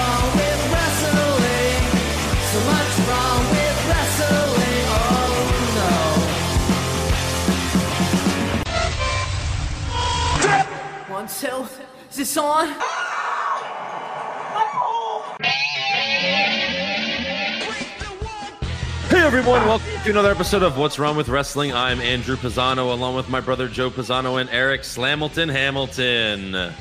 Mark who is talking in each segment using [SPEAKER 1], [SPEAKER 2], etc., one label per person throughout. [SPEAKER 1] Oh,
[SPEAKER 2] So, is this on?
[SPEAKER 3] Hey everyone, welcome to another episode of What's Wrong with Wrestling. I'm Andrew Pisano, along with my brother Joe Pisano and Eric Slamilton Hamilton.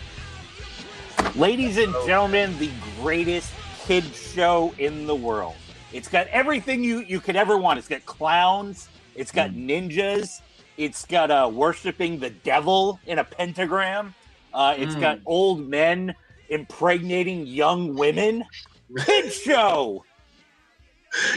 [SPEAKER 4] Ladies and gentlemen, the greatest kid show in the world. It's got everything you, you could ever want. It's got clowns, it's got ninjas, it's got uh, worshiping the devil in a pentagram, uh, It's
[SPEAKER 2] Mm.
[SPEAKER 4] got old men impregnating young women. Kid show!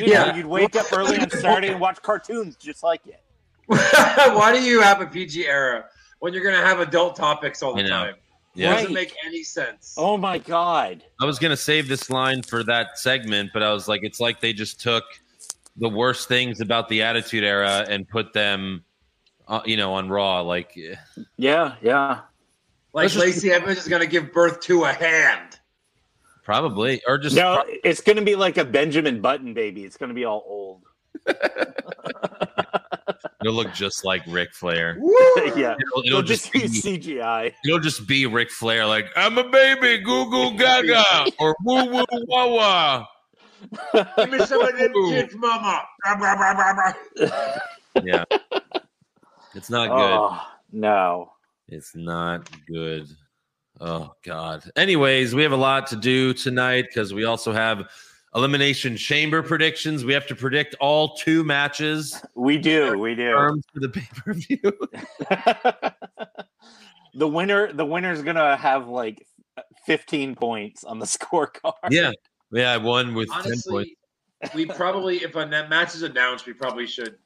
[SPEAKER 4] You
[SPEAKER 5] Yeah.
[SPEAKER 4] know, you'd wake up early on Saturday and watch cartoons just like it.
[SPEAKER 5] Why do you have a PG era when you're going to have adult topics all
[SPEAKER 3] I
[SPEAKER 5] the
[SPEAKER 3] know.
[SPEAKER 5] time?
[SPEAKER 3] Yeah,
[SPEAKER 5] It
[SPEAKER 4] Right.
[SPEAKER 5] doesn't make any sense.
[SPEAKER 4] Oh my God.
[SPEAKER 3] I was gonna save this line for that segment, but I was like, it's like they just took the worst things about the Attitude Era and put them, uh, you know, on Raw. Like, eh.
[SPEAKER 4] Yeah, yeah.
[SPEAKER 5] like
[SPEAKER 3] let's just-
[SPEAKER 5] Lacey Evans is going to give birth to a hand.
[SPEAKER 3] probably or just
[SPEAKER 4] No, it's going to be like a Benjamin Button baby. It's going to be all old.
[SPEAKER 3] it'll look just like Ric Flair.
[SPEAKER 5] Woo!
[SPEAKER 4] yeah.
[SPEAKER 3] It'll,
[SPEAKER 4] It'll
[SPEAKER 3] it'll just
[SPEAKER 4] be
[SPEAKER 3] be,
[SPEAKER 4] CGI.
[SPEAKER 3] it'll just be Ric Flair. Like, I'm a baby, goo goo gaga, or woo woo wah wah.
[SPEAKER 5] Give me some of them
[SPEAKER 3] Ooh.
[SPEAKER 5] kids, mama. Rah, rah, rah, rah, rah.
[SPEAKER 3] Yeah, it's not good.
[SPEAKER 4] Oh, no.
[SPEAKER 3] It's not good. Oh God. Anyways, we have a lot to do tonight because we also have elimination chamber predictions. We have to predict all two matches
[SPEAKER 4] We do. We do.
[SPEAKER 3] terms for the pay per view.
[SPEAKER 4] the winner the winner's going to have like 15 points on the scorecard.
[SPEAKER 3] yeah, yeah. I won with ten points.
[SPEAKER 5] Honestly, we probably, if a na- match is announced, we probably should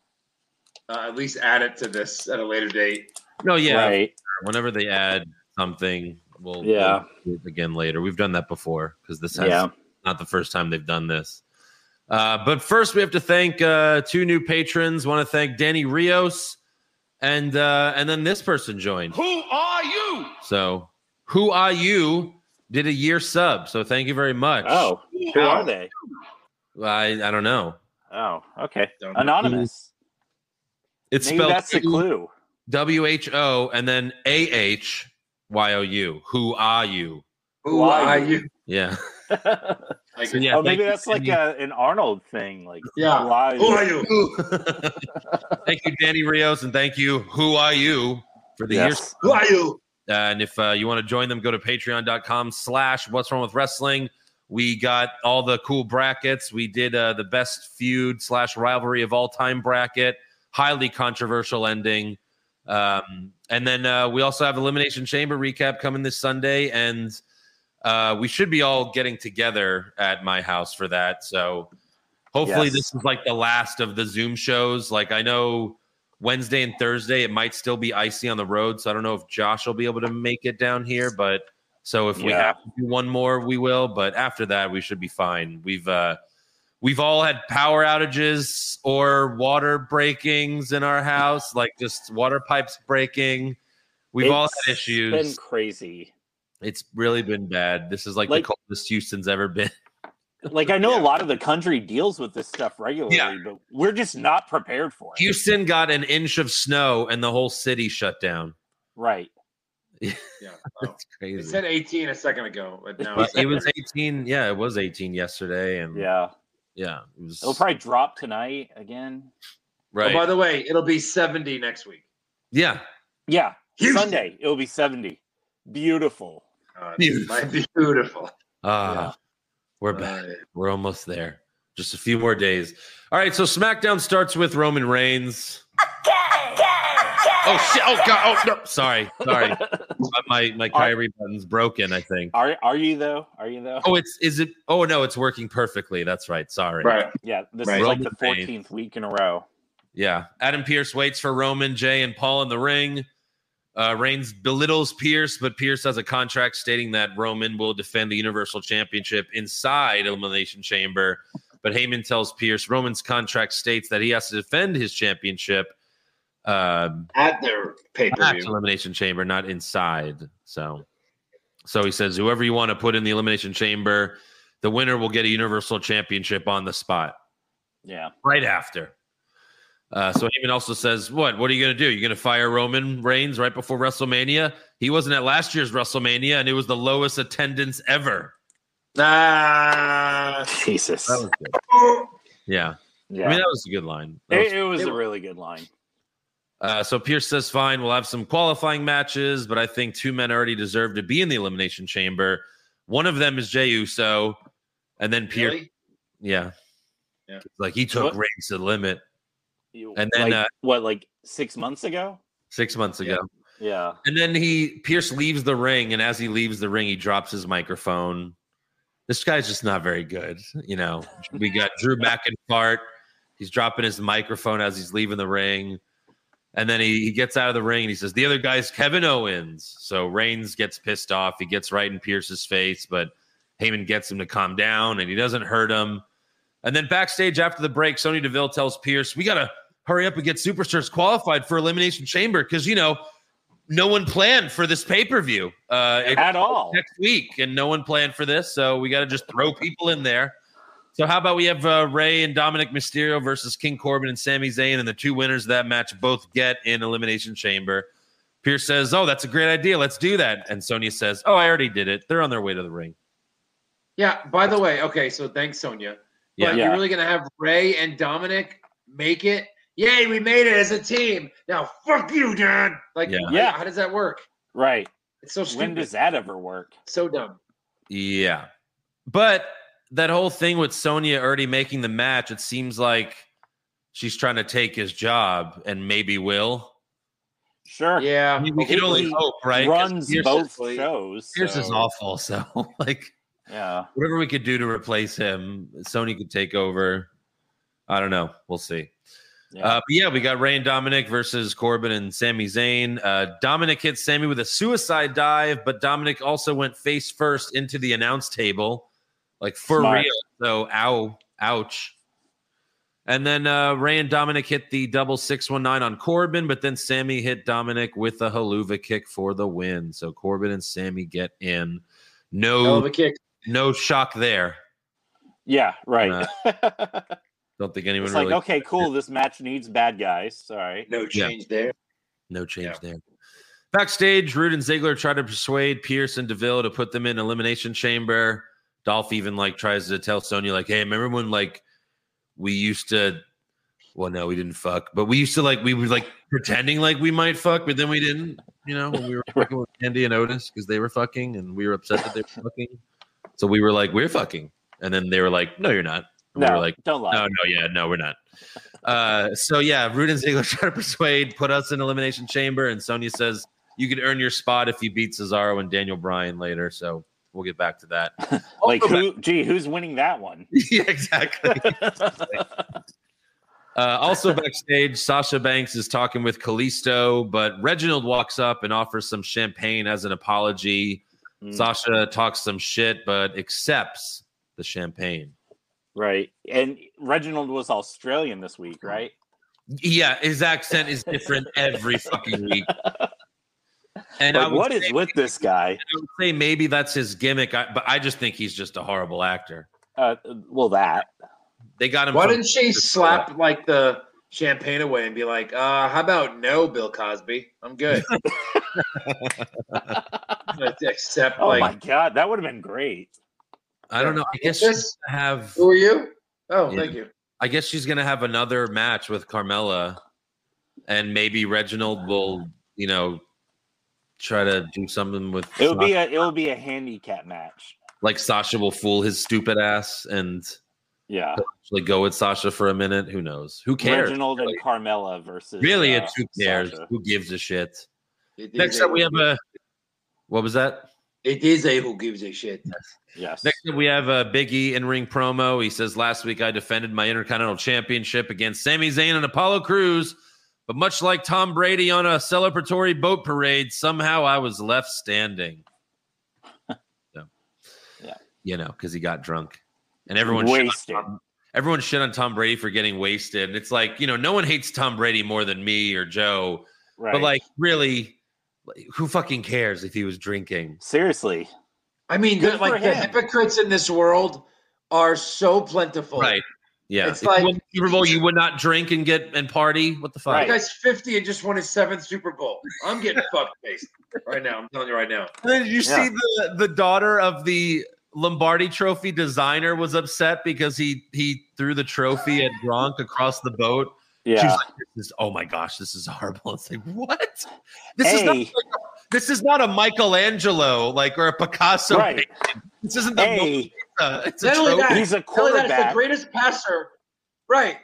[SPEAKER 5] uh, at least add it to this at a later date.
[SPEAKER 3] No, yeah.
[SPEAKER 4] Right.
[SPEAKER 3] Whenever they add something, we'll
[SPEAKER 4] Yeah.
[SPEAKER 3] we'll do it again later. We've done that before because this has
[SPEAKER 4] Yeah.
[SPEAKER 3] not the first time they've done this. Uh, but first, we have to thank uh, two new patrons. Want to thank Danny Rios, and uh, and then this person joined. Who are you? So, who are you? Did a year sub. So thank you very much.
[SPEAKER 4] Oh, who are they?
[SPEAKER 3] I I don't know.
[SPEAKER 4] Oh, okay.
[SPEAKER 5] Don't-
[SPEAKER 4] Anonymous.
[SPEAKER 3] It's
[SPEAKER 4] Maybe
[SPEAKER 3] spelled E.
[SPEAKER 4] that's the clue.
[SPEAKER 3] W H O and then A H Y O U. Who are you?
[SPEAKER 5] Who
[SPEAKER 4] Why?
[SPEAKER 5] are you?
[SPEAKER 3] Yeah. E.
[SPEAKER 5] Like,
[SPEAKER 3] So, yeah
[SPEAKER 4] oh, maybe
[SPEAKER 3] thank you,
[SPEAKER 4] that's like
[SPEAKER 3] Danny.
[SPEAKER 4] a, an Arnold thing. Like,
[SPEAKER 5] Yeah.
[SPEAKER 4] why-
[SPEAKER 5] Who are you?
[SPEAKER 3] thank you, Danny Rios, and thank you, Who Are You, for the year
[SPEAKER 4] Yes.
[SPEAKER 5] Who are you?
[SPEAKER 3] Uh, and if uh, you want to join them, go to patreon.com slash what's wrong with wrestling. We got all the cool brackets. We did uh, the best feud slash rivalry of all time bracket, highly controversial ending. Um, and then uh, we also have Elimination Chamber recap coming this Sunday. And uh, we should be all getting together at my house for that. So hopefully,
[SPEAKER 4] Yes.
[SPEAKER 3] this is like the last of the Zoom shows. Like, I know Wednesday and Thursday. It might still be icy on the road, so I don't know if Josh will be able to make it down here. But so if we
[SPEAKER 4] Yeah.
[SPEAKER 3] have to do one more, we will. But after that, we should be fine. We've uh, we've all had power outages or water breakings in our house, like just water pipes breaking. We've all
[SPEAKER 4] It's
[SPEAKER 3] had issues.
[SPEAKER 4] Been crazy.
[SPEAKER 3] it's really been bad. This is like,
[SPEAKER 4] Like-
[SPEAKER 3] the coldest Houston's ever been.
[SPEAKER 4] Like I know a lot of the country deals with this stuff regularly,
[SPEAKER 3] Yeah.
[SPEAKER 4] but we're just not prepared for it.
[SPEAKER 3] Houston got an inch of snow, and the whole city shut down.
[SPEAKER 4] right.
[SPEAKER 5] Yeah. Oh.
[SPEAKER 3] It's
[SPEAKER 5] It
[SPEAKER 3] crazy.
[SPEAKER 5] said 18 a second ago, but now
[SPEAKER 3] But
[SPEAKER 5] it's
[SPEAKER 3] it was 18. Yeah, it was 18 yesterday, and
[SPEAKER 4] Yeah.
[SPEAKER 3] Yeah, it was
[SPEAKER 4] It'll probably drop tonight again.
[SPEAKER 3] right.
[SPEAKER 5] Oh, by the way, it'll be 70 next week.
[SPEAKER 3] yeah,
[SPEAKER 4] Yeah.
[SPEAKER 5] Houston.
[SPEAKER 4] Sunday it'll be 70. Beautiful.
[SPEAKER 5] Uh, my beautiful.
[SPEAKER 3] uh,
[SPEAKER 4] Yeah.
[SPEAKER 3] we're back.
[SPEAKER 5] Uh,
[SPEAKER 3] We're almost there. Just a few more days. All right. So SmackDown starts with Roman Reigns. Oh shit! Oh god! Oh no! Sorry, sorry. my my Kyrie button's broken. I think.
[SPEAKER 4] Are are you though? Are you though?
[SPEAKER 3] Oh, it's is it? Oh no, it's working perfectly. That's right. Sorry.
[SPEAKER 5] right.
[SPEAKER 4] Yeah. This
[SPEAKER 5] Right.
[SPEAKER 4] is like the
[SPEAKER 3] Roman Reigns.
[SPEAKER 4] 14th week in a row.
[SPEAKER 3] Yeah. Adam Pierce waits for Roman, Jay, and Paul in the ring. Uh, Reigns belittles Pierce, but Pierce has a contract stating that Roman will defend the Universal Championship inside Elimination Chamber. But Heyman tells Pierce Roman's contract states that he has to defend his championship um,
[SPEAKER 5] At their pay per
[SPEAKER 3] at
[SPEAKER 5] view.
[SPEAKER 3] Elimination Chamber, not inside. So, so he says, whoever you want to put in the Elimination Chamber, the winner will get a Universal Championship on the spot
[SPEAKER 4] Yeah.
[SPEAKER 3] right after. Uh, so Heyman also says, "What? What are you going to do? You're going to fire Roman Reigns right before WrestleMania? He wasn't at last year's WrestleMania, and it was the lowest attendance ever."
[SPEAKER 5] Ah.
[SPEAKER 4] Jesus.
[SPEAKER 3] That was good. Yeah,
[SPEAKER 4] yeah.
[SPEAKER 3] I mean that was a good line. That was
[SPEAKER 4] it, it was
[SPEAKER 5] it
[SPEAKER 4] a
[SPEAKER 5] was-
[SPEAKER 4] really good line.
[SPEAKER 3] Uh, so Pierce says, fine, we'll have some qualifying matches, but I think two men already deserve to be in the Elimination Chamber. One of them is Jey Uso, and then Pierce.
[SPEAKER 5] Really?
[SPEAKER 3] Yeah.
[SPEAKER 5] Yeah.
[SPEAKER 3] Like he took
[SPEAKER 4] What?
[SPEAKER 3] Reigns to the limit
[SPEAKER 4] You-
[SPEAKER 3] And then,
[SPEAKER 4] like,
[SPEAKER 3] uh,
[SPEAKER 4] what, like six months ago?
[SPEAKER 3] six months ago.
[SPEAKER 4] Yeah.
[SPEAKER 3] And then he, Pierce leaves the ring, and as he leaves the ring, he drops his microphone. This guy's just not very good. You know, we got Drew McInfart. He's dropping his microphone as he's leaving the ring. And then he, he gets out of the ring and he says, The other guy's Kevin Owens. So Reigns gets pissed off. He gets right in Pierce's face, but Heyman gets him to calm down and he doesn't hurt him. And then backstage after the break, Sony Deville tells Pierce, We got to hurry up and get Superstars qualified for Elimination Chamber because, you know, no one planned for this pay per view. Uh, it-
[SPEAKER 4] At all.
[SPEAKER 3] next week, and no one planned for this, so we got to just throw people in there. So how about we have uh, Ray and Dominic Mysterio versus King Corbin and Sami Zayn, and the two winners of that match both get in Elimination Chamber. Pierce says, "Oh, that's a great idea. Let's do that." And Sonya says, "Oh, I already did it. They're on their way to the ring."
[SPEAKER 5] Yeah. By the way, okay. So thanks, Sonia.
[SPEAKER 3] Yeah.
[SPEAKER 5] But
[SPEAKER 4] Yeah.
[SPEAKER 5] you're really gonna have Ray and Dominic make it? Yay, we made it as a team. Now fuck you, Dad. Like,
[SPEAKER 3] Yeah.
[SPEAKER 5] how-
[SPEAKER 4] Yeah.
[SPEAKER 5] How does that work?
[SPEAKER 4] Right.
[SPEAKER 3] Oh,
[SPEAKER 5] It's so stupid.
[SPEAKER 4] When does that ever work?
[SPEAKER 5] so dumb.
[SPEAKER 3] Yeah, but that whole thing with Sonya already making the match, it seems like she's trying to take his job, and maybe will.
[SPEAKER 4] Sure.
[SPEAKER 3] I
[SPEAKER 5] Yeah.
[SPEAKER 3] mean, we
[SPEAKER 4] Well,
[SPEAKER 3] can only
[SPEAKER 4] he
[SPEAKER 3] hope, right? 'Cause
[SPEAKER 4] Runs
[SPEAKER 3] Pierce
[SPEAKER 4] both
[SPEAKER 3] is-
[SPEAKER 4] shows.
[SPEAKER 3] Pierce is
[SPEAKER 4] so,
[SPEAKER 3] awful, so like.
[SPEAKER 4] Yeah.
[SPEAKER 3] whatever we could do to replace him, Sony could take over. I don't know. We'll see.
[SPEAKER 4] Yeah.
[SPEAKER 3] Uh, but yeah, we got Ray and Dominic versus Corbin and Sami Zayn. Uh, Dominic hit Sammy with a suicide dive, but Dominic also went face first into the announce table, like for
[SPEAKER 4] Smart.
[SPEAKER 3] real. So, ow, ouch. And then uh, Ray and Dominic hit the double 619 on Corbin, but then Sammy hit Dominic with a haluva kick for the win. So, Corbin and Sammy get in.
[SPEAKER 5] Hell
[SPEAKER 3] No,
[SPEAKER 5] of a kick.
[SPEAKER 3] no shock there.
[SPEAKER 4] yeah. Right.
[SPEAKER 3] Uh, Don't think anyone
[SPEAKER 4] it's like,
[SPEAKER 3] really
[SPEAKER 4] okay, cool. This match needs bad guys. Sorry.
[SPEAKER 5] No change there.
[SPEAKER 3] no change there. Backstage, Rude and Ziggler try to persuade Pierce and Deville to put them in elimination chamber. Dolph even like tries to tell Sonya like, "Hey, remember when like we used to? Well, no, we didn't fuck, but we used to like we were like pretending like we might fuck, but then we didn't. You know, when we were fucking with Andy and Otis because they were fucking and we were upset that they were fucking, so we were like, we're fucking, and then they were like, no, you're not. And we
[SPEAKER 4] No.
[SPEAKER 3] were like,
[SPEAKER 4] don't lie.
[SPEAKER 3] No, Oh, no, yeah, no, we're not. Uh, so yeah, Rude and Ziggler try to persuade, put us in elimination chamber, and Sonya says you could earn your spot if you beat Cesaro and Daniel Bryan later. So we'll get back to that.
[SPEAKER 4] like,
[SPEAKER 3] Also
[SPEAKER 4] who? Gee, who's winning that one?
[SPEAKER 3] yeah, exactly. Uh, also backstage, Sasha Banks is talking with Kalisto, but Reginald walks up and offers some champagne as an apology.
[SPEAKER 4] Mm.
[SPEAKER 3] Sasha talks some shit, but accepts the champagne.
[SPEAKER 4] Right. And Reginald was Australian this week, right?
[SPEAKER 3] Yeah, his accent is different every fucking week. And I
[SPEAKER 4] Like,
[SPEAKER 3] would
[SPEAKER 4] what is
[SPEAKER 3] say-
[SPEAKER 4] with this guy?
[SPEAKER 3] I would say maybe that's his gimmick, I, but I just think he's just a horrible actor.
[SPEAKER 4] Uh, well, that.
[SPEAKER 3] They got him.
[SPEAKER 5] Why
[SPEAKER 3] from-
[SPEAKER 5] didn't she slap like the champagne away and be like, uh, how about no, Bill Cosby? I'm good. Except
[SPEAKER 4] Oh my
[SPEAKER 5] like
[SPEAKER 4] god, that would have been great.
[SPEAKER 3] I don't know. I guess she's
[SPEAKER 5] this.
[SPEAKER 3] gonna have.
[SPEAKER 5] Who are you? Oh,
[SPEAKER 3] Yeah.
[SPEAKER 5] thank you.
[SPEAKER 3] I guess she's gonna have another match with Carmella, and maybe Reginald will, you know, try to do something with.
[SPEAKER 4] It would be
[SPEAKER 3] Sasha-
[SPEAKER 4] a it would be a handicap match.
[SPEAKER 3] like Sasha will fool his stupid ass and
[SPEAKER 4] Yeah,
[SPEAKER 3] actually go with Sasha for a minute. Who knows? Who cares?
[SPEAKER 4] Reginald and Carmella versus
[SPEAKER 3] Really,
[SPEAKER 4] uh,
[SPEAKER 3] it's who cares?
[SPEAKER 4] Sasha.
[SPEAKER 3] Who gives a shit?
[SPEAKER 5] It
[SPEAKER 3] Next
[SPEAKER 5] is
[SPEAKER 3] up,
[SPEAKER 5] a-
[SPEAKER 3] we have a. What was that?
[SPEAKER 5] It is a who gives a shit.
[SPEAKER 4] Yes,
[SPEAKER 3] Next up, we have a Big E in ring promo. He says, Last week I defended my Intercontinental Championship against Sami Zayn and Apollo Crews, but much like Tom Brady on a celebratory boat parade, somehow I was left standing. so,
[SPEAKER 4] Yeah.
[SPEAKER 3] You know, because he got drunk. And everyone um, shit on
[SPEAKER 4] wasted.
[SPEAKER 3] Tom- everyone shit on Tom Brady for getting wasted. And it's like, you know, no one hates Tom Brady more than me or Joe,
[SPEAKER 4] Right.
[SPEAKER 3] but like, really, like, who fucking cares if he was drinking?
[SPEAKER 4] seriously,
[SPEAKER 5] I mean,
[SPEAKER 4] Good
[SPEAKER 5] the,
[SPEAKER 4] for
[SPEAKER 5] like the
[SPEAKER 4] him.
[SPEAKER 5] hypocrites in this world are so plentiful.
[SPEAKER 3] Right. Yeah. If
[SPEAKER 5] It's
[SPEAKER 3] you won
[SPEAKER 5] like-
[SPEAKER 3] the Super Bowl, you would not drink and get and party. What the fuck?
[SPEAKER 4] Right.
[SPEAKER 5] That guy's 50 and just won his seventh Super Bowl. I'm getting fucked faced right now. I'm telling you right now.
[SPEAKER 3] Did you
[SPEAKER 4] Yeah.
[SPEAKER 3] see the the daughter of the Lombardi Trophy designer was upset because he he threw the trophy at Gronk across the boat. She
[SPEAKER 4] Yeah.
[SPEAKER 3] was like, "This is oh my gosh, this is horrible." It's like what? This is not
[SPEAKER 4] Hey.
[SPEAKER 3] like, this is not a Michelangelo like or a Picasso.
[SPEAKER 4] Right.
[SPEAKER 3] painting. This isn't the Mona
[SPEAKER 4] Hey,
[SPEAKER 3] Lisa. It's a
[SPEAKER 5] Not only
[SPEAKER 3] trophy.
[SPEAKER 5] that,
[SPEAKER 4] he's a
[SPEAKER 5] Tell you that it's the
[SPEAKER 4] quarterback.
[SPEAKER 5] greatest passer. Right.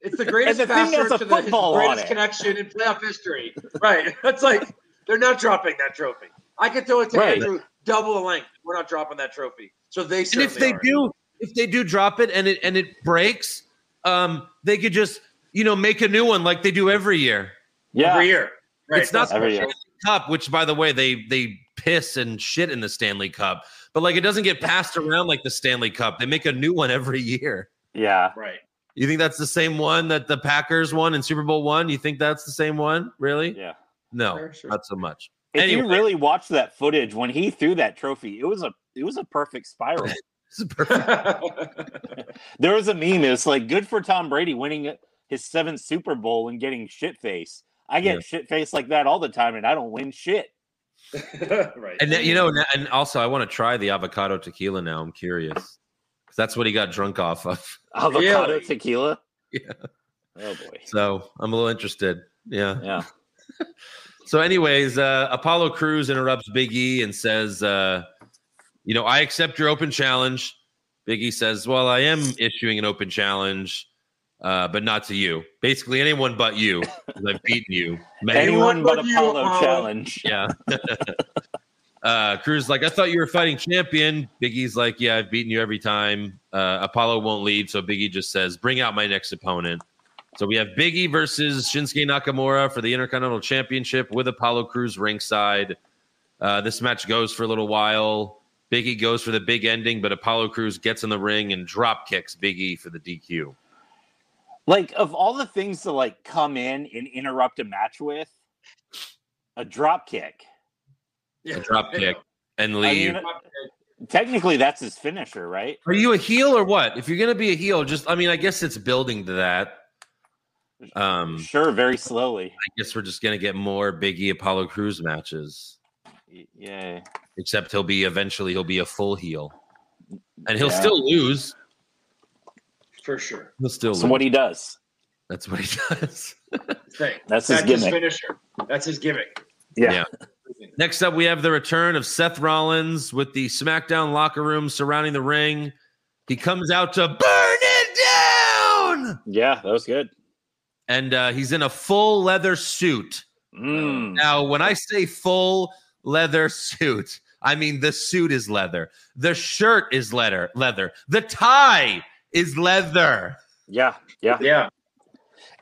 [SPEAKER 5] It's the greatest
[SPEAKER 4] the thing
[SPEAKER 5] passer
[SPEAKER 4] has a
[SPEAKER 5] to the his
[SPEAKER 4] football on
[SPEAKER 5] greatest
[SPEAKER 4] it.
[SPEAKER 5] connection in playoff history. Right. That's like they're not dropping that trophy. I could throw it to
[SPEAKER 4] Right.
[SPEAKER 5] Andrew double the length. We're not dropping that trophy. So they
[SPEAKER 3] and
[SPEAKER 5] certainly
[SPEAKER 3] if they
[SPEAKER 5] are.
[SPEAKER 3] do if they do drop it and it and it breaks, um, they could just you know make a new one like they do every year.
[SPEAKER 5] every
[SPEAKER 4] Yeah.
[SPEAKER 5] year. Right.
[SPEAKER 3] It's not
[SPEAKER 4] Every year.
[SPEAKER 3] Cup, which by the way, they they piss and shit in the Stanley Cup, but like it doesn't get passed around like the Stanley Cup. They make a new one every year.
[SPEAKER 4] Yeah.
[SPEAKER 5] right.
[SPEAKER 3] You think that's the same one that the Packers won in Super Bowl one? You think that's the same one? Really?
[SPEAKER 4] Yeah.
[SPEAKER 3] No,
[SPEAKER 5] Sure, sure.
[SPEAKER 3] not so much.
[SPEAKER 4] If you
[SPEAKER 3] Anyway.
[SPEAKER 4] really watch that footage when he threw that trophy, it was a it was a perfect spiral.
[SPEAKER 3] This is perfect.
[SPEAKER 4] there was a meme. It was like, good for Tom Brady winning his seventh Super Bowl and getting shit face. I get
[SPEAKER 3] Yeah.
[SPEAKER 4] shit face like that all the time, and I don't win shit.
[SPEAKER 5] right.
[SPEAKER 3] And then, you know, and- and also I want to try the avocado tequila now. I'm curious 'Cause that's what he got drunk off of.
[SPEAKER 4] Avocado
[SPEAKER 5] Really?
[SPEAKER 4] tequila.
[SPEAKER 3] Yeah.
[SPEAKER 4] Oh boy.
[SPEAKER 3] So I'm a little interested. Yeah.
[SPEAKER 4] Yeah.
[SPEAKER 3] So, anyways, uh, Apollo Cruz interrupts Big E and says, uh, "You know, I accept your open challenge." Big E says, "Well, I am issuing an open challenge, uh, but not to you. Basically, anyone but you. 'cause I've beaten you, man.
[SPEAKER 4] Anyone but
[SPEAKER 5] but you,
[SPEAKER 4] Apollo
[SPEAKER 5] Apollo.
[SPEAKER 4] challenge.
[SPEAKER 3] Yeah." uh, Cruz is like, "I thought you were fighting champion." Big E's like, "Yeah, I've beaten you every time." Uh, Apollo won't lead, so Big E just says, "Bring out my next opponent." So we have Biggie versus Shinsuke Nakamura for the Intercontinental Championship with Apollo Crews ringside. Uh, this match goes for a little while. Biggie goes for the big ending, but Apollo Crews gets in the ring and drop kicks Biggie for the DQ.
[SPEAKER 4] Like of all the things to like come in and interrupt a match with, a drop kick.
[SPEAKER 5] Yeah.
[SPEAKER 3] A drop kick and
[SPEAKER 4] I
[SPEAKER 3] leave.
[SPEAKER 4] mean, technically that's his finisher, right?
[SPEAKER 3] Are you a heel or what? If you're gonna be a heel, just I mean, I guess it's building to that. Um,
[SPEAKER 4] Sure, very slowly.
[SPEAKER 3] I guess we're just gonna get more Biggie Apollo Crews matches.
[SPEAKER 4] Y- Yeah.
[SPEAKER 3] Except he'll be eventually he'll be a full heel, and he'll
[SPEAKER 4] Yeah.
[SPEAKER 3] still lose.
[SPEAKER 5] For sure.
[SPEAKER 3] He'll still
[SPEAKER 4] So
[SPEAKER 3] lose.
[SPEAKER 4] what he does.
[SPEAKER 3] That's what he does.
[SPEAKER 5] Thing.
[SPEAKER 4] That's his gimmick.
[SPEAKER 5] finisher. That's his gimmick.
[SPEAKER 3] Next up, we have the return of Seth Rollins with the SmackDown locker room surrounding the ring. He comes out to burn it down,
[SPEAKER 4] Yeah, that was good.
[SPEAKER 3] and uh, he's in a full leather suit.
[SPEAKER 4] Mm.
[SPEAKER 3] Now, when I say full leather suit, I mean the suit is leather, the shirt is leather, leather, the tie is leather.
[SPEAKER 4] Yeah, yeah.
[SPEAKER 5] Yeah.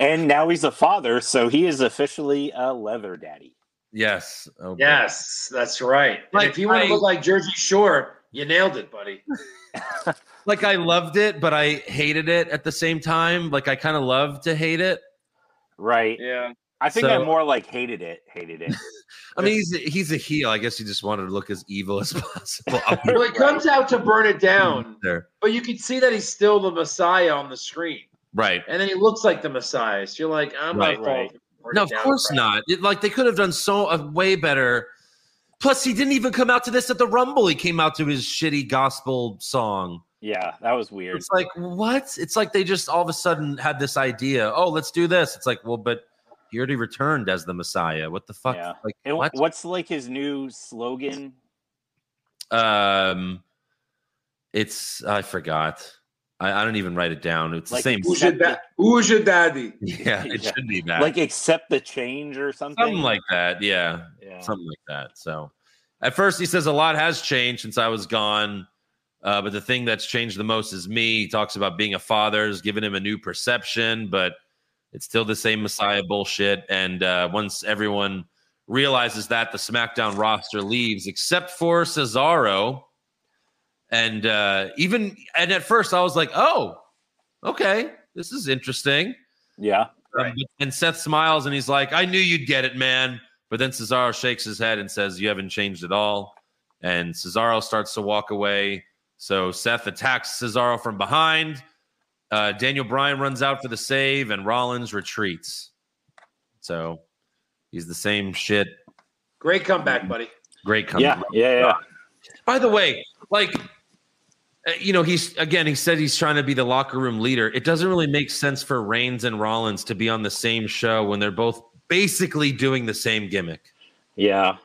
[SPEAKER 4] And now he's a father, so he is officially a leather daddy.
[SPEAKER 3] Yes. Oh,
[SPEAKER 5] Yes. That's right. And
[SPEAKER 3] Like,
[SPEAKER 5] if you want
[SPEAKER 3] I-
[SPEAKER 5] to look like Jersey Shore, you nailed it, buddy.
[SPEAKER 3] Like I loved it, but I hated it at the same time. Like I kind of love to hate it.
[SPEAKER 4] Right.
[SPEAKER 5] Yeah.
[SPEAKER 4] I think I
[SPEAKER 3] So-
[SPEAKER 4] more like hated it. Hated it.
[SPEAKER 3] I mean, he's he's a heel. I guess he just wanted to look as evil as possible. up
[SPEAKER 5] Well, it comes out to burn it down,
[SPEAKER 3] there.
[SPEAKER 5] but you can see that he's still the Messiah on the screen,
[SPEAKER 3] Right.
[SPEAKER 5] and then he looks like the Messiah. So you're like, I'm
[SPEAKER 3] Right,
[SPEAKER 5] not falling
[SPEAKER 4] right.
[SPEAKER 5] for burning
[SPEAKER 3] No, of
[SPEAKER 5] down
[SPEAKER 3] course
[SPEAKER 5] crap.
[SPEAKER 3] not. It, like they could have done so uh, way better. Plus, he didn't even come out to this at the Rumble. He came out to his shitty gospel song.
[SPEAKER 4] yeah, that was weird.
[SPEAKER 3] It's like what? It's like they just all of a sudden had this idea. Oh, let's do this. It's like, well, but he already returned as the Messiah. What the fuck?
[SPEAKER 4] Yeah.
[SPEAKER 3] Like
[SPEAKER 4] And
[SPEAKER 3] what?
[SPEAKER 4] what? what's like his new slogan?
[SPEAKER 3] Um, it's I forgot. I, I don't even write it down. It's
[SPEAKER 4] Like,
[SPEAKER 3] the same.
[SPEAKER 5] Who's your, da- who's your daddy?
[SPEAKER 3] Yeah, it
[SPEAKER 4] Yeah.
[SPEAKER 3] should be that.
[SPEAKER 4] Like accept the change or something?
[SPEAKER 3] something like that. Yeah,
[SPEAKER 4] yeah.
[SPEAKER 3] something like that. So, at first, he says a lot has changed since I was gone, uh, but the thing that's changed the most is me. He talks about being a father, has given him a new perception, but it's still the same Messiah bullshit. And uh, once everyone realizes that, the SmackDown roster leaves, except for Cesaro. And uh, even and at first, I was like, "Oh, okay, this is interesting."
[SPEAKER 4] yeah.
[SPEAKER 3] Um,
[SPEAKER 5] Right.
[SPEAKER 3] Uh, Daniel Bryan runs out for the save, and Rollins retreats. So he's the same shit.
[SPEAKER 5] Great comeback, buddy.
[SPEAKER 3] Great comeback.
[SPEAKER 4] Yeah, yeah, yeah.
[SPEAKER 3] By the way, like, uh, you know, he's again, he said he's trying to be the locker room leader. It doesn't really make sense for Reigns and Rollins to be on the same show when they're both basically doing the same gimmick.
[SPEAKER 4] Yeah.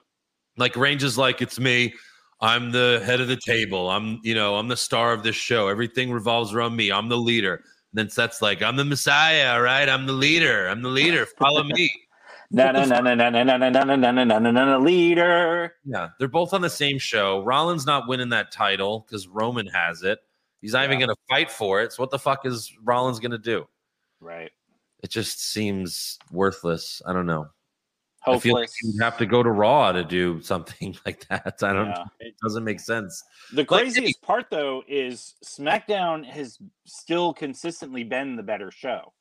[SPEAKER 3] Like, Reigns is like, it's me. I'm the head of the table. I'm, you know, I'm the star of this show. Everything revolves around me. I'm the leader. And then Seth's like, I'm the Messiah. All right. I'm the leader. I'm the leader. Follow me.
[SPEAKER 4] Na na na na na na na na na na na na na na na leader.
[SPEAKER 3] Yeah, they're both on the same show. Rollins not winning that title because Roman has it. He's not even
[SPEAKER 4] Yeah.
[SPEAKER 3] going to fight for it. So what the fuck is Rollins going to do?
[SPEAKER 4] Right.
[SPEAKER 3] It just seems worthless. I don't know. I feel like
[SPEAKER 4] Hopeless.
[SPEAKER 3] you'd have to go to Raw to do something like that. I don't.
[SPEAKER 4] Yeah.
[SPEAKER 3] It doesn't make sense.
[SPEAKER 4] The
[SPEAKER 3] Like-
[SPEAKER 4] craziest part, though, is SmackDown has still consistently been the better show.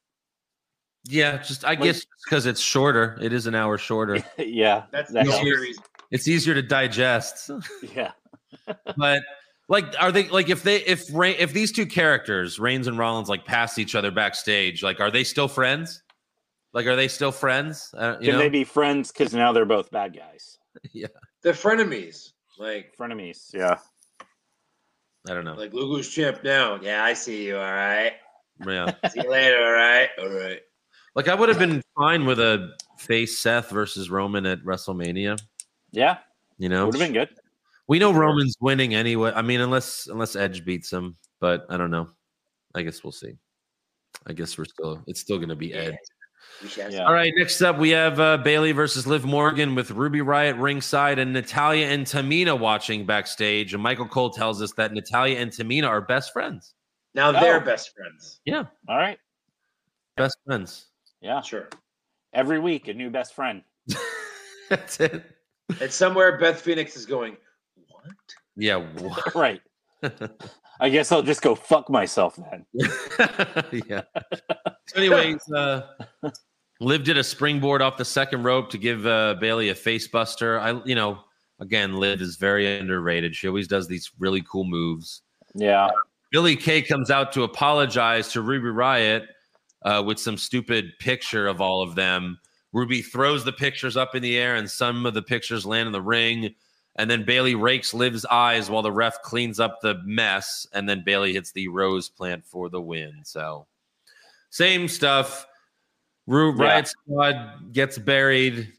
[SPEAKER 3] Yeah, just I
[SPEAKER 4] Like-
[SPEAKER 3] guess because it's shorter. It is an hour shorter.
[SPEAKER 4] yeah,
[SPEAKER 5] That's
[SPEAKER 4] That
[SPEAKER 5] the
[SPEAKER 3] helps.
[SPEAKER 5] series.
[SPEAKER 3] it's easier to digest.
[SPEAKER 4] yeah,
[SPEAKER 3] but like are they like if they if Ray, if these two characters Reigns and Rollins like pass each other backstage like are they still friends like are they still friends uh, you
[SPEAKER 4] can
[SPEAKER 3] know
[SPEAKER 4] they be friends? Because now they're both bad guys,
[SPEAKER 5] They're frenemies. Like,
[SPEAKER 4] frenemies. Yeah,
[SPEAKER 3] I don't know
[SPEAKER 5] like look who's champ now. Yeah, I see you. All right.
[SPEAKER 3] yeah
[SPEAKER 5] See you later. All right. All right.
[SPEAKER 3] like I would have been fine with a face Seth versus Roman at WrestleMania
[SPEAKER 4] yeah,
[SPEAKER 3] you know
[SPEAKER 4] would have been good.
[SPEAKER 3] we know Roman's winning anyway I mean unless unless Edge beats him but I don't know I guess we'll see I guess we're still it's still gonna be Edge.
[SPEAKER 5] We should have
[SPEAKER 4] Yeah.
[SPEAKER 3] All right, next up we have uh, Bailey versus Liv Morgan with Ruby Riot ringside and Natalia and Tamina watching backstage. And Michael Cole tells us that Natalia and Tamina are best friends.
[SPEAKER 5] Now they're
[SPEAKER 4] Oh.
[SPEAKER 5] best friends.
[SPEAKER 4] All right,
[SPEAKER 3] Best friends.
[SPEAKER 4] yeah.
[SPEAKER 5] Sure.
[SPEAKER 4] Every week, a new best friend.
[SPEAKER 3] That's it.
[SPEAKER 5] And somewhere Beth Phoenix is going, What?
[SPEAKER 3] Yeah. wha-
[SPEAKER 4] Right. I guess I'll just go fuck myself then.
[SPEAKER 3] yeah. So, anyways, uh, Liv did a springboard off the second rope to give uh, Bailey a face buster. I, you know, again, Liv is very underrated. She always does these really cool moves.
[SPEAKER 4] Yeah,
[SPEAKER 3] Billy Kay comes out to apologize to Ruby Riot uh, with some stupid picture of all of them. Ruby throws the pictures up in the air, and some of the pictures land in the ring. And then Bailey rakes Liv's eyes while the ref cleans up the mess. And then Bailey hits the rose plant for the win. So, same stuff. Ru-
[SPEAKER 4] Yeah.
[SPEAKER 3] Riot Squad gets buried.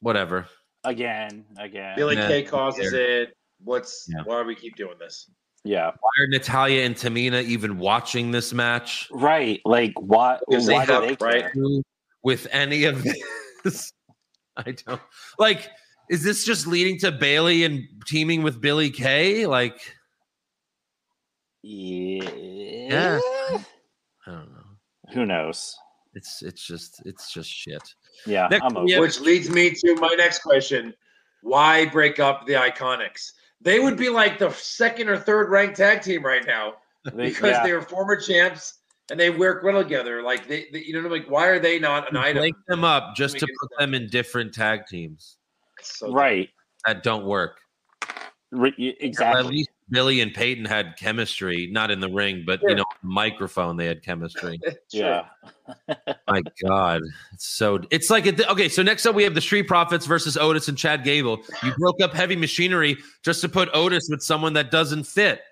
[SPEAKER 3] Whatever.
[SPEAKER 4] again, again.
[SPEAKER 5] Billy
[SPEAKER 3] Yeah.
[SPEAKER 5] Kay causes it. What's
[SPEAKER 3] Yeah.
[SPEAKER 5] why do we keep doing this?
[SPEAKER 4] Yeah,
[SPEAKER 3] Why are Natalia and Tamina even watching this match?
[SPEAKER 4] right. Like, why?
[SPEAKER 5] Because they
[SPEAKER 4] why do
[SPEAKER 5] fuck,
[SPEAKER 4] they
[SPEAKER 5] right?
[SPEAKER 4] care?
[SPEAKER 3] do with any of this. I don't like. Is this just leading to Bailey and teaming with Billy Kay? Like,
[SPEAKER 4] Yeah.
[SPEAKER 3] I don't know.
[SPEAKER 4] Who knows?
[SPEAKER 3] It's it's just it's just shit.
[SPEAKER 4] Yeah,
[SPEAKER 3] Next
[SPEAKER 4] I'm
[SPEAKER 3] we
[SPEAKER 4] over.
[SPEAKER 3] have- Yeah.
[SPEAKER 5] Which leads me to my next question. Why break up the iconics? They would be like the second or third ranked tag team right now
[SPEAKER 4] They-
[SPEAKER 5] because
[SPEAKER 4] yeah.
[SPEAKER 5] they were former champs and they work well together. Like they, they- you know, like why are they not an item?
[SPEAKER 3] Link them up just
[SPEAKER 5] Make
[SPEAKER 3] to
[SPEAKER 5] it
[SPEAKER 3] put them in different tag teams
[SPEAKER 5] It's so-
[SPEAKER 4] right.
[SPEAKER 3] that don't work.
[SPEAKER 4] Re- y-
[SPEAKER 3] At
[SPEAKER 4] exactly.
[SPEAKER 3] least Billy and Peyton had chemistry, not in the ring, but you
[SPEAKER 5] Sure.
[SPEAKER 3] know, on the microphone they had chemistry.
[SPEAKER 5] Sure.
[SPEAKER 4] Yeah.
[SPEAKER 3] My God, it's so it's like a, okay. So next up, we have the Street Profits versus Otis and Chad Gable. You broke up Heavy Machinery just to put Otis with someone that doesn't fit.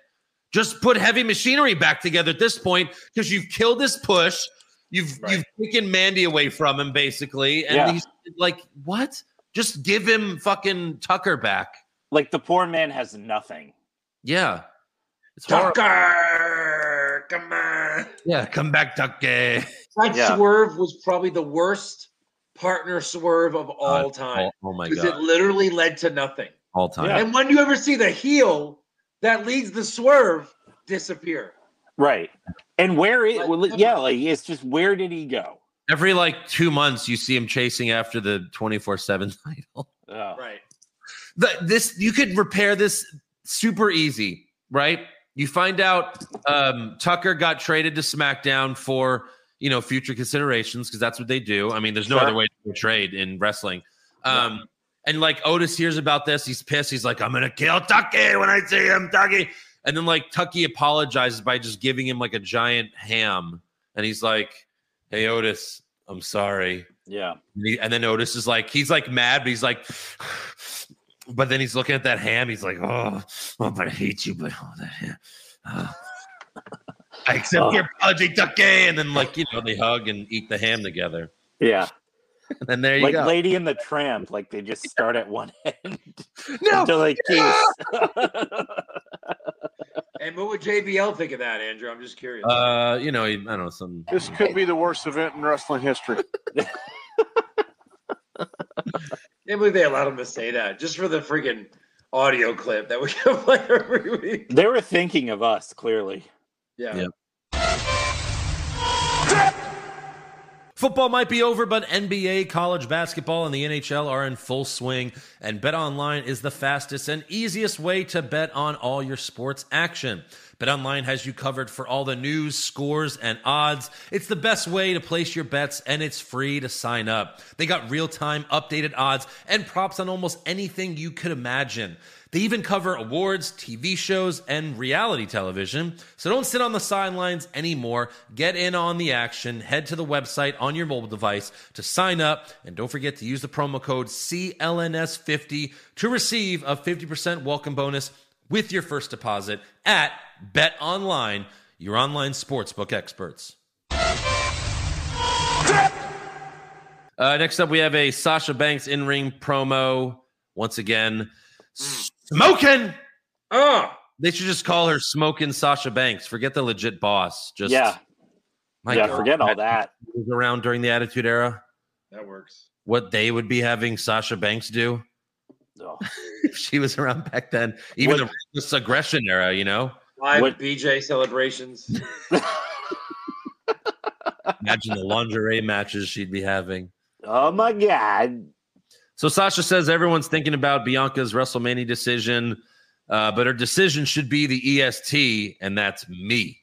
[SPEAKER 3] Just put Heavy Machinery back together at this point because you've killed this push. You've
[SPEAKER 5] Right.
[SPEAKER 3] you've taken Mandy away from him basically, and
[SPEAKER 4] Yeah.
[SPEAKER 3] he's like, what? Just give him fucking Tucker back.
[SPEAKER 4] Like the poor man has nothing.
[SPEAKER 3] Yeah, it's horrible.
[SPEAKER 5] Tucker, come on.
[SPEAKER 3] Yeah, come back, Tucker.
[SPEAKER 5] That
[SPEAKER 4] Yeah.
[SPEAKER 5] swerve was probably the worst partner swerve of all
[SPEAKER 3] Oh,
[SPEAKER 5] time
[SPEAKER 3] oh my
[SPEAKER 5] because
[SPEAKER 3] God,
[SPEAKER 5] it literally led to nothing.
[SPEAKER 3] all time.
[SPEAKER 4] Yeah.
[SPEAKER 5] And when you ever see the heel that leads the swerve disappear,
[SPEAKER 4] Right. And where it,
[SPEAKER 5] Like,
[SPEAKER 4] well,
[SPEAKER 5] come
[SPEAKER 4] yeah,
[SPEAKER 5] on.
[SPEAKER 4] like it's just where did he go?
[SPEAKER 3] Every like two months, you see him chasing after the twenty four seven title.
[SPEAKER 4] Oh,
[SPEAKER 5] right?
[SPEAKER 3] the, this you could repair this super easy, right? You find out um, Tucker got traded to SmackDown for you know future considerations because that's what they do. I mean, there's no
[SPEAKER 4] Sure.
[SPEAKER 3] other way to do a trade in wrestling. Um, And like Otis hears about this, he's pissed. He's like, "I'm gonna kill Tucker when I see him, Tucker." And then like Tucky apologizes by just giving him like a giant ham, and he's like, "Hey Otis, I'm sorry."
[SPEAKER 4] Yeah.
[SPEAKER 3] And, he- and then Otis is like, he's like mad, but he's like, but then he's looking at that ham. He's like, oh, oh but I hate you, but oh, that ham. ah." I accept
[SPEAKER 4] Oh.
[SPEAKER 3] your apology, Tucky. And then, like, you know, they hug and eat the ham together.
[SPEAKER 4] Yeah.
[SPEAKER 3] And then there you
[SPEAKER 4] Like
[SPEAKER 3] go.
[SPEAKER 4] Lady and the Tramp, like they just start at one end
[SPEAKER 3] no,
[SPEAKER 4] until they kiss.
[SPEAKER 5] And what would JBL think of that, Andrew? I'm just curious.
[SPEAKER 3] uh, you know, I don't know, some
[SPEAKER 1] This could be the worst event in wrestling history.
[SPEAKER 5] can't believe they allowed him to say that just for the freaking audio clip that we can play every week.
[SPEAKER 4] they were thinking of us, clearly.
[SPEAKER 5] Yeah.
[SPEAKER 3] Yeah. Football might be over, but NBA, college basketball, and the NHL are in full swing. And BetOnline is the fastest and easiest way to bet on all your sports action. BetOnline has you covered for all the news, scores, and odds. It's the best way to place your bets, and it's free to sign up. They got real time updated odds and props on almost anything you could imagine. They even cover awards, TV shows, and reality television. So don't sit on the sidelines anymore. Get in on the action. Head to the website on your mobile device to sign up. And don't forget to use the promo code CLNS50 to receive a 50% welcome bonus with your first deposit at BetOnline, your online sportsbook experts. Uh, next up, we have a Sasha Banks in ring promo. Once again, smoking.
[SPEAKER 5] Mm. Oh,
[SPEAKER 3] They should just call her smoking Sasha Banks. Forget the legit boss. Just
[SPEAKER 4] yeah.
[SPEAKER 3] my
[SPEAKER 4] yeah.
[SPEAKER 3] God,
[SPEAKER 4] Forget all that.
[SPEAKER 3] was around during the Attitude Era.
[SPEAKER 5] that works.
[SPEAKER 3] What they would be having Sasha Banks do
[SPEAKER 4] Oh,
[SPEAKER 3] if she was around back then, even
[SPEAKER 4] What-
[SPEAKER 3] the ruthless aggression era, you know.
[SPEAKER 5] Live
[SPEAKER 4] What-
[SPEAKER 5] BJ celebrations.
[SPEAKER 3] Imagine the lingerie matches she'd be having.
[SPEAKER 4] oh my God.
[SPEAKER 3] So Sasha says everyone's thinking about Bianca's WrestleMania decision, uh, but her decision should be the EST, and that's me.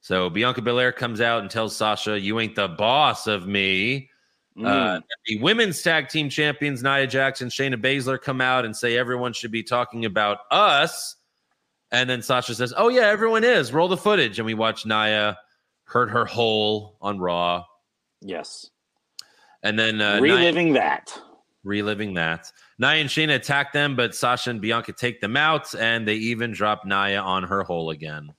[SPEAKER 3] So Bianca Belair comes out and tells Sasha, "You ain't the boss of me." Uh,
[SPEAKER 4] Mm.
[SPEAKER 3] the women's tag team champions Nia Jax and Shayna Baszler come out and say everyone should be talking about us. And then Sasha says, "Oh yeah, everyone is. Roll the footage." And we watch Nia hurt her hole on Raw,
[SPEAKER 4] yes.
[SPEAKER 3] and then uh, Nia-
[SPEAKER 4] Reliving that.
[SPEAKER 3] reliving that. Nia and Shayna attack them, but Sasha and Bianca take them out, and they even drop Nia on her hole again.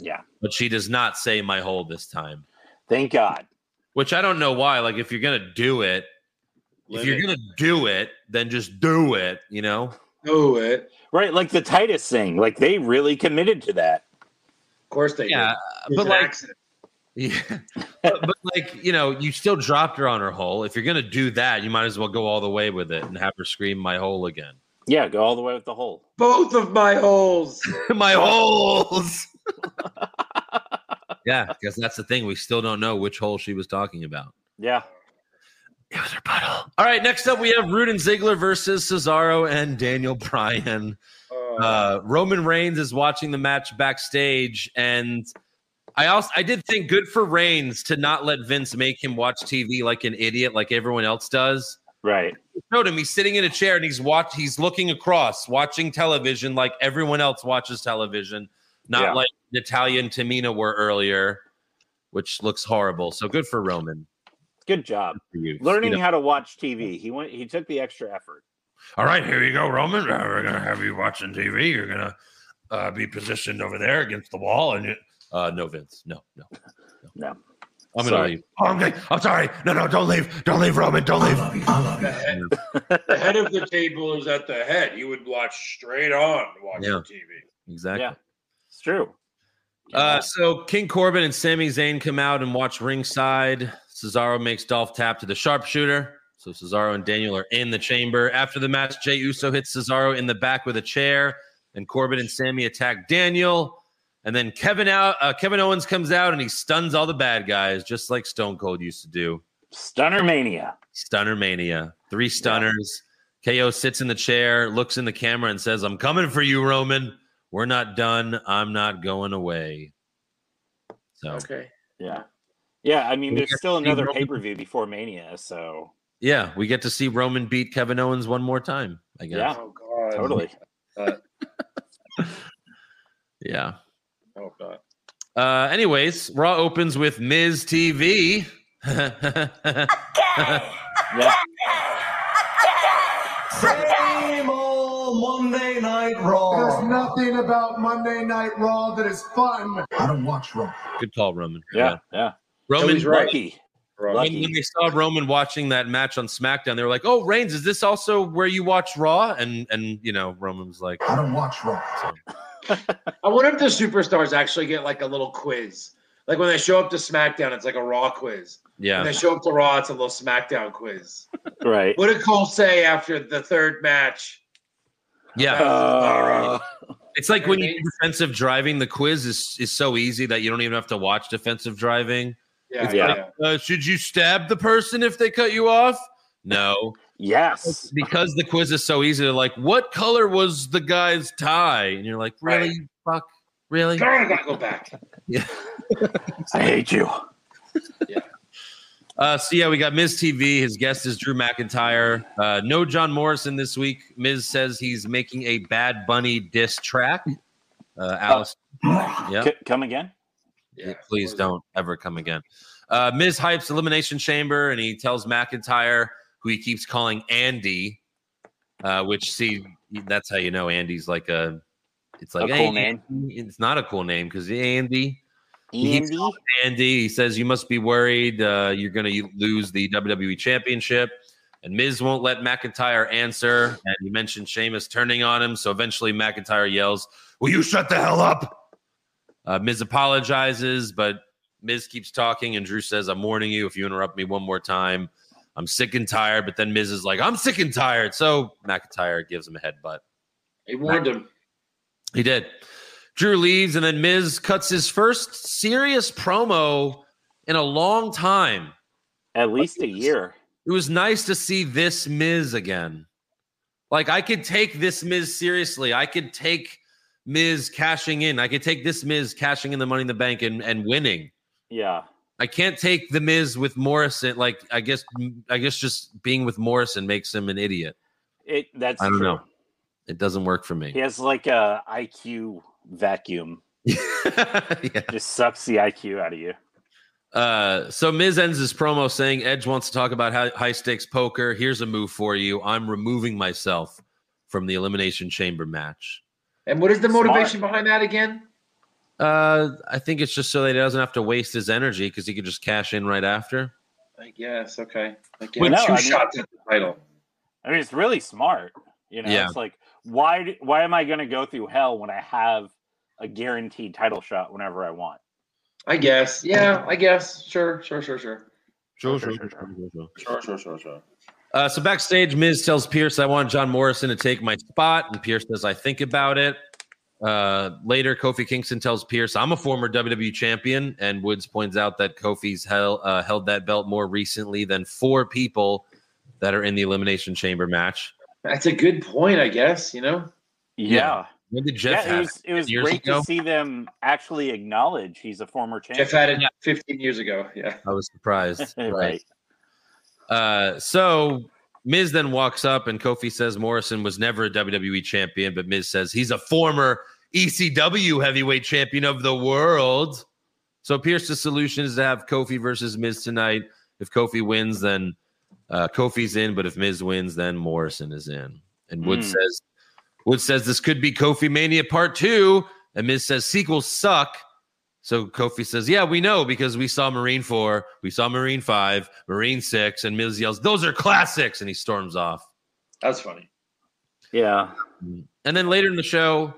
[SPEAKER 4] Yeah.
[SPEAKER 3] But she does not say my hole this time,
[SPEAKER 4] Thank God.
[SPEAKER 3] which I don't know why. Like, if you're gonna do it, if you're
[SPEAKER 5] Live
[SPEAKER 3] gonna do it, then just do it. You know?
[SPEAKER 5] it. do it. Of
[SPEAKER 4] Right. Like the Titus thing. Like they really committed to that.
[SPEAKER 5] course they
[SPEAKER 3] Yeah, but
[SPEAKER 5] do. It's an
[SPEAKER 3] like-
[SPEAKER 5] accident.
[SPEAKER 3] Yeah. but, but like, you know, you still dropped her on her hole. If you're gonna do that, you might as well go all the way with it and have her scream my hole again.
[SPEAKER 4] Yeah. Go all the way with the hole.
[SPEAKER 5] both of my holes.
[SPEAKER 3] my holes. yeah, because that's the thing. We still don't know which hole she was talking about.
[SPEAKER 4] Yeah.
[SPEAKER 3] It was her butthole. All right, next up we have Rude and Ziggler versus Cesaro and Daniel Bryan.
[SPEAKER 5] Oh,
[SPEAKER 3] Uh, Roman Reigns is watching the match backstage, and I also I did think good for Reigns to not let Vince make him watch TV like an idiot, like everyone else does.
[SPEAKER 4] Right.
[SPEAKER 3] Showed him he's sitting in a chair and he's watch he's looking across, watching television like everyone else watches television, not
[SPEAKER 4] Yeah.
[SPEAKER 3] like Natalia and Tamina were earlier, which looks horrible. So good for Roman.
[SPEAKER 4] Good job.
[SPEAKER 3] For you.
[SPEAKER 4] Learning
[SPEAKER 3] You know,
[SPEAKER 4] how to watch TV. He went. He took the extra effort.
[SPEAKER 3] All right, here you go, Roman. Uh, We're gonna have you watching TV. You're gonna uh, be positioned over there against the wall, and you... uh, no, Vince, no, no,
[SPEAKER 4] No.
[SPEAKER 3] I'm gonna
[SPEAKER 4] Sorry.
[SPEAKER 3] leave. Oh, I'm, gonna- I'm sorry. No, no, don't leave. Don't leave, Roman. Don't leave.
[SPEAKER 5] the, head, the head of the table is at the head. You would watch straight on watching
[SPEAKER 3] Yeah.
[SPEAKER 5] TV.
[SPEAKER 3] Exactly.
[SPEAKER 4] Yeah. It's true.
[SPEAKER 3] Uh, so King Corbin and Sami Zayn come out and watch ringside. Cesaro makes Dolph tap to the sharpshooter. So Cesaro and Daniel are in the chamber. After the match, Jay Uso hits Cesaro in the back with a chair, and Corbin and Sammy attack Daniel. And then Kevin out, uh, Kevin Owens comes out and he stuns all the bad guys, just like Stone Cold used to do.
[SPEAKER 4] Stunner mania.
[SPEAKER 3] Stunner mania, three stunners. KO sits in the chair, looks in the camera, and says, "I'm coming for you, Roman. We're not done. I'm not going away." So
[SPEAKER 5] Okay.
[SPEAKER 4] Yeah. Yeah. I mean,
[SPEAKER 3] We
[SPEAKER 4] there's
[SPEAKER 3] got
[SPEAKER 4] still
[SPEAKER 3] to see
[SPEAKER 4] another
[SPEAKER 3] Roman-
[SPEAKER 4] pay per view before Mania. So
[SPEAKER 3] Yeah, we get to see Roman beat Kevin Owens one more time, I guess.
[SPEAKER 4] Yeah.
[SPEAKER 5] Oh God.
[SPEAKER 4] totally.
[SPEAKER 3] Yeah.
[SPEAKER 5] I hope not.
[SPEAKER 3] Uh, anyways, Raw opens with Miz TV.
[SPEAKER 4] Yeah.
[SPEAKER 1] Same old Monday Night
[SPEAKER 2] There's
[SPEAKER 1] Raw.
[SPEAKER 2] nothing about Monday Night Raw that is fun.
[SPEAKER 1] I don't watch Raw.
[SPEAKER 3] Good call, Roman.
[SPEAKER 4] Yeah. Yeah.
[SPEAKER 3] Roman.
[SPEAKER 5] Joey's right.
[SPEAKER 4] Lucky.
[SPEAKER 5] Rob.
[SPEAKER 4] Lucky.
[SPEAKER 3] When, when they saw Roman watching that match on SmackDown, they were like, "Oh, Reigns, is this also where you watch Raw?" And and you know, Roman was like,
[SPEAKER 1] I don't watch Raw.
[SPEAKER 5] I wonder if the superstars actually get like a little quiz. Like when they show up to SmackDown, it's like a Raw quiz. When
[SPEAKER 3] "Yeah,
[SPEAKER 5] they show up to Raw, it's a little SmackDown quiz.
[SPEAKER 4] Right.
[SPEAKER 5] What did Cole say after the third match?
[SPEAKER 3] yeah."
[SPEAKER 4] Uh,
[SPEAKER 3] It's like when you do defensive driving, the quiz is is so easy that you don't even have to watch defensive driving.
[SPEAKER 5] Yeah,
[SPEAKER 4] It's
[SPEAKER 5] yeah.
[SPEAKER 4] like-
[SPEAKER 5] yeah.
[SPEAKER 3] Uh, should you stab the person if they cut you off? No,
[SPEAKER 4] yes.
[SPEAKER 3] because the quiz is so easy. They're like, "What color was the guy's tie?" And you're like, "Really? Fuck, really?"
[SPEAKER 5] God, I gotta go back.
[SPEAKER 4] I hate you.
[SPEAKER 3] Uh, so yeah, we got Miz TV. His guest is Drew McIntyre. Uh, no John Morrison this week. Miz says he's making a Bad Bunny diss track. Uh, Alice, yeah,
[SPEAKER 4] C- come again?
[SPEAKER 5] Yeah.
[SPEAKER 3] please don't ever come again. Uh, Miz hypes Elimination Chamber, and he tells McIntyre, who he keeps calling Andy, uh, which see that's how you know Andy's like a. It's like
[SPEAKER 4] A
[SPEAKER 3] hey,
[SPEAKER 4] cool name.
[SPEAKER 3] It's not a cool name because Andy. He's-
[SPEAKER 4] Andy.
[SPEAKER 3] Andy. He says, You must be worried. Uh, you're going to lose the WWE Championship. And Miz won't let McIntyre answer. And he mentioned Sheamus turning on him. So eventually McIntyre yells, Will you shut the hell up? Uh, Miz apologizes, but Miz keeps talking. And Drew says, I'm warning you if you interrupt me one more time. I'm sick and tired. But then Miz is like, I'm sick and tired. So McIntyre gives him a headbutt.
[SPEAKER 5] He warned him.
[SPEAKER 3] He did. Drew leaves, and then Miz cuts his first serious promo in a long time.
[SPEAKER 4] At least a year.
[SPEAKER 3] It was nice to see this Miz again. Like, I could take this Miz seriously. I could take Miz cashing in. I could take this Miz cashing in the money in the bank and, and winning.
[SPEAKER 4] Yeah.
[SPEAKER 3] I can't take the Miz with Morrison. Like, I guess, I guess just being with Morrison makes him an idiot.
[SPEAKER 4] It. That's.
[SPEAKER 3] I don't
[SPEAKER 4] true.
[SPEAKER 3] know. It doesn't work for me.
[SPEAKER 4] He has like a IQ vacuum.
[SPEAKER 3] yeah.
[SPEAKER 4] Just sucks the IQ out of you.
[SPEAKER 3] Uh, so Miz ends his promo saying Edge wants to talk about hi- high stakes poker. Here's a move for you. I'm removing myself from the Elimination Chamber match.
[SPEAKER 5] And what is the
[SPEAKER 4] Smart.
[SPEAKER 5] motivation behind that again?
[SPEAKER 3] Uh, I think it's just so that he doesn't have to waste his energy because he could just cash in right after.
[SPEAKER 5] I guess. Okay. I guess.
[SPEAKER 4] Well,
[SPEAKER 5] With
[SPEAKER 4] no,
[SPEAKER 5] two
[SPEAKER 4] I mean-
[SPEAKER 5] shots at the title.
[SPEAKER 4] I mean, it's really smart. You know,
[SPEAKER 3] Yeah.
[SPEAKER 4] it's like why d- why am I going to go through hell when I have a guaranteed title shot whenever I want?
[SPEAKER 5] I guess. Yeah, I guess. Sure, sure, sure, sure.
[SPEAKER 3] Sure,
[SPEAKER 4] sure, sure,
[SPEAKER 5] Sure, sure, sure, sure.
[SPEAKER 3] Uh, so backstage, Miz tells Pierce, I want John Morrison to take my spot. And Pierce says, I think about it. Uh, later, Kofi Kingston tells Pierce, I'm a former WWE champion. And Woods points out that Kofi's held, uh, held that belt more recently than four people that are in the Elimination Chamber match.
[SPEAKER 5] That's a good point, I guess, you know?
[SPEAKER 4] Yeah,
[SPEAKER 3] When did Jeff
[SPEAKER 4] yeah.
[SPEAKER 3] have
[SPEAKER 4] it was it was
[SPEAKER 3] years
[SPEAKER 4] great
[SPEAKER 3] ago?
[SPEAKER 4] to see them actually acknowledge he's a former
[SPEAKER 5] Jeff
[SPEAKER 4] champion.
[SPEAKER 5] had it
[SPEAKER 3] Yeah.
[SPEAKER 5] 15 years ago. Yeah.
[SPEAKER 3] it? I was surprised.
[SPEAKER 4] right.
[SPEAKER 3] Uh, so Miz then walks up and Kofi says Morrison was never a WWE champion, but Miz says he's a former ECW E heavyweight champion of the world. So Pierce's solution is to have Kofi versus Miz tonight. If Kofi wins, then uh, Kofi's in, but if Miz wins, then Morrison is in. And Wood
[SPEAKER 4] Hmm.
[SPEAKER 3] says, Wood says this could be Kofi Mania Part Two, and Miz says sequels suck. So Kofi says, Yeah, we know because we saw Marine 4, we saw Marine 5, Marine 6, and Miz yells, Those are classics. And he storms off.
[SPEAKER 5] That's funny.
[SPEAKER 4] Yeah,
[SPEAKER 3] And then later in the show,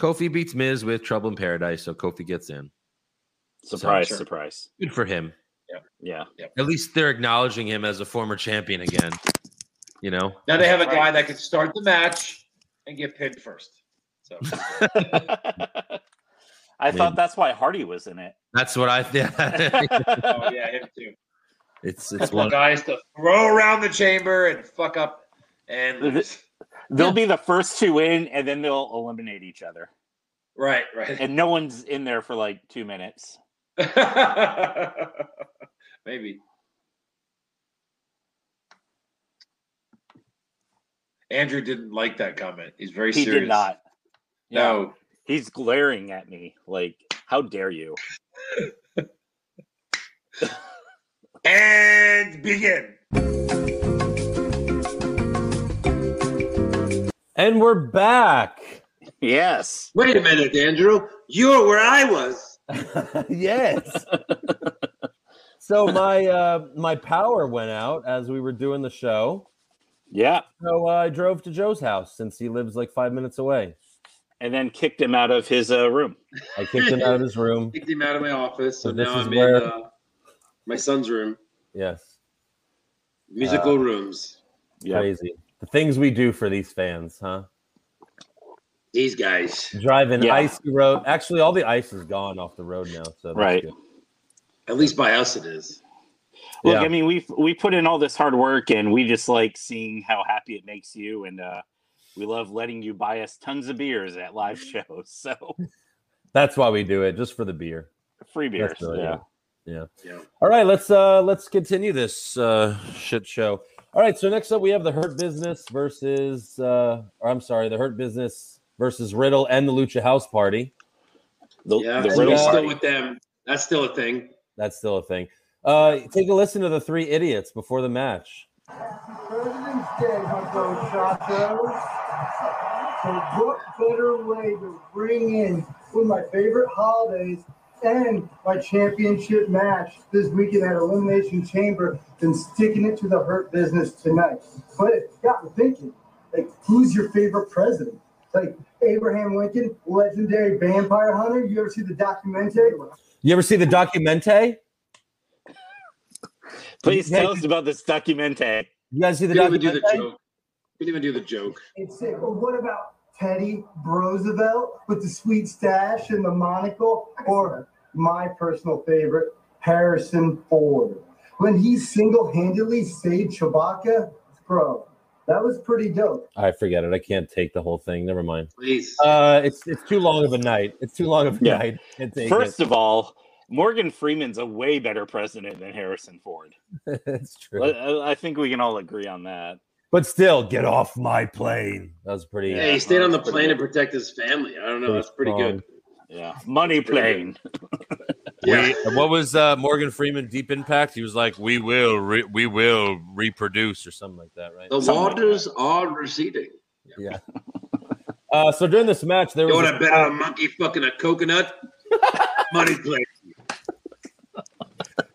[SPEAKER 3] Kofi beats Miz with Trouble in Paradise. So Kofi gets in.
[SPEAKER 4] surprise,
[SPEAKER 5] Sure.
[SPEAKER 4] surprise.
[SPEAKER 3] Good for him.
[SPEAKER 4] Yeah,
[SPEAKER 3] At least they're acknowledging him as a former champion again. You know?
[SPEAKER 5] Now they have a guy that could start the match and get pinned first. So
[SPEAKER 4] I thought that's why Hardy was in it.
[SPEAKER 3] That's what I think.
[SPEAKER 5] oh, yeah, him too.
[SPEAKER 3] it's it's
[SPEAKER 5] Couple
[SPEAKER 3] one.
[SPEAKER 5] guys to throw around the chamber and fuck up and lose.
[SPEAKER 4] They'll
[SPEAKER 3] Yeah.
[SPEAKER 4] be the first two in, and then they'll eliminate each other,
[SPEAKER 5] Right, right.
[SPEAKER 4] and no one's in there for like two minutes.
[SPEAKER 5] Maybe. Andrew didn't like that comment. He's very
[SPEAKER 4] He
[SPEAKER 5] serious.
[SPEAKER 4] did not.
[SPEAKER 5] No,
[SPEAKER 4] He's glaring at me like, "How dare you?"
[SPEAKER 5] And begin.
[SPEAKER 3] And we're back.
[SPEAKER 4] Yes.
[SPEAKER 5] Wait a minute, Andrew. You were where I was.
[SPEAKER 3] yes. so my uh, my power went out as we were doing the show.
[SPEAKER 4] Yeah.
[SPEAKER 3] So uh, I drove to Joe's house since he lives like five minutes away.
[SPEAKER 4] And then kicked him out of his uh, room.
[SPEAKER 3] I kicked him out of his room.
[SPEAKER 5] Kicked him out of my office, so
[SPEAKER 3] So this
[SPEAKER 5] now
[SPEAKER 3] is
[SPEAKER 5] I'm
[SPEAKER 3] where-
[SPEAKER 5] in uh, my son's room,
[SPEAKER 3] Yes,
[SPEAKER 5] musical rooms.
[SPEAKER 4] Yeah.
[SPEAKER 3] crazy. The things we do for these fans, huh?
[SPEAKER 5] These guys.
[SPEAKER 3] Driving
[SPEAKER 4] Yeah.
[SPEAKER 3] icy road. Actually, all the ice is gone off the road now. So that's
[SPEAKER 4] Right.
[SPEAKER 3] good.
[SPEAKER 5] At least by us, it is.
[SPEAKER 4] Look,
[SPEAKER 3] Yeah.
[SPEAKER 4] I mean, we we put in all this hard work, and we just like seeing how happy it makes you, and uh, we love letting you buy us tons of beers at live shows. So
[SPEAKER 3] That's why we do it, just for the beer.
[SPEAKER 4] free beers.
[SPEAKER 3] That's really
[SPEAKER 4] yeah.
[SPEAKER 3] good. Yeah.
[SPEAKER 5] Yeah.
[SPEAKER 3] All right, let's uh let's continue this uh shit show. All right, so next up we have the Hurt Business versus uh or I'm sorry, the Hurt Business versus Riddle and the Lucha House Party.
[SPEAKER 4] The,
[SPEAKER 5] Yeah,
[SPEAKER 4] the
[SPEAKER 5] so
[SPEAKER 4] real
[SPEAKER 5] he's
[SPEAKER 4] party.
[SPEAKER 5] still with them. That's still a thing.
[SPEAKER 3] That's still a thing. Uh take a listen to the three idiots before the match.
[SPEAKER 1] President's Day, my bro Chatos. So what better way to bring in one of my favorite holidays and my championship match this weekend at Elimination Chamber than sticking it to the hurt business tonight? But it got me thinking, like, who's your favorite president? Like Abraham Lincoln, legendary vampire hunter. You ever see the documentary?
[SPEAKER 3] You ever see the documente?
[SPEAKER 4] Please
[SPEAKER 3] Yeah,
[SPEAKER 4] tell
[SPEAKER 3] you-
[SPEAKER 4] us about this documentary.
[SPEAKER 3] You guys see the
[SPEAKER 5] Didn't even do
[SPEAKER 3] documente?
[SPEAKER 5] the joke. Didn't even do the joke.
[SPEAKER 1] It's sick. Well, what about Teddy Roosevelt with the sweet stash and the monocle? Or my personal favorite, Harrison Ford. When he single handedly saved Chewbacca, bro, that was pretty dope.
[SPEAKER 3] I forget it. I can't take the whole thing. Never mind.
[SPEAKER 5] Please.
[SPEAKER 3] Uh it's it's too long of a night. It's too long of a
[SPEAKER 4] Yeah.
[SPEAKER 3] night. Can't take
[SPEAKER 4] First of all, Morgan Freeman's a way better president than Harrison Ford.
[SPEAKER 3] it. it's true.
[SPEAKER 4] I- I I think we can all agree on that.
[SPEAKER 3] But still, get off my plane. That was pretty.
[SPEAKER 5] yeah, he stayed on the plane to protect his family. I don't know. That's pretty good.
[SPEAKER 4] Yeah, money plane.
[SPEAKER 5] Yeah.
[SPEAKER 6] And what was uh, Morgan Freeman Deep Impact? He was like, "We will, re- we will reproduce" or something like that, right?
[SPEAKER 5] The
[SPEAKER 4] Something like
[SPEAKER 5] waters are receding.
[SPEAKER 3] Uh, so during this match, there
[SPEAKER 5] You
[SPEAKER 3] was
[SPEAKER 5] want to bet on a monkey fucking a coconut? Money play.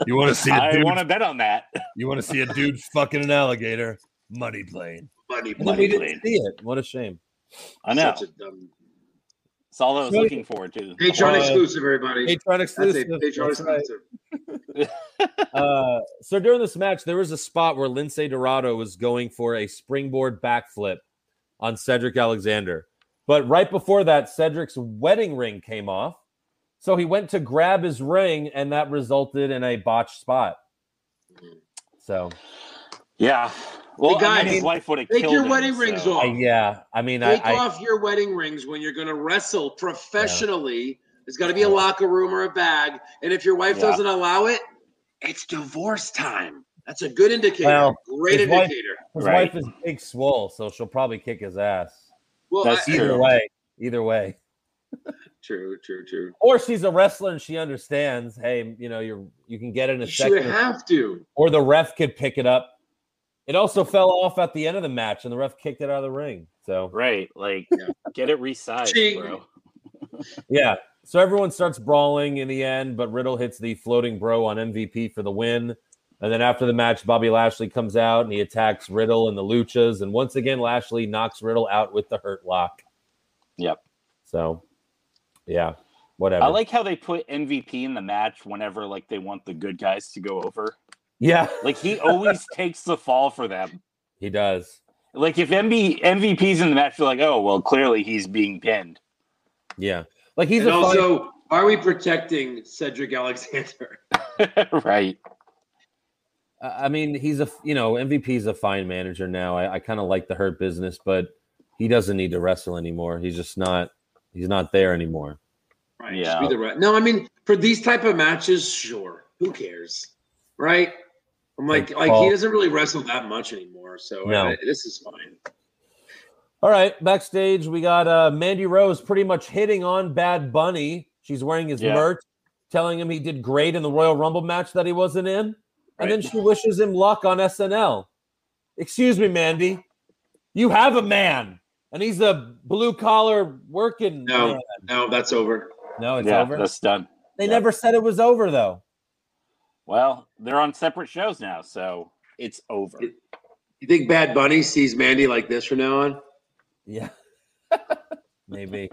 [SPEAKER 6] You want to see
[SPEAKER 4] I want to bet on that.
[SPEAKER 6] You want to see a dude fucking an alligator? Money plane.
[SPEAKER 5] Money
[SPEAKER 3] and then we
[SPEAKER 5] play.
[SPEAKER 3] didn't see it. What a shame.
[SPEAKER 4] I know.
[SPEAKER 5] Such a dumb.
[SPEAKER 4] It's all I was
[SPEAKER 3] So-
[SPEAKER 4] looking forward to.
[SPEAKER 5] Patreon
[SPEAKER 3] Uh,
[SPEAKER 5] exclusive, everybody.
[SPEAKER 3] Patreon
[SPEAKER 5] That's a
[SPEAKER 3] exclusive.
[SPEAKER 5] Patreon
[SPEAKER 3] That's right.
[SPEAKER 5] exclusive.
[SPEAKER 3] Uh, so during this match, there was a spot where Lindsay Dorado was going for a springboard backflip on Cedric Alexander. But right before that, Cedric's wedding ring came off. So he went to grab his ring, and that resulted in a botched spot. So
[SPEAKER 4] Yeah. Well,
[SPEAKER 5] Hey,
[SPEAKER 4] I mean,
[SPEAKER 5] guys,
[SPEAKER 4] his wife would have
[SPEAKER 5] Take
[SPEAKER 4] killed
[SPEAKER 5] your
[SPEAKER 4] him,
[SPEAKER 5] wedding rings
[SPEAKER 4] so-
[SPEAKER 5] off.
[SPEAKER 3] I, yeah, I mean, I,
[SPEAKER 5] Take
[SPEAKER 3] I
[SPEAKER 5] off your wedding rings when you're going to wrestle professionally. There's got to be a locker room or a bag. And if your wife
[SPEAKER 4] Yeah.
[SPEAKER 5] doesn't allow it, it's divorce time. That's a good indicator.
[SPEAKER 3] Well,
[SPEAKER 5] Great
[SPEAKER 3] his wife-
[SPEAKER 5] indicator.
[SPEAKER 3] his
[SPEAKER 4] Right.
[SPEAKER 3] wife is big swole, so she'll probably kick his ass.
[SPEAKER 5] well,
[SPEAKER 4] That's
[SPEAKER 5] I-
[SPEAKER 4] true.
[SPEAKER 3] Either way, either way.
[SPEAKER 5] True, true, true.
[SPEAKER 3] or she's a wrestler and she understands. Hey, you know, you're you can get it in a
[SPEAKER 5] She would
[SPEAKER 3] second,
[SPEAKER 5] have to.
[SPEAKER 3] or the ref could pick it up. It also fell off at the end of the match, and the ref kicked it out of the ring. So
[SPEAKER 4] Right. Like,
[SPEAKER 5] Yeah.
[SPEAKER 4] get it resized,
[SPEAKER 5] She-
[SPEAKER 4] bro.
[SPEAKER 3] yeah, so everyone starts brawling in the end, but Riddle hits the floating bro on MVP for the win. And then after the match, Bobby Lashley comes out and he attacks Riddle and the Luchas, and once again Lashley knocks Riddle out with the Hurt Lock.
[SPEAKER 4] Yep.
[SPEAKER 3] So, yeah, whatever.
[SPEAKER 4] I like how they put MVP in the match whenever, like, they want the good guys to go over.
[SPEAKER 3] yeah,
[SPEAKER 4] Like, he always takes the fall for them.
[SPEAKER 3] he does.
[SPEAKER 4] Like, if MB, MVP's in the match, they're like, oh, well, clearly he's being pinned.
[SPEAKER 3] Yeah, like he's
[SPEAKER 5] and
[SPEAKER 3] a fine-
[SPEAKER 5] also, are we protecting Cedric Alexander?
[SPEAKER 4] right.
[SPEAKER 3] I I mean, he's a you know MVP's a fine manager now. I, I kind of like the hurt business, but he doesn't need to wrestle anymore. He's just not he's not there anymore.
[SPEAKER 5] Right.
[SPEAKER 4] Yeah.
[SPEAKER 5] just Be the right. No, I mean for these type of matches, sure. Who cares, right? I'm like,
[SPEAKER 3] Like,
[SPEAKER 5] like
[SPEAKER 3] Paul-
[SPEAKER 5] uh, he doesn't really wrestle that much anymore, so
[SPEAKER 3] No.
[SPEAKER 5] uh, this is fine.
[SPEAKER 3] All right, backstage we got uh, Mandy Rose pretty much hitting on Bad Bunny. She's wearing his
[SPEAKER 4] Yeah.
[SPEAKER 3] merch, telling him he did great in the Royal Rumble match that he wasn't in, and then she wishes him luck on SNL. Excuse me, Mandy, you have a man, and he's a blue collar working.
[SPEAKER 5] No.
[SPEAKER 3] man.
[SPEAKER 5] No, that's over.
[SPEAKER 3] no, it's
[SPEAKER 4] yeah,
[SPEAKER 3] over.
[SPEAKER 4] that's done.
[SPEAKER 3] they
[SPEAKER 4] yeah.
[SPEAKER 3] never said it was over though.
[SPEAKER 4] Well, they're on separate shows now, so it's over.
[SPEAKER 5] It- You think Bad Bunny sees Mandy like this from now on?
[SPEAKER 3] Yeah. Maybe.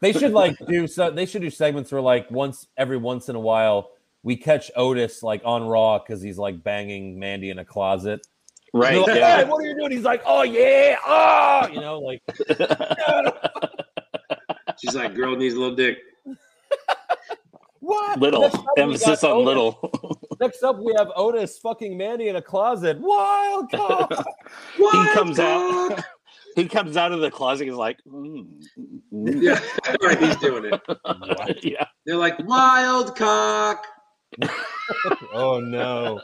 [SPEAKER 3] They should like do so they should do segments where like once every once in a while we catch Otis like on Raw because he's like banging Mandy in a closet. And
[SPEAKER 4] right?
[SPEAKER 3] they're like,
[SPEAKER 4] yeah.
[SPEAKER 3] "Hey, what are you doing? He's like, Oh yeah,
[SPEAKER 4] Ah!
[SPEAKER 3] oh you know, like
[SPEAKER 5] She's like, girl needs a little dick.
[SPEAKER 3] what
[SPEAKER 4] little
[SPEAKER 3] Next up, we
[SPEAKER 4] emphasis
[SPEAKER 3] got
[SPEAKER 4] on
[SPEAKER 3] Otis-
[SPEAKER 4] little.
[SPEAKER 3] Next up we have Otis fucking Mandy in a closet. Wild card.
[SPEAKER 5] What?
[SPEAKER 4] he comes
[SPEAKER 5] God?
[SPEAKER 4] out. he comes out of the closet. He's like, mm, mm,
[SPEAKER 5] Yeah, right, he's doing it.
[SPEAKER 4] yeah.
[SPEAKER 5] They're like wild cock.
[SPEAKER 3] oh no.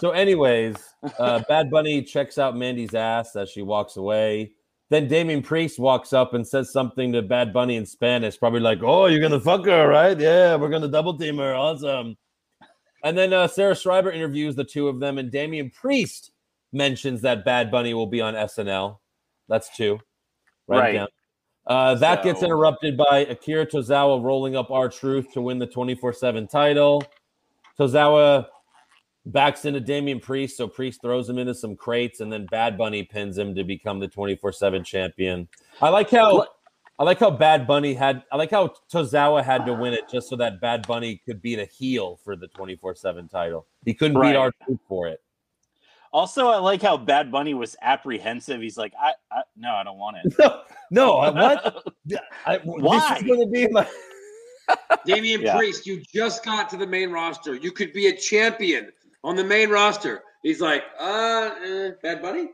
[SPEAKER 3] So, anyways, uh, Bad Bunny checks out Mandy's ass as she walks away. Then Damien Priest walks up and says something to Bad Bunny in Spanish, probably like, "Oh, you're gonna fuck her, right? Yeah, we're gonna double team her, awesome." And then uh, Sarah Schreiber interviews the two of them, and Damien Priest mentions that Bad Bunny will be on SNL. That's two, Write it
[SPEAKER 4] Right.
[SPEAKER 3] down. Uh, that gets
[SPEAKER 4] So-
[SPEAKER 3] interrupted by Akira Tozawa rolling up our truth to win the twenty four seven title. Tozawa backs into Damian Priest, so Priest throws him into some crates, and then Bad Bunny pins him to become the twenty four seven champion. I like how I like how Bad Bunny had I like how Tozawa had to win it just so that Bad Bunny could beat a heel for the twenty four seven title. He couldn't
[SPEAKER 4] Right.
[SPEAKER 3] beat our truth for it.
[SPEAKER 4] Also, I like how Bad Bunny was apprehensive. He's like, I, I no, I don't want it.
[SPEAKER 3] No, no, I- what? I,
[SPEAKER 4] Why?
[SPEAKER 3] This is going to be my.
[SPEAKER 5] Damian
[SPEAKER 4] Yeah.
[SPEAKER 5] Priest, you just got to the main roster. You could be a champion on the main roster. He's like, uh, uh Bad Bunny?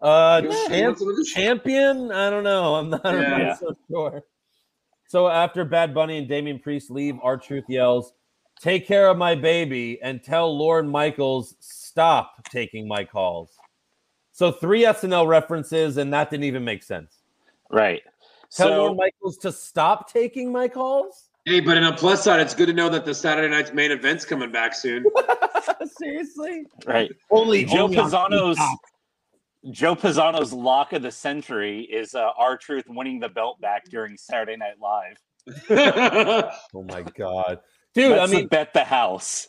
[SPEAKER 3] Uh,
[SPEAKER 5] You want- you
[SPEAKER 3] champ,
[SPEAKER 5] want some of this?
[SPEAKER 3] champion? I don't know. I'm not, I'm not
[SPEAKER 5] Yeah.
[SPEAKER 3] so sure. So after Bad Bunny and Damian Priest leave, our truth yells, "Take care of my baby and tell Lauren Michaels stop taking my calls." So three SNL references, and that didn't even make sense.
[SPEAKER 4] Right.
[SPEAKER 3] Tell
[SPEAKER 4] so
[SPEAKER 3] Lauren Michaels to stop taking my calls.
[SPEAKER 5] Hey, but in a plus side, it's good to know that the Saturday night's main event's coming back soon.
[SPEAKER 3] Seriously? Oh
[SPEAKER 4] right.
[SPEAKER 3] Only
[SPEAKER 4] Joe Pisano's Joe Pisano's lock of the century is uh, our truth winning the belt back during Saturday Night Live.
[SPEAKER 3] Oh my god, dude!
[SPEAKER 4] That's
[SPEAKER 3] I
[SPEAKER 4] the
[SPEAKER 3] mean,
[SPEAKER 4] bet the house.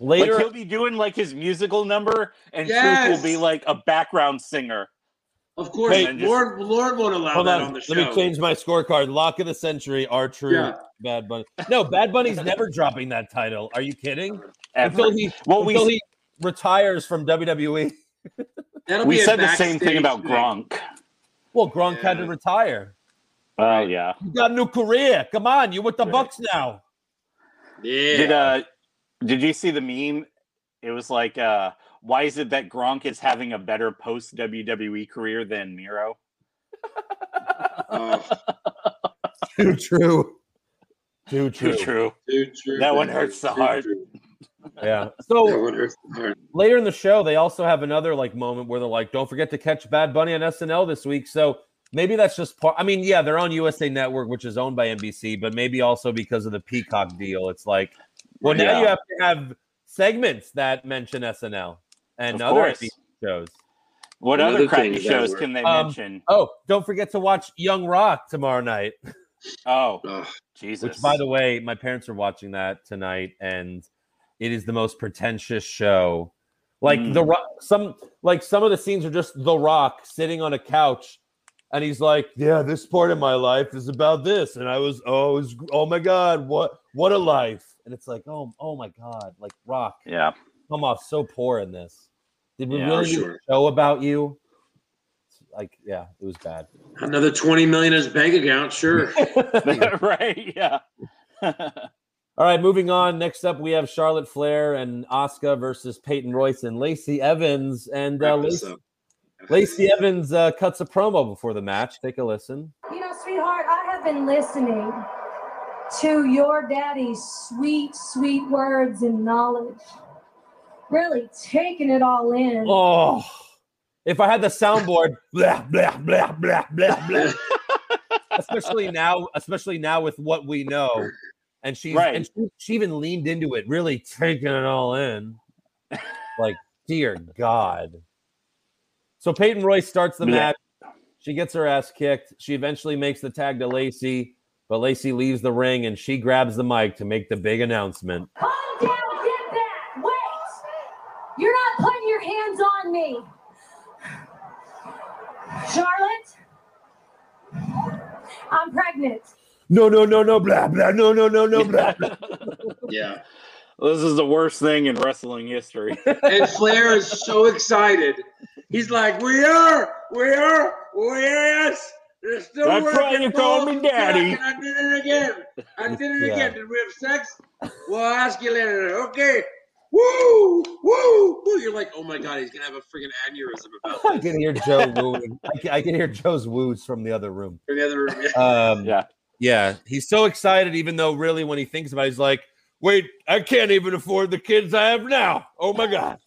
[SPEAKER 4] Like
[SPEAKER 3] later
[SPEAKER 4] he'll be doing like his musical number, and Truth
[SPEAKER 5] Yes.
[SPEAKER 4] will be like a background singer.
[SPEAKER 5] of course,
[SPEAKER 4] Hey, just-
[SPEAKER 5] Lord, Lord won't allow
[SPEAKER 3] Hold
[SPEAKER 5] that
[SPEAKER 3] on,
[SPEAKER 5] on, the show.
[SPEAKER 3] let me change my scorecard. Lock of the century, our true
[SPEAKER 5] Yeah.
[SPEAKER 3] Bad Bunny. No, Bad Bunny's never dropping that title. Are you kidding?
[SPEAKER 4] ever.
[SPEAKER 3] Until he
[SPEAKER 5] Oh,
[SPEAKER 4] Well, we
[SPEAKER 3] until he retires from E. WWE.
[SPEAKER 5] That'll
[SPEAKER 4] we
[SPEAKER 5] be a
[SPEAKER 4] said the same
[SPEAKER 5] backstage
[SPEAKER 4] thing about Gronk.
[SPEAKER 3] Well, Gronk had to
[SPEAKER 5] Yeah.
[SPEAKER 3] retire.
[SPEAKER 4] Oh yeah.
[SPEAKER 3] You got a new career. Come on, you with the
[SPEAKER 4] Right.
[SPEAKER 3] Bucks now.
[SPEAKER 5] Yeah.
[SPEAKER 4] Did uh did you see the meme? It was like uh why is it that Gronk is having a better post WWE career than Miro?
[SPEAKER 5] Oh,
[SPEAKER 3] Too true. Too true.
[SPEAKER 4] True, true.
[SPEAKER 5] dude, true,
[SPEAKER 4] That
[SPEAKER 5] dude,
[SPEAKER 4] one hurts the
[SPEAKER 5] dude,
[SPEAKER 4] heart.
[SPEAKER 5] dude.
[SPEAKER 3] Yeah.
[SPEAKER 5] That
[SPEAKER 3] So
[SPEAKER 5] one hurts the heart.
[SPEAKER 3] later in the show, they also have another like moment where they're like, "Don't forget to catch Bad Bunny on SNL this week." So maybe that's just part. I mean, yeah, they're on USA Network, which is owned by NBC, but maybe also because of the Peacock deal, it's like, well, now
[SPEAKER 4] Yeah.
[SPEAKER 3] you have to have segments that mention SNL and
[SPEAKER 4] Of
[SPEAKER 3] other
[SPEAKER 4] course.
[SPEAKER 3] NBC shows.
[SPEAKER 4] What
[SPEAKER 5] Another
[SPEAKER 4] other crappy
[SPEAKER 5] thing that
[SPEAKER 4] shows
[SPEAKER 5] were-
[SPEAKER 4] can they
[SPEAKER 3] Um,
[SPEAKER 4] mention?
[SPEAKER 3] Oh, don't forget to watch Young Rock tomorrow night.
[SPEAKER 4] Oh,
[SPEAKER 5] Oh,
[SPEAKER 4] Jesus.
[SPEAKER 3] Which, by the way, my parents are watching that tonight, and it is the most pretentious show. Like
[SPEAKER 4] Mm.
[SPEAKER 3] the rock, some like some of the scenes are just the Rock sitting on a couch, and he's like, "Yeah, this part of my life is about this," and I was, "Oh, it was, oh my God, what what a life!" And it's like, "Oh, oh my God, like Rock,
[SPEAKER 4] yeah.
[SPEAKER 3] come off so poor in this. Did we
[SPEAKER 4] Yeah,
[SPEAKER 3] really
[SPEAKER 5] sure.
[SPEAKER 3] need a show about you?" Like, yeah, it was bad.
[SPEAKER 5] another 20 million in his bank account, sure.
[SPEAKER 4] right, yeah.
[SPEAKER 3] All right, moving on. Next up, we have Charlotte Flair and Oscar versus Peyton Royce and Lacey Evans. And uh,
[SPEAKER 5] Wrap this
[SPEAKER 3] Lacey,
[SPEAKER 5] up.
[SPEAKER 3] Lacey Evans uh, cuts a promo before the match. Take a listen.
[SPEAKER 7] You know, sweetheart, I have been listening to your daddy's sweet, sweet words and knowledge. Really taking it all in.
[SPEAKER 3] Oh, If I had the soundboard, blah blah blah blah blah blah. especially now, especially now with what we know, and she's
[SPEAKER 4] Right.
[SPEAKER 3] and she, she even leaned into it, really taking it all in. Like, dear God. So Peyton Royce starts the
[SPEAKER 4] Blech.
[SPEAKER 3] match. She gets her ass kicked. She eventually makes the tag to Lacey, but Lacey leaves the ring and she grabs the mic to make the big announcement.
[SPEAKER 7] Calm down, get back, wait. You're not putting your hands on me. Charlotte, I'm pregnant.
[SPEAKER 3] No, no, no, no, blah, blah, no, no, no, no, blah.
[SPEAKER 5] Yeah.
[SPEAKER 4] This is the worst thing in wrestling history.
[SPEAKER 5] And Flair is so excited. He's like, "We are, we are, we are, yes. There's still
[SPEAKER 4] That's
[SPEAKER 5] working,
[SPEAKER 4] right, you call
[SPEAKER 5] folks.
[SPEAKER 4] me daddy."
[SPEAKER 5] And I, and I did it again. I did it
[SPEAKER 3] Yeah.
[SPEAKER 5] again. Did we have sex? Well, I'll ask you later. Okay. Woo, woo, woo. You're like, oh my god, he's gonna have a freaking aneurysm about
[SPEAKER 3] I can hear Joe wooing. I can, I can hear Joe's woos from the other room.
[SPEAKER 5] in the other room. Yeah.
[SPEAKER 3] Um,
[SPEAKER 4] Yeah.
[SPEAKER 3] yeah, he's so excited, even though really, when he thinks about, it, he's like, "Wait, I can't even afford the kids I have now." Oh my god!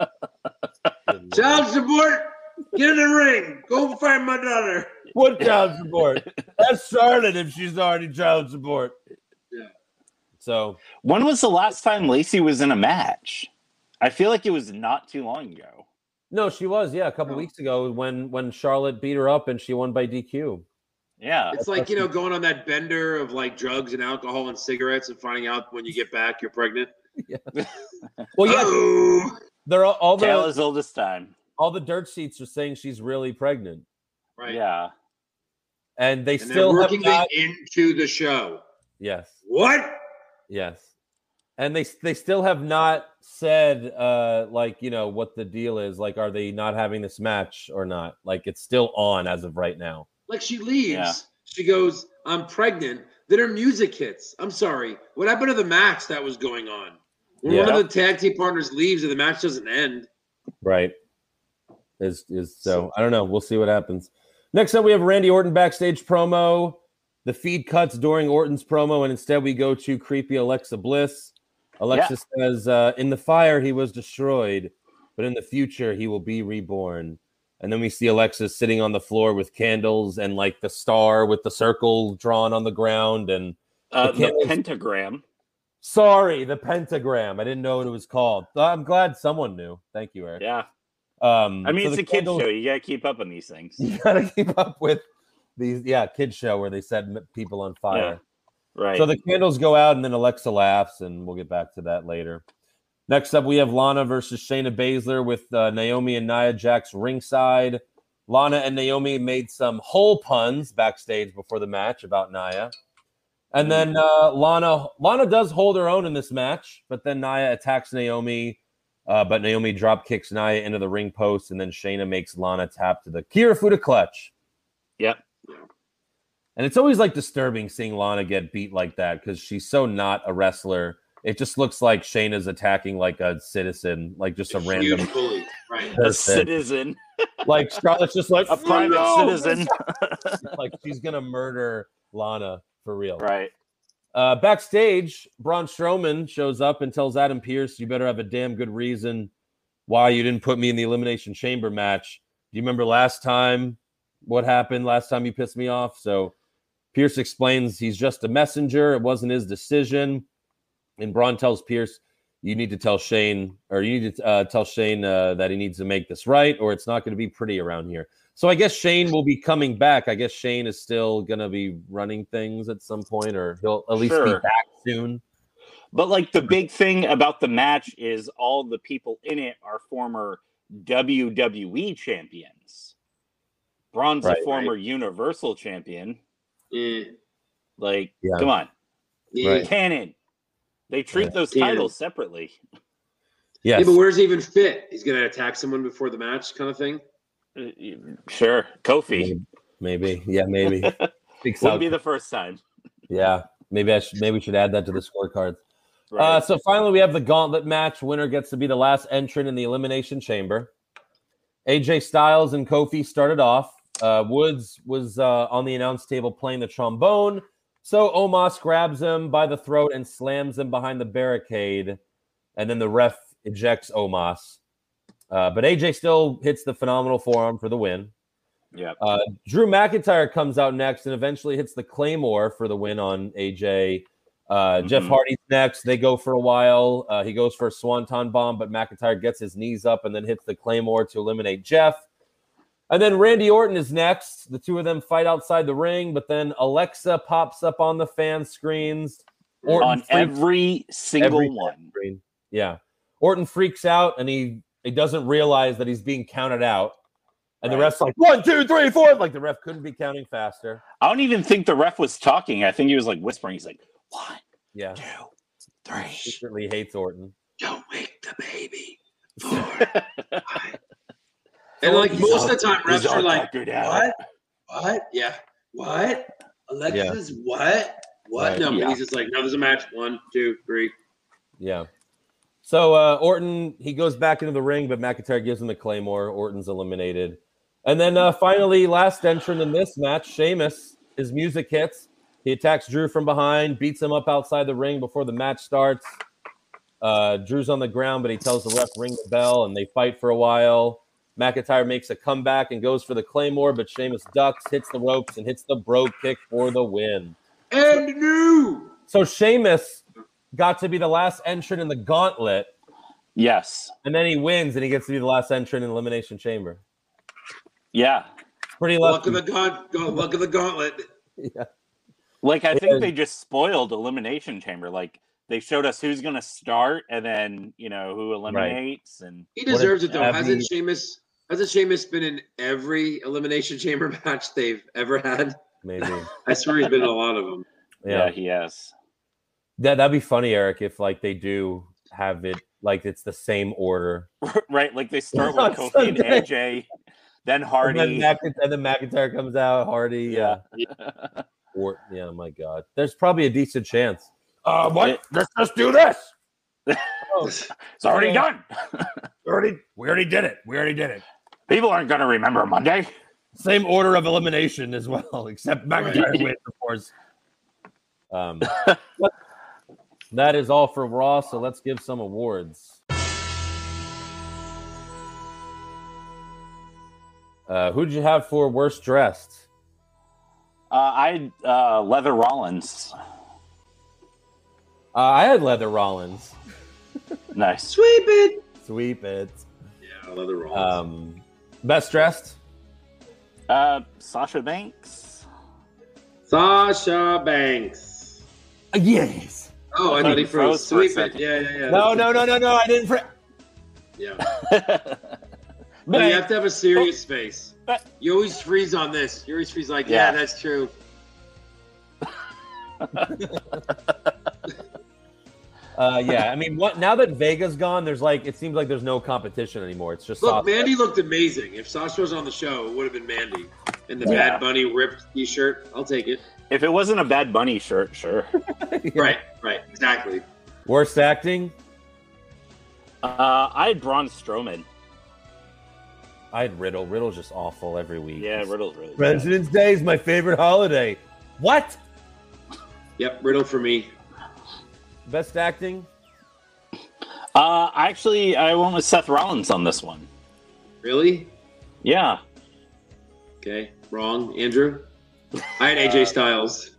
[SPEAKER 3] Good lord.
[SPEAKER 5] Child support. Get in the ring. Go find my daughter.
[SPEAKER 3] what child support? That's Charlotte if she's already child support.
[SPEAKER 5] Yeah.
[SPEAKER 3] So
[SPEAKER 4] When was the last time Lacey was in a match? I feel like it was not too long ago.
[SPEAKER 3] no, she was yeah a couple
[SPEAKER 5] Oh.
[SPEAKER 3] weeks ago when when Charlotte beat her up and she won by DQ.
[SPEAKER 4] Yeah.
[SPEAKER 5] It's like you know going on that bender of like drugs and alcohol and cigarettes and finding out when you get back you're pregnant.
[SPEAKER 3] Well, yeah,
[SPEAKER 5] Oh.
[SPEAKER 3] they're all, all the
[SPEAKER 4] Tale as old as time.
[SPEAKER 3] all the dirt sheets are saying she's really pregnant,
[SPEAKER 5] Right.
[SPEAKER 4] Yeah.
[SPEAKER 3] and they
[SPEAKER 5] And
[SPEAKER 3] still
[SPEAKER 5] they're
[SPEAKER 3] have
[SPEAKER 5] working
[SPEAKER 3] not-
[SPEAKER 5] it into the show.
[SPEAKER 3] yes,
[SPEAKER 5] What?
[SPEAKER 3] yes, and they they still have not said uh like you know what the deal is. Like, are they not having this match or not? Like, it's still on as of right now.
[SPEAKER 5] Like she leaves.
[SPEAKER 4] Yeah.
[SPEAKER 5] She goes, I'm pregnant. Then her music hits. I'm sorry. What happened to the match that was going on? When one
[SPEAKER 3] Yeah.
[SPEAKER 5] of the tag team partners leaves and the match doesn't end.
[SPEAKER 3] Right. Is is so I don't know. We'll see what happens. Next up, we have Randy Orton backstage promo. The feed cuts during Orton's promo, and instead we go to creepy Alexa Bliss. Alexa says, uh, "In the fire, he was destroyed, but in the future, he will be reborn." And then we see Alexa sitting on the floor with candles and like the star with the circle drawn on the ground. And
[SPEAKER 4] Uh,
[SPEAKER 3] Okay.
[SPEAKER 4] the pentagram.
[SPEAKER 3] sorry, the pentagram. I didn't know what it was called. I'm glad someone knew. Thank you, Eric.
[SPEAKER 4] Yeah.
[SPEAKER 3] Um,
[SPEAKER 4] I mean,
[SPEAKER 3] so
[SPEAKER 4] it's
[SPEAKER 3] the
[SPEAKER 4] a kid
[SPEAKER 3] candles-
[SPEAKER 4] show. You got to keep up on these things.
[SPEAKER 3] you gotta keep up with these yeah kids show where they set m- people on fire
[SPEAKER 4] Right.
[SPEAKER 3] so the candles go out and then alexa laughs and we'll get back to that later next up we have lana versus shayna baszler with uh, naomi and nia jax ringside lana and naomi made some whole puns backstage before the match about nia and then uh, lana lana does hold her own in this match but then nia attacks naomi uh, but Naomi drop kicks Nia into the ring post, and then Shayna makes Lana tap to the Kirifuda clutch.
[SPEAKER 4] Yep.
[SPEAKER 3] And it's always like disturbing seeing Lana get beat like that because she's so not a wrestler. It just looks like Shayna's attacking like a citizen, like just a random
[SPEAKER 5] Huge bully. Right.
[SPEAKER 4] a
[SPEAKER 3] person.
[SPEAKER 4] citizen,
[SPEAKER 3] Like Charlotte's just like
[SPEAKER 4] a private
[SPEAKER 3] "No!"
[SPEAKER 4] citizen.
[SPEAKER 3] Like she's gonna murder Lana for real.
[SPEAKER 4] right.
[SPEAKER 3] Uh, backstage, Braun Strowman shows up and tells Adam Pierce, "You better have a damn good reason why you didn't put me in the Elimination Chamber match. Do you remember last time? What happened last time you pissed me off?" So Pierce explains he's just a messenger; it wasn't his decision. And Braun tells Pierce, "You need to tell Shane, or you need to uh, tell Shane uh, that he needs to make this right, or it's not going to be pretty around here." So I guess Shane will be coming back. I guess Shane is still gonna be running things at some point, or he'll at least be
[SPEAKER 4] Sure.
[SPEAKER 3] back soon.
[SPEAKER 4] But like the big thing about the match is all the people in it are former WWE champions. Braun's
[SPEAKER 3] Right.
[SPEAKER 4] a former Universal champion.
[SPEAKER 5] Yeah.
[SPEAKER 4] Like,
[SPEAKER 3] Yeah.
[SPEAKER 4] come on,
[SPEAKER 5] Yeah.
[SPEAKER 3] Right.
[SPEAKER 4] canon. They treat those
[SPEAKER 5] Canon.
[SPEAKER 4] titles separately.
[SPEAKER 3] Yes.
[SPEAKER 5] Yeah, but where's he even fit? He's gonna attack someone before the match, kind of thing.
[SPEAKER 4] Uh, you- Sure, Kofi
[SPEAKER 3] maybe. Yeah, maybe. Speaks
[SPEAKER 4] wouldn't
[SPEAKER 3] out-
[SPEAKER 4] be the first time.
[SPEAKER 3] yeah. Maybe I should maybe we should add that to the scorecards.
[SPEAKER 4] Right.
[SPEAKER 3] Uh, so finally, we have the gauntlet match. Winner gets to be the last entrant in the elimination chamber. AJ Styles and Kofi started off. Uh, Woods was uh, on the announce table playing the trombone. So Omos grabs him by the throat and slams him behind the barricade. And then the ref ejects Omos. Uh, but AJ still hits the phenomenal forearm for the win.
[SPEAKER 4] Yep.
[SPEAKER 3] Uh, Drew McIntyre comes out next and eventually hits the Claymore for the win on AJ. Uh, Jeff
[SPEAKER 4] Mhm.
[SPEAKER 3] Hardy's next. They go for a while. Uh, he goes for a swanton bomb, but McIntyre gets his knees up and then hits the Claymore to eliminate Jeff. And then Randy Orton is next. The two of them fight outside the ring, but then Alexa pops up on the fan screens. Orton
[SPEAKER 4] on
[SPEAKER 3] freaks-
[SPEAKER 4] every single
[SPEAKER 3] Every-
[SPEAKER 4] one.
[SPEAKER 3] screen. Yeah. Orton freaks out and he he doesn't realize that he's being counted out. And the
[SPEAKER 4] Right.
[SPEAKER 3] ref's like one, two, three, four. Like the ref couldn't be counting faster.
[SPEAKER 4] I don't even think the ref was talking. I think he was like whispering. He's like, one,
[SPEAKER 3] Yeah.
[SPEAKER 4] two, three.
[SPEAKER 3] Secretly hates Orton.
[SPEAKER 5] Don't wake the baby. Four, five. And like most of the time, refs are like,
[SPEAKER 4] good
[SPEAKER 5] "What? What? Yeah. What? Alexa's what? What
[SPEAKER 3] Right,
[SPEAKER 5] number?"
[SPEAKER 4] yeah.
[SPEAKER 5] He's just like, "No, there's a match. One, two, three.
[SPEAKER 3] Yeah. So uh, Orton he goes back into the ring, but McIntyre gives him the claymore. Orton's eliminated, and then uh, finally, last entrant in this match, Sheamus. His music hits. He attacks Drew from behind, beats him up outside the ring before the match starts. Uh, Drew's on the ground, but he tells the ref ring the bell, and they fight for a while. McIntyre makes a comeback and goes for the claymore, but Sheamus ducks, hits the ropes, and hits the bro kick for the win.
[SPEAKER 5] And new.
[SPEAKER 3] So Sheamus got to be the last entrant in the gauntlet.
[SPEAKER 4] Yes.
[SPEAKER 3] And then he wins, and he gets to be the last entrant in Elimination Chamber.
[SPEAKER 4] Yeah.
[SPEAKER 3] It's pretty
[SPEAKER 5] Luck
[SPEAKER 3] lucky.
[SPEAKER 5] of the gaunt- gaunt- Luck of the gauntlet.
[SPEAKER 4] Like I
[SPEAKER 3] Yeah.
[SPEAKER 4] think they just spoiled elimination chamber. Like they showed us who's going to start and then you know who eliminates and
[SPEAKER 5] He
[SPEAKER 3] if
[SPEAKER 5] deserves it though.
[SPEAKER 3] Abby-
[SPEAKER 5] Hasn't Sheamus? Hasn't Sheamus been in every elimination chamber match they've ever had?
[SPEAKER 3] Maybe. Yeah.
[SPEAKER 5] I swear he's been in a lot of them.
[SPEAKER 4] yeah, he has.
[SPEAKER 3] That that'd be funny, Eric, if like they do have it like it's the same order.
[SPEAKER 4] right. Like they start
[SPEAKER 3] On
[SPEAKER 4] with Kofi and
[SPEAKER 3] Sunday.
[SPEAKER 4] AJ,
[SPEAKER 3] And then,
[SPEAKER 4] then Hardy.
[SPEAKER 3] Mc- and then McIntyre comes out, Hardy, yeah. Or yeah, my God. There's probably a decent chance. Uh
[SPEAKER 4] what? It-
[SPEAKER 3] let's let's do this. Oh,
[SPEAKER 4] it's already
[SPEAKER 3] Yeah.
[SPEAKER 4] done.
[SPEAKER 3] Already we already did it. We already did it.
[SPEAKER 4] People aren't going to remember Monday.
[SPEAKER 3] Same order of elimination as well, except McIntyre wins, of course. Um that is all for Raw, so let's give some awards. Uh, who did you have for worst dressed?
[SPEAKER 4] Uh, I uh, Leather Rollins.
[SPEAKER 3] Uh, I had Leather Rollins.
[SPEAKER 4] Nice.
[SPEAKER 5] Sweep it.
[SPEAKER 3] Sweep it.
[SPEAKER 5] Yeah, leather rolls.
[SPEAKER 3] Um, best dressed?
[SPEAKER 4] Uh, Sasha Banks.
[SPEAKER 5] Sasha Banks.
[SPEAKER 3] Uh, Yes.
[SPEAKER 5] Oh, I thought
[SPEAKER 4] he
[SPEAKER 5] he
[SPEAKER 4] froze
[SPEAKER 5] froze.
[SPEAKER 4] for a
[SPEAKER 5] Sweep it.
[SPEAKER 4] second.
[SPEAKER 5] Yeah, yeah, yeah.
[SPEAKER 3] No, no, no, no, no. I didn't. Fr-
[SPEAKER 5] Yeah. But you
[SPEAKER 4] Banks.
[SPEAKER 5] have to have a serious face.
[SPEAKER 4] but-
[SPEAKER 5] You always freeze on this. You always freeze like, yeah,
[SPEAKER 4] Yeah.
[SPEAKER 5] that's true.
[SPEAKER 3] uh, yeah. I mean, what? Now that Vega's gone, there's like it seems like there's no competition anymore. It's just
[SPEAKER 5] Look,
[SPEAKER 3] Sasha.
[SPEAKER 5] Mandy looked amazing. If Sasha was on the show, it would have been Mandy. And the
[SPEAKER 4] Yeah.
[SPEAKER 5] Bad Bunny ripped T-shirt, I'll take it.
[SPEAKER 4] If it wasn't a Bad Bunny shirt, sure.
[SPEAKER 5] Right, right, exactly.
[SPEAKER 3] Worst acting?
[SPEAKER 4] Uh, I had Braun Strowman.
[SPEAKER 3] I had Riddle. Riddle's just awful every week.
[SPEAKER 4] Yeah, Riddle's really good.
[SPEAKER 3] President's Day is my favorite holiday. What?
[SPEAKER 5] Yep, Riddle for me.
[SPEAKER 3] Best acting?
[SPEAKER 4] Uh, actually, I went with Seth Rollins on this one.
[SPEAKER 5] Really?
[SPEAKER 4] Yeah.
[SPEAKER 5] Okay, wrong, Andrew. I had AJ Styles.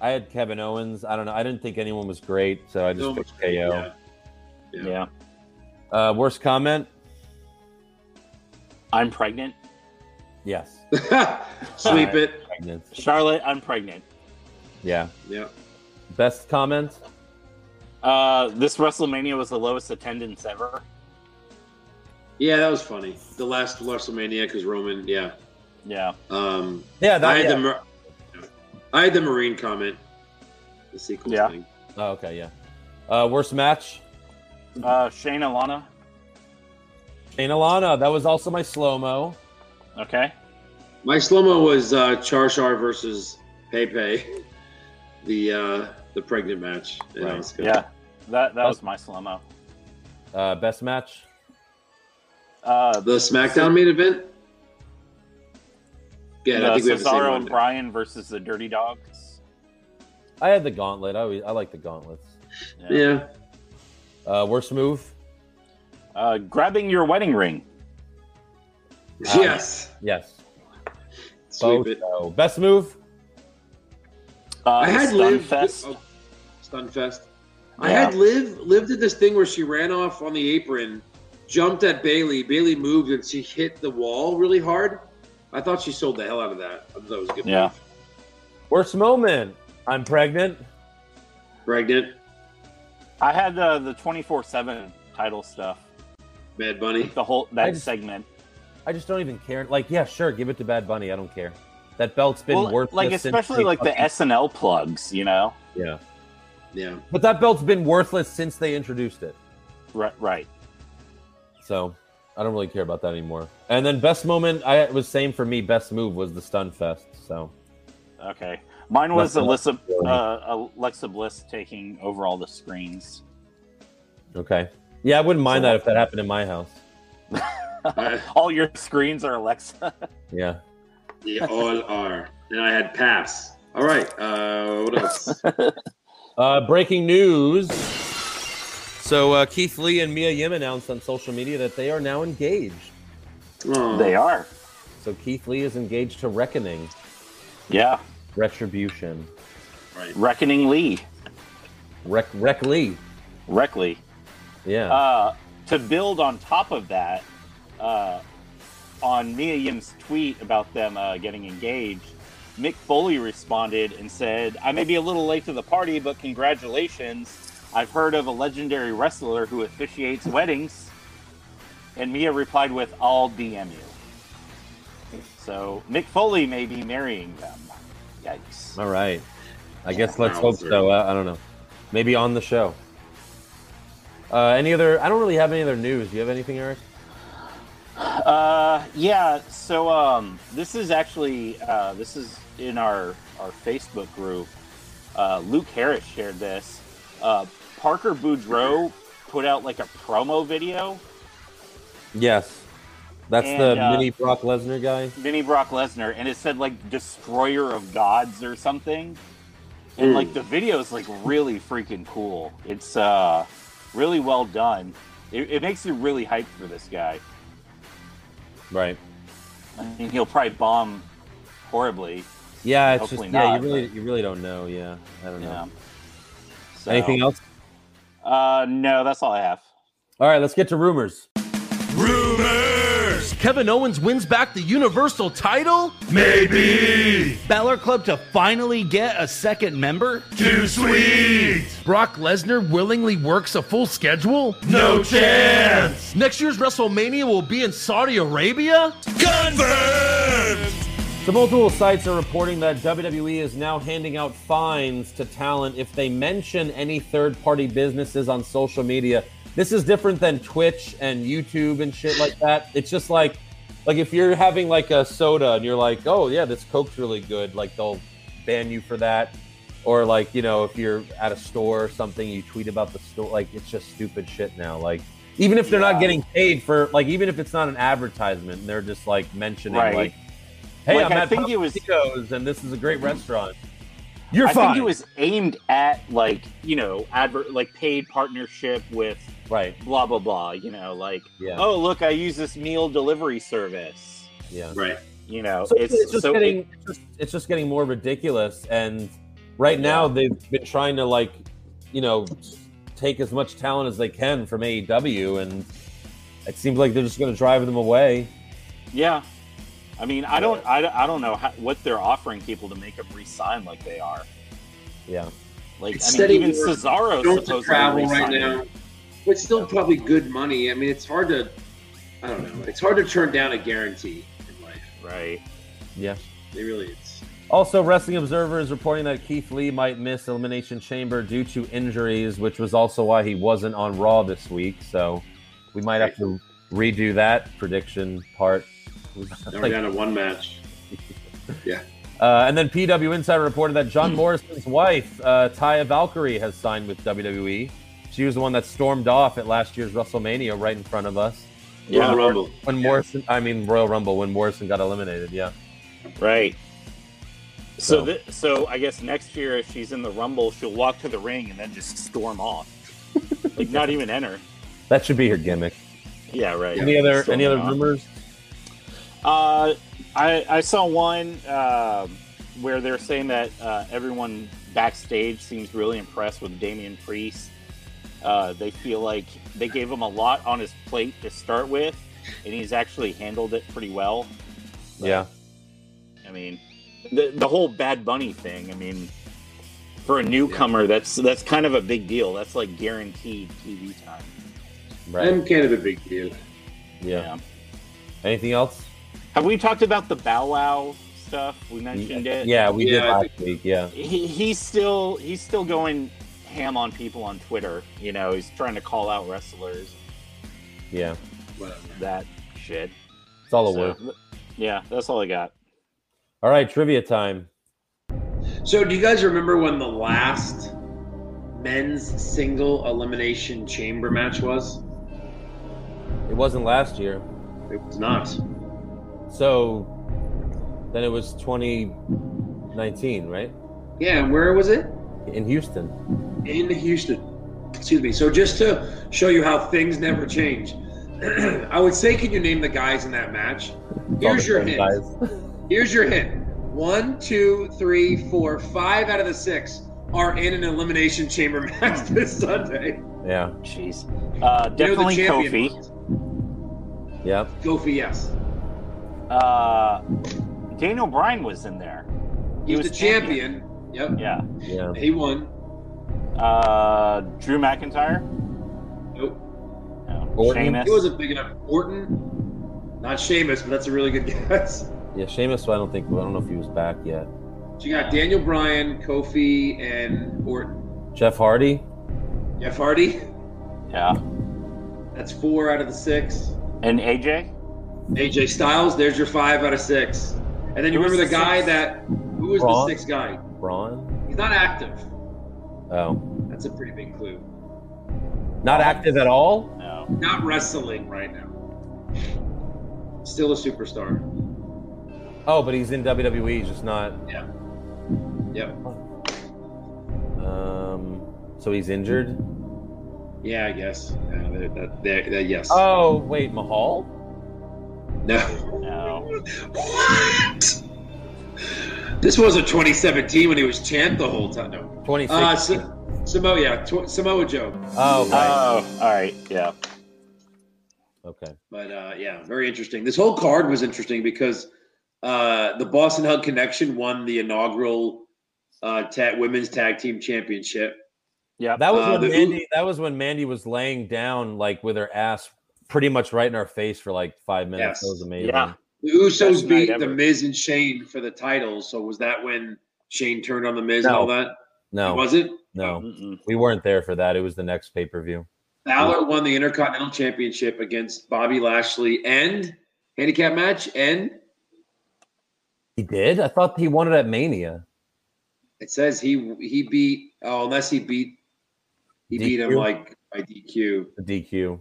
[SPEAKER 3] I had Kevin Owens. I don't know. I didn't think anyone was great, so I just
[SPEAKER 5] So much-
[SPEAKER 3] picked KO.
[SPEAKER 5] yeah.
[SPEAKER 4] Yeah.
[SPEAKER 5] Oh Yeah.
[SPEAKER 3] Uh, worst comment?
[SPEAKER 4] I'm pregnant.
[SPEAKER 3] Yes.
[SPEAKER 5] Sweep it.
[SPEAKER 3] Pregnant.
[SPEAKER 4] Charlotte, I'm pregnant.
[SPEAKER 3] Yeah.
[SPEAKER 5] Yeah.
[SPEAKER 3] Best comment?
[SPEAKER 4] Uh, this WrestleMania was the lowest attendance ever.
[SPEAKER 5] Yeah, that was funny. The last WrestleMania because Roman. Yeah.
[SPEAKER 4] Yeah.
[SPEAKER 5] Um,
[SPEAKER 3] Yeah, that.
[SPEAKER 5] I had
[SPEAKER 3] yeah.
[SPEAKER 5] the Mar- I had the Marine comment. The sequel
[SPEAKER 4] Yeah.
[SPEAKER 5] thing.
[SPEAKER 3] Oh, okay, yeah. Uh, worst match?
[SPEAKER 4] Uh, Shayna Lana.
[SPEAKER 3] Shane Alana. That was also my slow mo.
[SPEAKER 4] Okay.
[SPEAKER 5] My slow mo was uh, Char Char versus Pepe, the uh, the pregnant match. And that
[SPEAKER 3] Right.
[SPEAKER 5] was good.
[SPEAKER 4] Yeah. That that was my slow mo.
[SPEAKER 3] Uh, best match?
[SPEAKER 4] Uh,
[SPEAKER 5] The SmackDown main event. Yeah, I
[SPEAKER 4] the
[SPEAKER 5] think we have the
[SPEAKER 4] Cesaro
[SPEAKER 5] same
[SPEAKER 4] and
[SPEAKER 5] one.
[SPEAKER 4] Bryan versus the Dirty Dogs.
[SPEAKER 3] I had the gauntlet. I, always, I like the gauntlets.
[SPEAKER 5] Yeah,
[SPEAKER 3] Uh, worst move?
[SPEAKER 4] Uh, grabbing your wedding ring.
[SPEAKER 5] yes.
[SPEAKER 3] Yes.
[SPEAKER 5] Sweep
[SPEAKER 3] Both,
[SPEAKER 5] it.
[SPEAKER 3] so. Best move?
[SPEAKER 4] Uh,
[SPEAKER 5] I had live.
[SPEAKER 4] Stunfest.
[SPEAKER 5] Oh, Stunfest. I
[SPEAKER 4] Yeah.
[SPEAKER 5] had live. Liv did this thing where she ran off on the apron, jumped at Bailey. Bailey moved and she hit the wall really hard. I thought she sold the hell out of that. I thought that was a good.
[SPEAKER 4] Yeah.
[SPEAKER 5] move.
[SPEAKER 3] Worst moment? I'm pregnant.
[SPEAKER 5] Pregnant.
[SPEAKER 4] I had uh, the 24 7 title stuff.
[SPEAKER 5] Bad Bunny.
[SPEAKER 4] The whole that
[SPEAKER 3] I just-
[SPEAKER 4] segment.
[SPEAKER 3] I just don't even care. Like, yeah, sure, give it to Bad Bunny. I don't care. That belt's been
[SPEAKER 4] Well,
[SPEAKER 3] worthless.
[SPEAKER 4] like
[SPEAKER 3] since
[SPEAKER 4] especially
[SPEAKER 3] they
[SPEAKER 4] like the
[SPEAKER 3] fucking-
[SPEAKER 4] SNL plugs, you know?
[SPEAKER 3] Yeah.
[SPEAKER 5] Yeah.
[SPEAKER 3] But that belt's been worthless since they introduced it.
[SPEAKER 4] Right, right.
[SPEAKER 3] So I don't really care about that anymore. And then best moment, I it was same for me. Best move was the stun fest. So
[SPEAKER 4] Okay. Mine was
[SPEAKER 3] Nothing
[SPEAKER 4] Alyssa, uh, Alexa Bliss taking over all the screens.
[SPEAKER 3] okay, yeah, I wouldn't mind that if that happened in my house.
[SPEAKER 5] I-
[SPEAKER 4] All your screens are Alexa.
[SPEAKER 3] Yeah,
[SPEAKER 5] They all are. Then I had pass. All right. Uh, what else?
[SPEAKER 3] Uh, breaking news. So uh, Keith Lee and Mia Yim announced on social media that they are now engaged.
[SPEAKER 5] Oh,
[SPEAKER 4] They are.
[SPEAKER 3] So Keith Lee is engaged to Reckoning,
[SPEAKER 4] Yeah.
[SPEAKER 3] Retribution,
[SPEAKER 5] Right.
[SPEAKER 4] Reckoning Lee.
[SPEAKER 3] Rec, Rec Lee.
[SPEAKER 4] Reckley.
[SPEAKER 3] Yeah,
[SPEAKER 4] Uh, to build on top of that, uh, on Mia Yim's tweet about them uh, getting engaged, Mick Foley responded and said, I may be a little late to the party, but congratulations. I've heard of a legendary wrestler who officiates weddings. And Mia replied with, I'll DM you. So Mick Foley may be marrying them. Yikes.
[SPEAKER 3] all right. I guess let's hope so. Uh, I don't know. Maybe on the show. Uh, any other? I don't really have any other news. Do you have anything, Eric?
[SPEAKER 4] Uh, yeah. So um, this is actually uh, this is in our our Facebook group. Uh, Luke Harris shared this. Uh, Parker Boudreau put out like a promo video.
[SPEAKER 3] Yes. That's
[SPEAKER 4] And,
[SPEAKER 3] the
[SPEAKER 4] uh,
[SPEAKER 3] mini Brock Lesnar guy.
[SPEAKER 4] Vinny Brock Lesnar, and it said like "Destroyer of Gods" or something. And
[SPEAKER 3] Mm.
[SPEAKER 4] like the video is like really freaking cool. It's uh, really well done. It, it makes you really hyped for this guy.
[SPEAKER 3] Right.
[SPEAKER 4] I mean, he'll probably bomb horribly.
[SPEAKER 3] Yeah, it's
[SPEAKER 4] Hopefully
[SPEAKER 3] just yeah,
[SPEAKER 4] not,
[SPEAKER 3] you really you really don't know, yeah. I don't
[SPEAKER 4] You
[SPEAKER 3] know.
[SPEAKER 4] know. So-
[SPEAKER 3] Anything else?
[SPEAKER 4] Uh, no, that's all I have.
[SPEAKER 3] All right, let's get to rumors.
[SPEAKER 8] Kevin Owens wins back the Universal title? Maybe. Balor Club to finally get a second member? Too sweet. Brock Lesnar willingly works a full schedule? No chance. Next year's WrestleMania will be in Saudi Arabia?
[SPEAKER 3] So multiple sites are reporting that WWE is now handing out fines to talent if they mention any third party businesses on social media. This is different than Twitch and YouTube and shit like that. It's just like like if you're having like a soda and you're like, "Oh, yeah, this Coke's really good." Like they'll ban you for that. Or like, you know, if you're at a store or something, you tweet about the store, like it's just stupid shit now. Like even if they're
[SPEAKER 4] Yeah.
[SPEAKER 3] not getting paid for like even if it's not an advertisement and they're just like mentioning
[SPEAKER 4] Right.
[SPEAKER 3] like Hey,
[SPEAKER 4] Like,
[SPEAKER 3] I'm
[SPEAKER 4] I
[SPEAKER 3] at
[SPEAKER 4] think
[SPEAKER 3] Papa
[SPEAKER 4] it was-
[SPEAKER 3] Chico's, and this is a great restaurant. You're
[SPEAKER 4] I
[SPEAKER 3] fine.
[SPEAKER 4] think it was aimed at like you know advert like paid partnership with
[SPEAKER 3] right.
[SPEAKER 4] blah blah blah. You know, like
[SPEAKER 3] Yeah.
[SPEAKER 4] oh look, I use this meal delivery service.
[SPEAKER 3] Yeah.
[SPEAKER 5] Right.
[SPEAKER 4] You know,
[SPEAKER 3] So
[SPEAKER 4] it's,
[SPEAKER 3] it's, just
[SPEAKER 4] so
[SPEAKER 3] getting
[SPEAKER 4] it-
[SPEAKER 3] it's just, it's just getting more ridiculous, and right now they've been trying to like, you know, take as much talent as they can from AEW, and it seems like they're just going to drive them away.
[SPEAKER 4] yeah. I mean, I don't, I, don't- I don't know how, what they're offering people to make them resign like they are.
[SPEAKER 3] Yeah.
[SPEAKER 4] Like
[SPEAKER 5] It's
[SPEAKER 4] I mean,
[SPEAKER 5] steady
[SPEAKER 4] even
[SPEAKER 5] work.
[SPEAKER 4] Cesaro
[SPEAKER 5] Don't
[SPEAKER 4] supposed
[SPEAKER 5] travel
[SPEAKER 4] to
[SPEAKER 5] right
[SPEAKER 4] resign.
[SPEAKER 5] now. But still probably good money. I mean, it's hard to. I don't know. It's hard to turn down a guarantee in life.
[SPEAKER 4] Right.
[SPEAKER 3] Yeah.
[SPEAKER 5] It really is.
[SPEAKER 3] Also, Wrestling Observer is reporting that Keith Lee might miss Elimination Chamber due to injuries, which was also why he wasn't on Raw this week. So we might have to redo that prediction part.
[SPEAKER 5] Now we're
[SPEAKER 3] Like,
[SPEAKER 5] down to one match.
[SPEAKER 3] uh, and then PW Insider reported that John Morrison's wife, uh, Taya Valkyrie, has signed with WWE. She was the one that stormed off at last year's WrestleMania right in front of us.
[SPEAKER 5] Yeah. Royal Rumble.
[SPEAKER 3] When Morrison, I mean Royal Rumble, when Morrison got eliminated, yeah.
[SPEAKER 4] Right. So,
[SPEAKER 3] So-
[SPEAKER 4] thi- so I guess next year, if she's in the Rumble, she'll walk to the ring and then just storm off, like not even enter.
[SPEAKER 3] That should be her gimmick.
[SPEAKER 4] Yeah, right.
[SPEAKER 3] Any other
[SPEAKER 4] Still
[SPEAKER 3] any other
[SPEAKER 4] not.
[SPEAKER 3] rumors?
[SPEAKER 4] Uh, I I saw one um where they're saying that uh, everyone backstage seems really impressed with Damian Priest. Uh, they feel like they gave him a lot on his plate to start with, and he's actually handled it pretty well.
[SPEAKER 3] Yeah.
[SPEAKER 4] I mean, the the whole Bad Bunny thing. I mean, for a newcomer, that's that's kind of a big deal. That's like guaranteed TV time.
[SPEAKER 3] Right.
[SPEAKER 5] I'm kind of a big deal.
[SPEAKER 3] yeah. Anything else?
[SPEAKER 4] Have we talked about the Bow Wow stuff? We mentioned it.
[SPEAKER 3] Yeah, we did
[SPEAKER 5] Yeah, I
[SPEAKER 3] last week. Yeah.
[SPEAKER 4] he, he's still he's still going ham on people on Twitter. You know, he's trying to call out wrestlers,
[SPEAKER 3] Yeah.
[SPEAKER 5] Whatever.
[SPEAKER 4] that shit.
[SPEAKER 3] It's all a
[SPEAKER 4] So,
[SPEAKER 3] word.
[SPEAKER 4] yeah, that's all I got.
[SPEAKER 3] All right, trivia time.
[SPEAKER 5] So, do you guys remember when the last men's single elimination chamber match was?
[SPEAKER 3] It wasn't last year.
[SPEAKER 5] It was not.
[SPEAKER 3] So then it was 2019, right?
[SPEAKER 5] Yeah, and where was it?
[SPEAKER 3] In Houston.
[SPEAKER 5] in Houston. Excuse me. So just to show you how things never change, I would say, can you name the guys in that match?
[SPEAKER 3] It's all
[SPEAKER 5] Here's
[SPEAKER 3] the
[SPEAKER 5] your
[SPEAKER 3] same
[SPEAKER 5] hint.
[SPEAKER 3] guys.
[SPEAKER 5] Here's your hint. One, two, three, four, five out of the six are in an elimination chamber match this Sunday.
[SPEAKER 3] Yeah.
[SPEAKER 4] Jeez, uh,
[SPEAKER 5] You know the
[SPEAKER 4] definitely
[SPEAKER 5] champion
[SPEAKER 4] Kofi.
[SPEAKER 5] was.
[SPEAKER 3] Yeah.
[SPEAKER 5] Kofi, yes.
[SPEAKER 4] Uh, Daniel Bryan was in there.
[SPEAKER 5] He, was the champion. Yep.
[SPEAKER 4] Yeah.
[SPEAKER 3] Yeah.
[SPEAKER 5] He won.
[SPEAKER 4] Uh, Drew McIntyre.
[SPEAKER 5] Nope.
[SPEAKER 4] No.
[SPEAKER 3] Orton?
[SPEAKER 4] Sheamus.
[SPEAKER 5] He wasn't big enough. Orton. Not Sheamus, but that's a really good guess.
[SPEAKER 3] Yeah. Sheamus, I don't think I don't know if he was back yet.
[SPEAKER 5] So you got Daniel Bryan, Kofi, and Orton.
[SPEAKER 3] Jeff Hardy.
[SPEAKER 5] Jeff Hardy.
[SPEAKER 4] yeah.
[SPEAKER 5] That's four out of the six.
[SPEAKER 4] And AJ.
[SPEAKER 5] AJ Styles, there's your five out of six. And then you
[SPEAKER 4] Who was
[SPEAKER 5] remember the,
[SPEAKER 4] the
[SPEAKER 5] guy
[SPEAKER 4] sixth?
[SPEAKER 5] that who was
[SPEAKER 3] Braun?
[SPEAKER 5] the sixth guy?
[SPEAKER 3] Braun.
[SPEAKER 5] He's not active.
[SPEAKER 3] Oh.
[SPEAKER 5] That's a pretty big clue.
[SPEAKER 3] Not active at all?
[SPEAKER 4] No.
[SPEAKER 5] Not wrestling right now. Still a superstar.
[SPEAKER 3] Oh, but he's in WWE, he's just not
[SPEAKER 5] Yep.
[SPEAKER 3] um so he's injured.
[SPEAKER 5] Yeah, I guess. Yeah, that, that, that, that- yes.
[SPEAKER 3] Oh, wait, Mahal?
[SPEAKER 5] no.
[SPEAKER 4] No.
[SPEAKER 5] What? This wasn't 2017 when he was champ the whole time. No.
[SPEAKER 3] 26.
[SPEAKER 5] Uh, Sa- Samoa, yeah, tw- Samoa Joe.
[SPEAKER 3] oh,
[SPEAKER 5] Uh,
[SPEAKER 3] right.
[SPEAKER 4] Oh, all right. Yeah.
[SPEAKER 3] okay.
[SPEAKER 5] But uh, yeah, very interesting. This whole card was interesting because uh, the Boston Hug Connection won the inaugural uh, ta- women's tag team championship.
[SPEAKER 4] Yeah.
[SPEAKER 3] That was
[SPEAKER 5] Uh,
[SPEAKER 3] when
[SPEAKER 5] the-
[SPEAKER 3] Mandy. That was when Mandy was laying down, like with her ass pretty much right in our face for like five minutes.
[SPEAKER 5] Yes.
[SPEAKER 3] That was amazing.
[SPEAKER 4] Yeah.
[SPEAKER 5] The
[SPEAKER 4] Best
[SPEAKER 5] Usos
[SPEAKER 4] night
[SPEAKER 5] beat the
[SPEAKER 4] ever.
[SPEAKER 5] Miz and Shane for the title. So was that when Shane turned on the Miz and
[SPEAKER 3] No.
[SPEAKER 5] all that?
[SPEAKER 3] No,
[SPEAKER 5] Was it?
[SPEAKER 3] no,
[SPEAKER 4] Mm-mm.
[SPEAKER 3] we weren't there for that. It was the next pay per view.
[SPEAKER 5] Balor won the Intercontinental Championship against Bobby Lashley and handicap match and
[SPEAKER 3] He did. I thought he won it at Mania.
[SPEAKER 5] It says he he beat oh unless he beat he beat him
[SPEAKER 3] DQ?
[SPEAKER 5] like by DQ.
[SPEAKER 3] The DQ.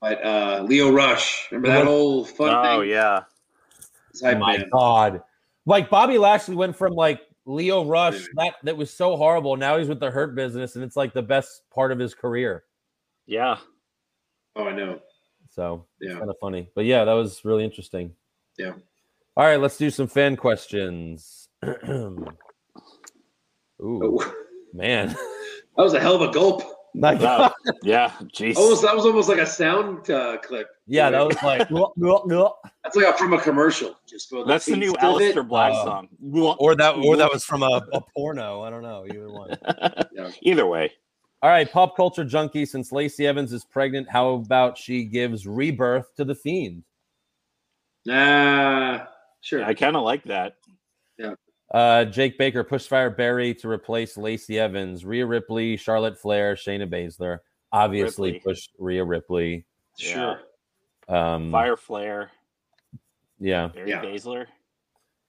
[SPEAKER 5] But uh Leo Rush, remember that
[SPEAKER 3] Was-
[SPEAKER 5] whole fun
[SPEAKER 4] Oh
[SPEAKER 5] thing?
[SPEAKER 4] yeah.
[SPEAKER 5] His hype
[SPEAKER 3] My
[SPEAKER 5] man.
[SPEAKER 3] God, like Bobby Lashley went from like Leo Rush
[SPEAKER 5] Dude.
[SPEAKER 3] that that was so horrible. Now he's with the Hurt Business, and it's like the best part of his career.
[SPEAKER 4] Yeah.
[SPEAKER 5] Oh, I know.
[SPEAKER 3] So it's
[SPEAKER 5] Yeah.
[SPEAKER 3] kind of funny. But yeah, that was really interesting.
[SPEAKER 5] Yeah.
[SPEAKER 3] All right, let's do some fan questions. Ooh,
[SPEAKER 5] That
[SPEAKER 3] man.
[SPEAKER 5] was a hell of a gulp.
[SPEAKER 3] Like,
[SPEAKER 4] Wow. yeah. Jeez.
[SPEAKER 5] Almost that was almost like a sound uh, clip.
[SPEAKER 3] yeah, that was like, "Nuh, nuh, nuh."
[SPEAKER 5] That's like a, from a commercial. Just for
[SPEAKER 4] That's the new
[SPEAKER 5] taste of it. Oh.
[SPEAKER 4] Alistair Black
[SPEAKER 3] Uh,
[SPEAKER 4] song.
[SPEAKER 3] or that, or that was from a, a porno. I don't know either one.
[SPEAKER 4] Either way,
[SPEAKER 3] All right, pop culture junkie. Since Lacey Evans is pregnant, how about she gives rebirth to the Fiend?
[SPEAKER 5] Nah, sure.
[SPEAKER 4] I kind of like that.
[SPEAKER 3] Uh, Jake Baker pushed Fire Barry to replace Lacey Evans. Rhea Ripley, Charlotte Flair, Shayna Baszler. Obviously
[SPEAKER 4] Ripley.
[SPEAKER 3] pushed Rhea Ripley.
[SPEAKER 5] sure.
[SPEAKER 3] Um,
[SPEAKER 4] Fire Flare,
[SPEAKER 3] Yeah,
[SPEAKER 4] Barry
[SPEAKER 5] Mm. Yeah.
[SPEAKER 4] Baszler.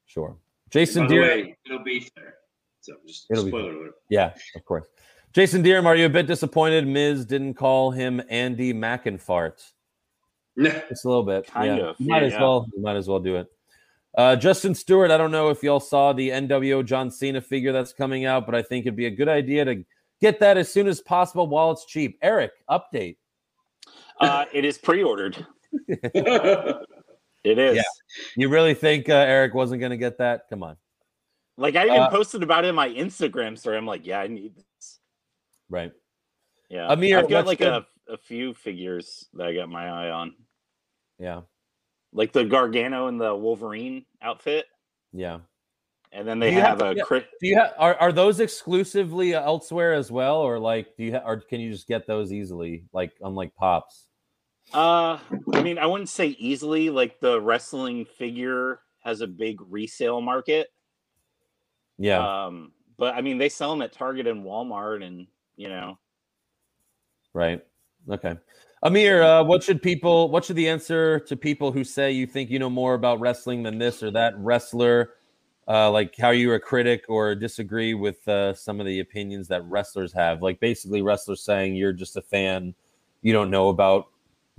[SPEAKER 3] sure.
[SPEAKER 5] By
[SPEAKER 3] Jason
[SPEAKER 5] the
[SPEAKER 3] Deere.
[SPEAKER 5] way, it'll be there. So just
[SPEAKER 3] It'll be
[SPEAKER 5] spoiler alert.
[SPEAKER 3] Yeah, of course. Jason Deerham, are you a bit disappointed Miz didn't call him Andy McInfart?
[SPEAKER 5] Nah.
[SPEAKER 3] Just a little bit.
[SPEAKER 4] Kind
[SPEAKER 3] yeah.
[SPEAKER 4] of,
[SPEAKER 3] You might as
[SPEAKER 4] yeah.
[SPEAKER 3] well. You might as well do it. Uh, Justin Stewart, I don't know if y'all saw the NWO John Cena figure that's coming out, but I think it'd be a good idea to get that as soon as possible while it's cheap. Eric, update.
[SPEAKER 4] Uh, it is pre-ordered. It is.
[SPEAKER 3] Yeah. You really think uh, Eric wasn't going to get that? Come on.
[SPEAKER 4] Like I even
[SPEAKER 3] Uh,
[SPEAKER 4] posted about it in my Instagram story. I'm like, yeah, I need this.
[SPEAKER 3] Right.
[SPEAKER 4] Yeah.
[SPEAKER 3] Amir,
[SPEAKER 4] I've got
[SPEAKER 3] what's
[SPEAKER 4] like a, a few figures that I got my eye on.
[SPEAKER 3] Yeah.
[SPEAKER 4] Like the Gargano and the Wolverine outfit.
[SPEAKER 3] Yeah.
[SPEAKER 4] And then they
[SPEAKER 3] Do you
[SPEAKER 4] have,
[SPEAKER 3] have-
[SPEAKER 4] a
[SPEAKER 3] yeah.
[SPEAKER 4] Chris,
[SPEAKER 3] Do you have are, are those exclusively elsewhere as well or like do you ha- or can you just get those easily like unlike pops?
[SPEAKER 4] Uh, I mean, I wouldn't say easily. Like the wrestling figure has a big resale market.
[SPEAKER 3] Yeah.
[SPEAKER 4] Um, but I mean, they sell them at Target and Walmart, and you know,
[SPEAKER 3] Right. Okay. Amir, uh, what should people, what should the answer to people who say you think you know more about wrestling than this or that wrestler, uh, like how you're a critic or disagree with uh, some of the opinions that wrestlers have? Like basically, wrestlers saying you're just a fan, you don't know about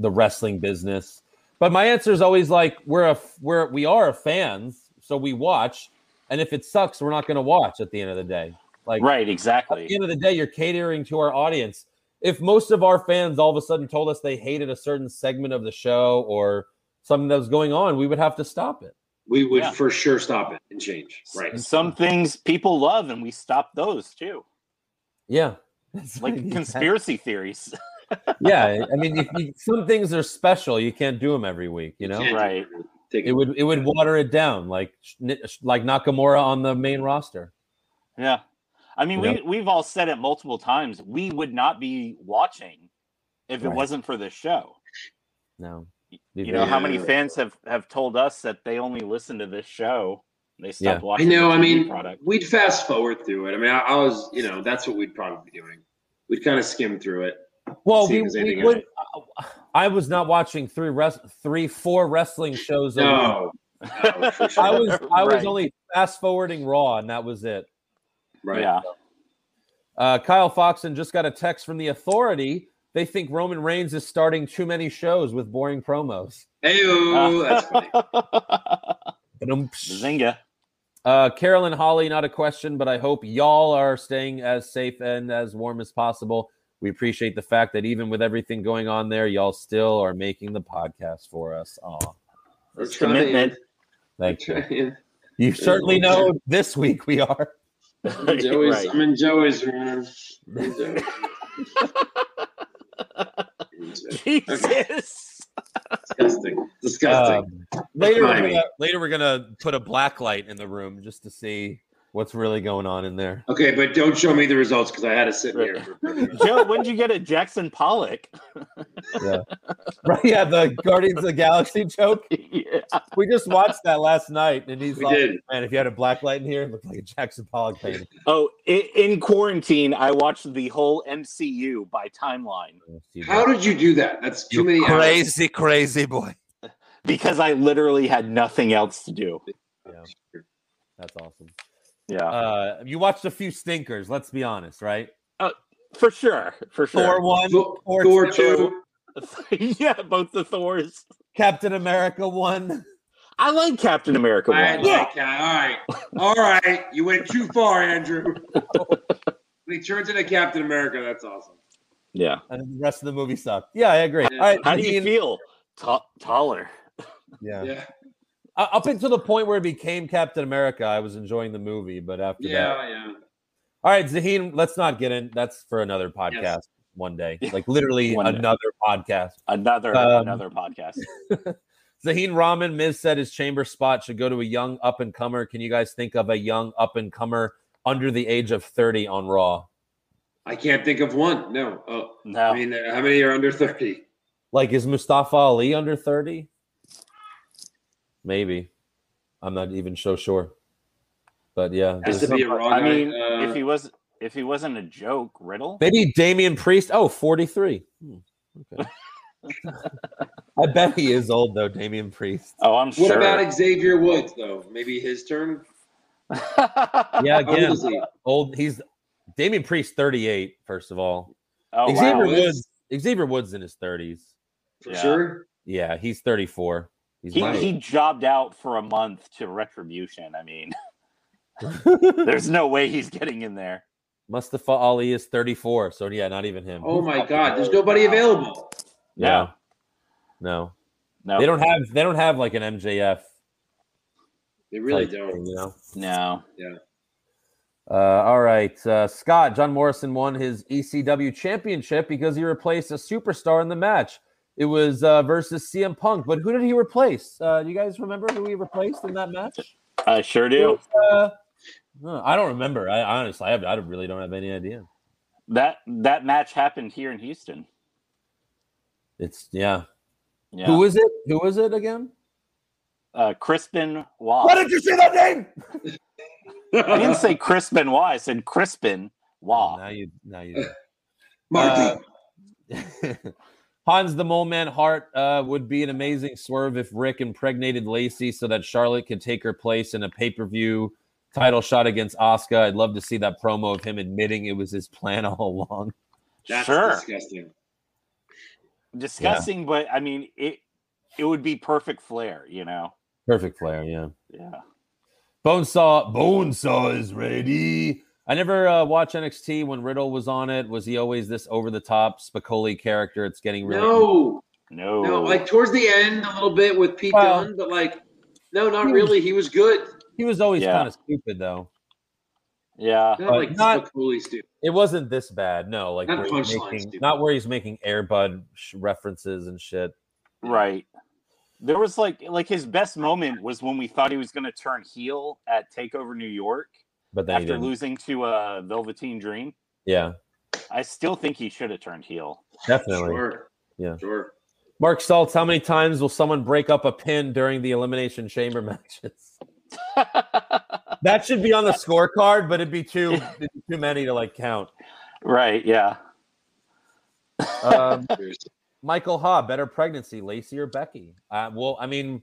[SPEAKER 3] the wrestling business. But my answer is always like we're a we're we are fans, so we watch, and if it sucks, we're not going to watch at the end of the day. Like
[SPEAKER 4] right?
[SPEAKER 3] at the
[SPEAKER 4] Exactly.
[SPEAKER 3] end of the day, you're catering to our audience. If most of our fans all of a sudden told us they hated a certain segment of the show or something that was going on, we would have to stop it.
[SPEAKER 5] We would
[SPEAKER 4] Yeah.
[SPEAKER 5] for sure stop it and change. Right.
[SPEAKER 4] And some things people love, and we stop those too,
[SPEAKER 3] Yeah. That's
[SPEAKER 4] like
[SPEAKER 3] what I mean.
[SPEAKER 4] conspiracy theories.
[SPEAKER 3] yeah. I mean, you, you, some things are special. You can't do them every week, you know?
[SPEAKER 5] Can't do
[SPEAKER 4] Right.
[SPEAKER 5] it. Take
[SPEAKER 3] It
[SPEAKER 5] it.
[SPEAKER 3] would it would water it down like Ni- like Nakamura on the main roster.
[SPEAKER 4] Yeah, I mean,
[SPEAKER 3] Yeah.
[SPEAKER 4] we we've all said it multiple times. We would not be watching if it
[SPEAKER 3] Right.
[SPEAKER 4] wasn't for this show.
[SPEAKER 3] No.
[SPEAKER 4] You know how many
[SPEAKER 5] Yeah.
[SPEAKER 4] fans have have told us that they only listen to this show. They stopped
[SPEAKER 5] I
[SPEAKER 4] watching.
[SPEAKER 5] know.
[SPEAKER 4] the
[SPEAKER 5] I
[SPEAKER 4] TV
[SPEAKER 5] mean,
[SPEAKER 4] product.
[SPEAKER 5] we'd fast forward through it. I mean, I, I was, you know, that's what we'd probably be doing. We'd kind of skim through it.
[SPEAKER 3] Well, we,
[SPEAKER 5] See if there's
[SPEAKER 3] we
[SPEAKER 5] anything
[SPEAKER 3] would, I was not watching three rest, three four wrestling shows a week.
[SPEAKER 5] No. no, for sure.
[SPEAKER 3] I was I was
[SPEAKER 4] Right.
[SPEAKER 3] only fast forwarding Raw, and that was it.
[SPEAKER 5] right.
[SPEAKER 4] Yeah,
[SPEAKER 3] Uh, Kyle Foxon just got a text from the authority. They think Roman Reigns is starting too many shows with boring promos.
[SPEAKER 5] Hey, that's funny.
[SPEAKER 3] Ba-dum-psh.
[SPEAKER 4] Bazinga.
[SPEAKER 3] Uh, Carolyn Holly, not a question, but I hope y'all are staying as safe and as warm as possible. We appreciate the fact that even with everything going on there, y'all still are making the podcast for us. Aw,
[SPEAKER 5] We're
[SPEAKER 4] It's
[SPEAKER 5] trying.
[SPEAKER 4] commitment.
[SPEAKER 5] We're
[SPEAKER 3] thank you.
[SPEAKER 5] trying.
[SPEAKER 3] You certainly know this week we are.
[SPEAKER 5] I'm in Joey's,
[SPEAKER 4] Right.
[SPEAKER 5] I'm in Joey's room. I'm in Joey's room.
[SPEAKER 4] Jesus.
[SPEAKER 5] Disgusting. Disgusting.
[SPEAKER 3] Um, later, we're
[SPEAKER 5] Miami.
[SPEAKER 3] gonna, later we're gonna put a black light in the room just to see what's really going on in there.
[SPEAKER 5] okay, but don't show me the results because I had to sit here. For pretty much-
[SPEAKER 4] Joe, when would you get a Jackson Pollock?
[SPEAKER 3] Right? Yeah, the Guardians of the Galaxy joke.
[SPEAKER 4] yeah.
[SPEAKER 3] We just watched that last night, and he's
[SPEAKER 5] We
[SPEAKER 3] like,
[SPEAKER 5] did.
[SPEAKER 3] "Man, if you had a black light in here, it looked like a Jackson Pollock painting."
[SPEAKER 4] Oh, i- in quarantine, I watched the whole MCU by timeline
[SPEAKER 5] How did you do that? That's too many hours.
[SPEAKER 3] crazy boy.
[SPEAKER 4] because I literally had nothing else to do.
[SPEAKER 3] That's awesome.
[SPEAKER 4] Yeah,
[SPEAKER 3] Uh, you watched a few stinkers. Let's be honest, right?
[SPEAKER 4] for sure, for
[SPEAKER 3] Thor
[SPEAKER 4] sure.
[SPEAKER 3] one,
[SPEAKER 5] Thor,
[SPEAKER 3] Thor
[SPEAKER 5] Thor
[SPEAKER 3] two,
[SPEAKER 5] two.
[SPEAKER 4] yeah, both the Thors.
[SPEAKER 3] Captain America one.
[SPEAKER 4] I like Captain America.
[SPEAKER 5] All
[SPEAKER 4] One.
[SPEAKER 5] right, okay, all right, all right. You went too far, Andrew. he turns into Captain America. That's awesome.
[SPEAKER 4] yeah.
[SPEAKER 3] And then the rest of the movie sucked. Yeah, I agree.
[SPEAKER 5] Yeah.
[SPEAKER 3] All right,
[SPEAKER 4] How do you
[SPEAKER 3] Dean-
[SPEAKER 4] feel? Ta- taller.
[SPEAKER 3] Yeah.
[SPEAKER 5] Yeah,
[SPEAKER 3] Uh, up until the point where it became Captain America, I was enjoying the movie, but after that,
[SPEAKER 5] yeah, yeah.
[SPEAKER 3] all right, Zaheen, let's not get in. That's for another podcast one day, like literally
[SPEAKER 4] One day.
[SPEAKER 3] another podcast.
[SPEAKER 4] Another
[SPEAKER 3] Um,
[SPEAKER 4] another podcast.
[SPEAKER 3] Zaheen Rahman, Miz said his chamber spot should go to a young up and comer. Can you guys think of a young up and comer under the age of 30 on Raw?
[SPEAKER 5] I can't think of one. No. Oh,
[SPEAKER 4] No,
[SPEAKER 5] I mean, how many are under thirty?
[SPEAKER 3] Like, is Mustafa Ali under 30? Maybe. I'm not even so sure. But yeah,
[SPEAKER 5] Has
[SPEAKER 3] there's-
[SPEAKER 5] to be a wrong
[SPEAKER 4] I
[SPEAKER 5] guy.
[SPEAKER 4] mean,
[SPEAKER 5] Uh,
[SPEAKER 4] if he was, if he wasn't a joke, Riddle.
[SPEAKER 3] Maybe Damian Priest. Oh, 43. Hmm, okay. I bet he is old though, Damian Priest.
[SPEAKER 4] Oh, I'm
[SPEAKER 5] What
[SPEAKER 4] sure.
[SPEAKER 5] about Xavier Woods though? Maybe his turn.
[SPEAKER 3] Yeah,
[SPEAKER 5] How old
[SPEAKER 3] again,
[SPEAKER 5] is he?
[SPEAKER 3] old. He's Damian Priest, 38. First of all,
[SPEAKER 4] oh,
[SPEAKER 3] Xavier
[SPEAKER 4] wow.
[SPEAKER 3] Woods. Xavier Woods in his 30s.
[SPEAKER 5] For
[SPEAKER 4] Yeah.
[SPEAKER 5] sure.
[SPEAKER 3] Yeah, he's 34. He's
[SPEAKER 4] He,
[SPEAKER 3] my
[SPEAKER 4] he jobbed out for a month to retribution. I mean, there's no way he's getting in there.
[SPEAKER 3] Mustafa Ali is 34. So yeah, not even him.
[SPEAKER 5] Oh my God! There's nobody available.
[SPEAKER 3] No. No.
[SPEAKER 4] No.
[SPEAKER 3] They don't have they don't have like an MJF.
[SPEAKER 5] They really
[SPEAKER 3] type
[SPEAKER 5] don't.
[SPEAKER 3] thing, you know.
[SPEAKER 4] No.
[SPEAKER 3] Uh, all right, uh, Scott. John Morrison won his ECW championship because he replaced a superstar in the match. It was uh, versus CM Punk, but who did he replace? Uh, you guys remember who he replaced in that match?
[SPEAKER 4] I sure do.
[SPEAKER 3] Uh, no, I don't remember. I honestly, I, have, I really don't have any idea.
[SPEAKER 4] That that match happened here in Houston.
[SPEAKER 3] It's yeah.
[SPEAKER 4] Yeah.
[SPEAKER 3] Who is it? Who is it again?
[SPEAKER 4] uh, Crispin Waugh?
[SPEAKER 3] you say that name?
[SPEAKER 4] I didn't say Crispin Waugh. I said Crispin Waugh.
[SPEAKER 3] Now you, now you. do.
[SPEAKER 5] Marty.
[SPEAKER 3] Uh, Hans the Mole Man Hart uh, would be an amazing swerve if Rick impregnated Lacey so that Charlotte could take her place in a pay per view title shot against Oscar. I'd love to see that promo of him admitting it was his plan all along.
[SPEAKER 5] That's
[SPEAKER 4] sure.
[SPEAKER 5] disgusting.
[SPEAKER 4] Disgusting, but I mean it. It would be perfect flair, you know.
[SPEAKER 3] Perfect flair, yeah.
[SPEAKER 4] Yeah.
[SPEAKER 3] Bonesaw, Bonesaw is ready. I never uh, watched NXT when Riddle was on it. Was he always this over the top Spicoli character? It's getting really
[SPEAKER 5] No,
[SPEAKER 4] No.
[SPEAKER 5] no, like towards the end a little bit with Pete
[SPEAKER 3] Well-
[SPEAKER 5] Dunne, but like, no, not really. He was good.
[SPEAKER 3] He was always
[SPEAKER 4] Yeah.
[SPEAKER 3] kind of stupid though.
[SPEAKER 4] yeah.
[SPEAKER 5] Not
[SPEAKER 3] But
[SPEAKER 5] like
[SPEAKER 3] not-
[SPEAKER 5] the coolest dude.
[SPEAKER 3] It wasn't this bad. No, like
[SPEAKER 5] Not
[SPEAKER 3] where he's
[SPEAKER 5] punchline
[SPEAKER 3] making-
[SPEAKER 5] stupid.
[SPEAKER 3] not where he's making Airbud sh- references and shit.
[SPEAKER 4] Right. There was like like his best moment was when we thought he was going to turn heel at Takeover New York
[SPEAKER 3] But then he
[SPEAKER 4] after
[SPEAKER 3] didn't.
[SPEAKER 4] losing to uh, Velveteen Dream.
[SPEAKER 3] yeah,
[SPEAKER 4] I still think he should have turned heel.
[SPEAKER 3] definitely.
[SPEAKER 5] Sure.
[SPEAKER 3] Yeah.
[SPEAKER 5] Sure.
[SPEAKER 3] Mark Stoltz, how many times will someone break up a pin during the elimination chamber matches? that should be on the scorecard, but it'd be too it'd be too many to like count.
[SPEAKER 4] Right. Yeah.
[SPEAKER 3] Um,
[SPEAKER 5] Seriously.
[SPEAKER 3] Michael Ha, better pregnancy, Lacey or Becky? Uh, well, I mean,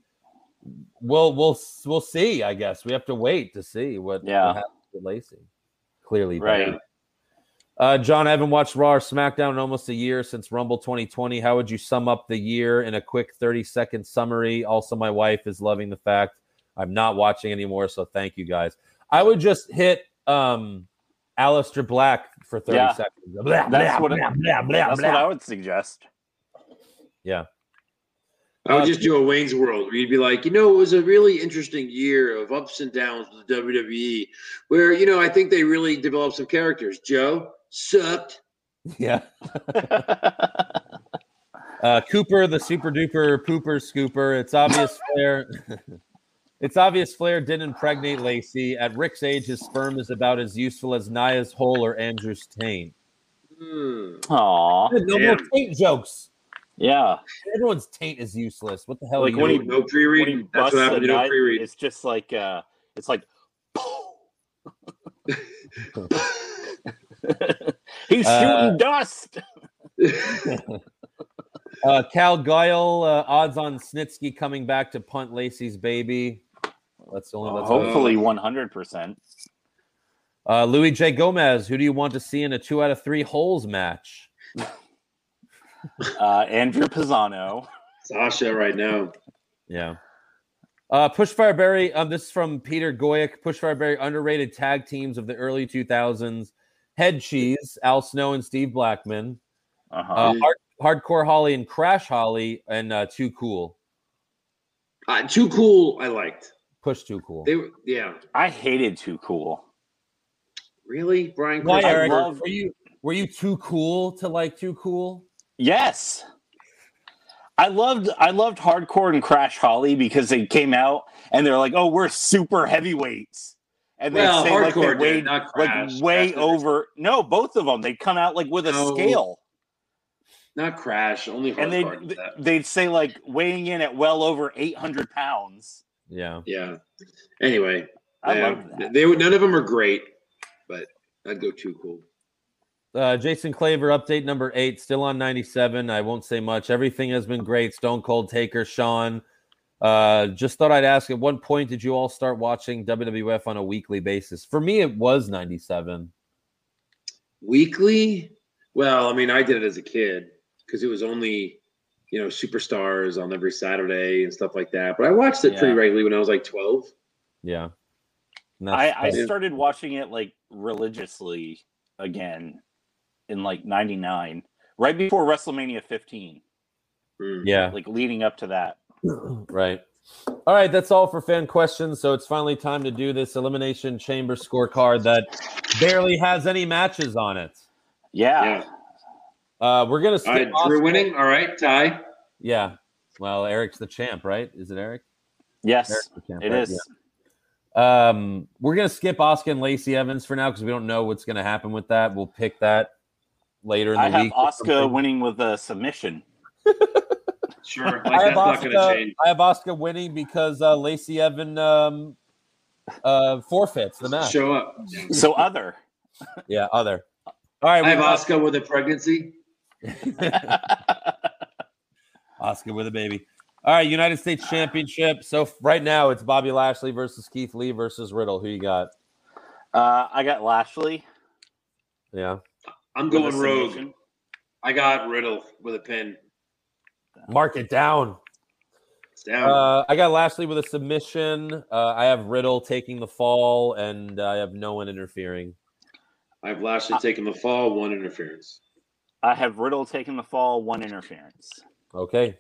[SPEAKER 3] we'll we'll we'll see. I guess we have to wait to see what, what
[SPEAKER 4] Yeah.
[SPEAKER 3] happens with Lacey. Clearly,
[SPEAKER 4] Right.
[SPEAKER 3] Becky. Uh, John, I haven't watched Raw or SmackDown in almost a year since Rumble 2020. How would you sum up the year in a quick 30 second summary? Also, my wife is loving the fact I'm not watching anymore, so thank you guys. I would just hit um Alistair Black for 30
[SPEAKER 4] Yeah.
[SPEAKER 3] seconds.
[SPEAKER 4] That's what. that's what I would suggest.
[SPEAKER 5] I would just do a Wayne's World where you'd be like, you know, it was a really interesting year of ups and downs with the WWE, where, you know, I think they really developed some characters. Joe sucked.
[SPEAKER 3] Yeah. Uh, Cooper, the super duper pooper scooper. It's obvious Flair. it's obvious Flair did impregnate Lacey. At Rick's age, his sperm is about as useful as Nia's hole or Andrew's taint.
[SPEAKER 5] Hmm.
[SPEAKER 4] Aw.
[SPEAKER 3] No more taint jokes.
[SPEAKER 4] Yeah.
[SPEAKER 3] Everyone's taint is useless. What the hell?
[SPEAKER 4] Like
[SPEAKER 3] are
[SPEAKER 4] when
[SPEAKER 3] you
[SPEAKER 4] he,
[SPEAKER 3] doing?
[SPEAKER 5] No pre
[SPEAKER 4] when he
[SPEAKER 5] read. That's
[SPEAKER 4] busts
[SPEAKER 5] what
[SPEAKER 4] a
[SPEAKER 5] happened to no
[SPEAKER 4] nut,
[SPEAKER 5] pre read.
[SPEAKER 4] it's just like uh, it's like. He's shooting
[SPEAKER 3] Uh,
[SPEAKER 4] dust.
[SPEAKER 3] uh, Cal Guile, uh, odds on Snitsky coming back to punt Lacey's baby. That's the only. That's all-
[SPEAKER 4] Hopefully, one hundred percent.
[SPEAKER 3] Uh, Louis J. Gomez, who do you want to see in a two out of three holes match?
[SPEAKER 4] Uh, Andrew Pisano.
[SPEAKER 5] Sasha right now.
[SPEAKER 3] Yeah. Uh, Pushfire Berry. Um, this is from Peter Goyek. Pushfire Berry underrated tag teams of the early 2000s. Head Cheese, Al Snow and Steve Blackman.
[SPEAKER 4] Uh-huh.
[SPEAKER 3] Uh, hard, hardcore Holly and Crash Holly and uh, Too Cool.
[SPEAKER 5] Uh, too cool. I liked.
[SPEAKER 3] Push Too Cool.
[SPEAKER 5] They were, yeah.
[SPEAKER 4] I hated Too Cool.
[SPEAKER 5] Really? Brian
[SPEAKER 3] Why,
[SPEAKER 5] Christopher?
[SPEAKER 3] Eric?
[SPEAKER 4] love-
[SPEAKER 3] were you were you too cool to like Too Cool?
[SPEAKER 4] Yes. I loved I loved Hardcore and Crash Holly because they came out and they're like, "Oh, we're super heavyweights," and they
[SPEAKER 5] Well,
[SPEAKER 4] say like
[SPEAKER 5] hardcore
[SPEAKER 4] they
[SPEAKER 5] did,
[SPEAKER 4] weighed
[SPEAKER 5] not
[SPEAKER 4] like
[SPEAKER 5] Crash.
[SPEAKER 4] way
[SPEAKER 5] Crash did.
[SPEAKER 4] over. No, both of them. They come out like with a
[SPEAKER 5] No.
[SPEAKER 4] scale,
[SPEAKER 5] Not Crash. Only
[SPEAKER 4] and they
[SPEAKER 5] Hardcore did that.
[SPEAKER 4] they'd say like weighing in at well over eight hundred pounds.
[SPEAKER 3] Yeah.
[SPEAKER 5] Yeah. Anyway,
[SPEAKER 4] I
[SPEAKER 5] yeah.
[SPEAKER 4] loved that.
[SPEAKER 5] They were none of them are great, but I'd go too cool.
[SPEAKER 3] Uh, Jason Claver, update number eight, still on 97. I won't say much. Everything has been great. Stone Cold Taker, Sean. Uh, just thought I'd ask at what point did you all start watching WWF on a weekly basis? For me, it was 97.
[SPEAKER 5] Weekly? Well, I mean, I did it as a kid because it was only, you know, superstars on every Saturday and stuff like that. But I watched it pretty
[SPEAKER 4] Yeah.
[SPEAKER 5] regularly when I was like 12.
[SPEAKER 3] Yeah. And that's-
[SPEAKER 4] I, I
[SPEAKER 3] that's-
[SPEAKER 4] started watching it like religiously again in like '99, right before WrestleMania 15.
[SPEAKER 5] Hmm.
[SPEAKER 3] Yeah.
[SPEAKER 4] like leading up to that.
[SPEAKER 3] Right. All right, that's all for fan questions. So it's finally time to do this elimination chamber scorecard that barely has any matches on it.
[SPEAKER 4] Yeah.
[SPEAKER 5] Yeah.
[SPEAKER 3] Uh, we're gonna
[SPEAKER 5] All
[SPEAKER 3] skip
[SPEAKER 5] right,
[SPEAKER 3] Oscar-
[SPEAKER 5] Drew winning. All right, tie.
[SPEAKER 3] Yeah. Well, Eric's the champ, right? Is it Eric?
[SPEAKER 4] Yes,
[SPEAKER 3] Eric's the champ,
[SPEAKER 4] it
[SPEAKER 3] right?
[SPEAKER 4] is.
[SPEAKER 3] Yeah. Um, we're gonna skip Oscar and Lacey Evans for now because we don't know what's gonna happen with that. We'll pick that later in the
[SPEAKER 4] I have
[SPEAKER 3] week. or
[SPEAKER 4] Oscar
[SPEAKER 3] something.
[SPEAKER 4] winning with a submission.
[SPEAKER 5] Sure, like
[SPEAKER 3] I have,
[SPEAKER 5] that's not going to
[SPEAKER 3] Oscar,
[SPEAKER 5] change.
[SPEAKER 3] I have Oscar winning because uh, Lacey Evans um, uh, forfeits the match.
[SPEAKER 5] Show up. Yeah.
[SPEAKER 4] So other.
[SPEAKER 3] Yeah, other. All right,
[SPEAKER 5] I have
[SPEAKER 3] we got-
[SPEAKER 5] Oscar with a pregnancy.
[SPEAKER 4] uh,
[SPEAKER 3] Oscar with a baby. All right, United States Championship. So f- right now it's Bobby Lashley versus Keith Lee versus Riddle. Who you got?
[SPEAKER 4] Uh, I got Lashley.
[SPEAKER 3] Yeah.
[SPEAKER 5] I'm
[SPEAKER 4] with a
[SPEAKER 5] going rogue.
[SPEAKER 4] submission.
[SPEAKER 5] I got Riddle with a pin.
[SPEAKER 3] Mark it down.
[SPEAKER 5] It's down.
[SPEAKER 3] Uh, I got Lashley with a submission. Uh, I have Riddle taking the fall, and I have no one interfering.
[SPEAKER 5] I have Lashley taking the fall, one interference.
[SPEAKER 4] I have Riddle taking the fall, one interference.
[SPEAKER 3] Okay.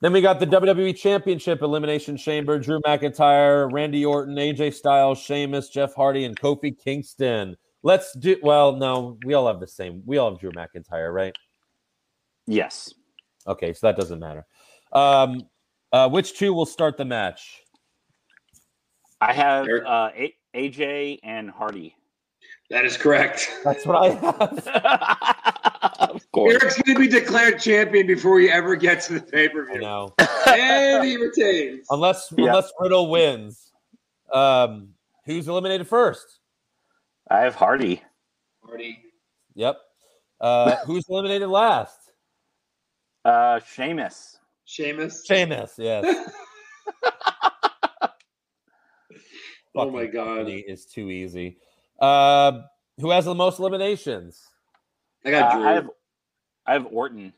[SPEAKER 3] Then we got the WWE Championship Elimination Chamber: Drew McIntyre, Randy Orton, AJ Styles, Sheamus, Jeff Hardy, and Kofi Kingston. Let's do. Well, no, we all have the same. We all have Drew McIntyre, right?
[SPEAKER 4] Yes.
[SPEAKER 3] Okay, so that doesn't matter. Um, uh, which two will start the match?
[SPEAKER 4] I have
[SPEAKER 5] Eric?
[SPEAKER 4] uh, A- AJ and Hardy.
[SPEAKER 5] That is correct.
[SPEAKER 3] That's what I have.
[SPEAKER 4] of course.
[SPEAKER 5] Eric's going to be declared champion before he ever gets to the pay per
[SPEAKER 3] I
[SPEAKER 5] view.
[SPEAKER 3] know.
[SPEAKER 5] And he retains.
[SPEAKER 3] Unless
[SPEAKER 4] Yeah.
[SPEAKER 3] unless Riddle wins, um, who's eliminated first?
[SPEAKER 4] I have Hardy.
[SPEAKER 5] Hardy.
[SPEAKER 3] Yep. Uh, who's eliminated last?
[SPEAKER 4] Uh, Sheamus.
[SPEAKER 5] Sheamus.
[SPEAKER 3] Sheamus. Yes.
[SPEAKER 5] Oh my
[SPEAKER 3] Fucking
[SPEAKER 5] God.
[SPEAKER 3] Hardy is too easy. Uh, who has the most eliminations?
[SPEAKER 5] I
[SPEAKER 4] Uh,
[SPEAKER 5] got Drew.
[SPEAKER 4] I have I have Orton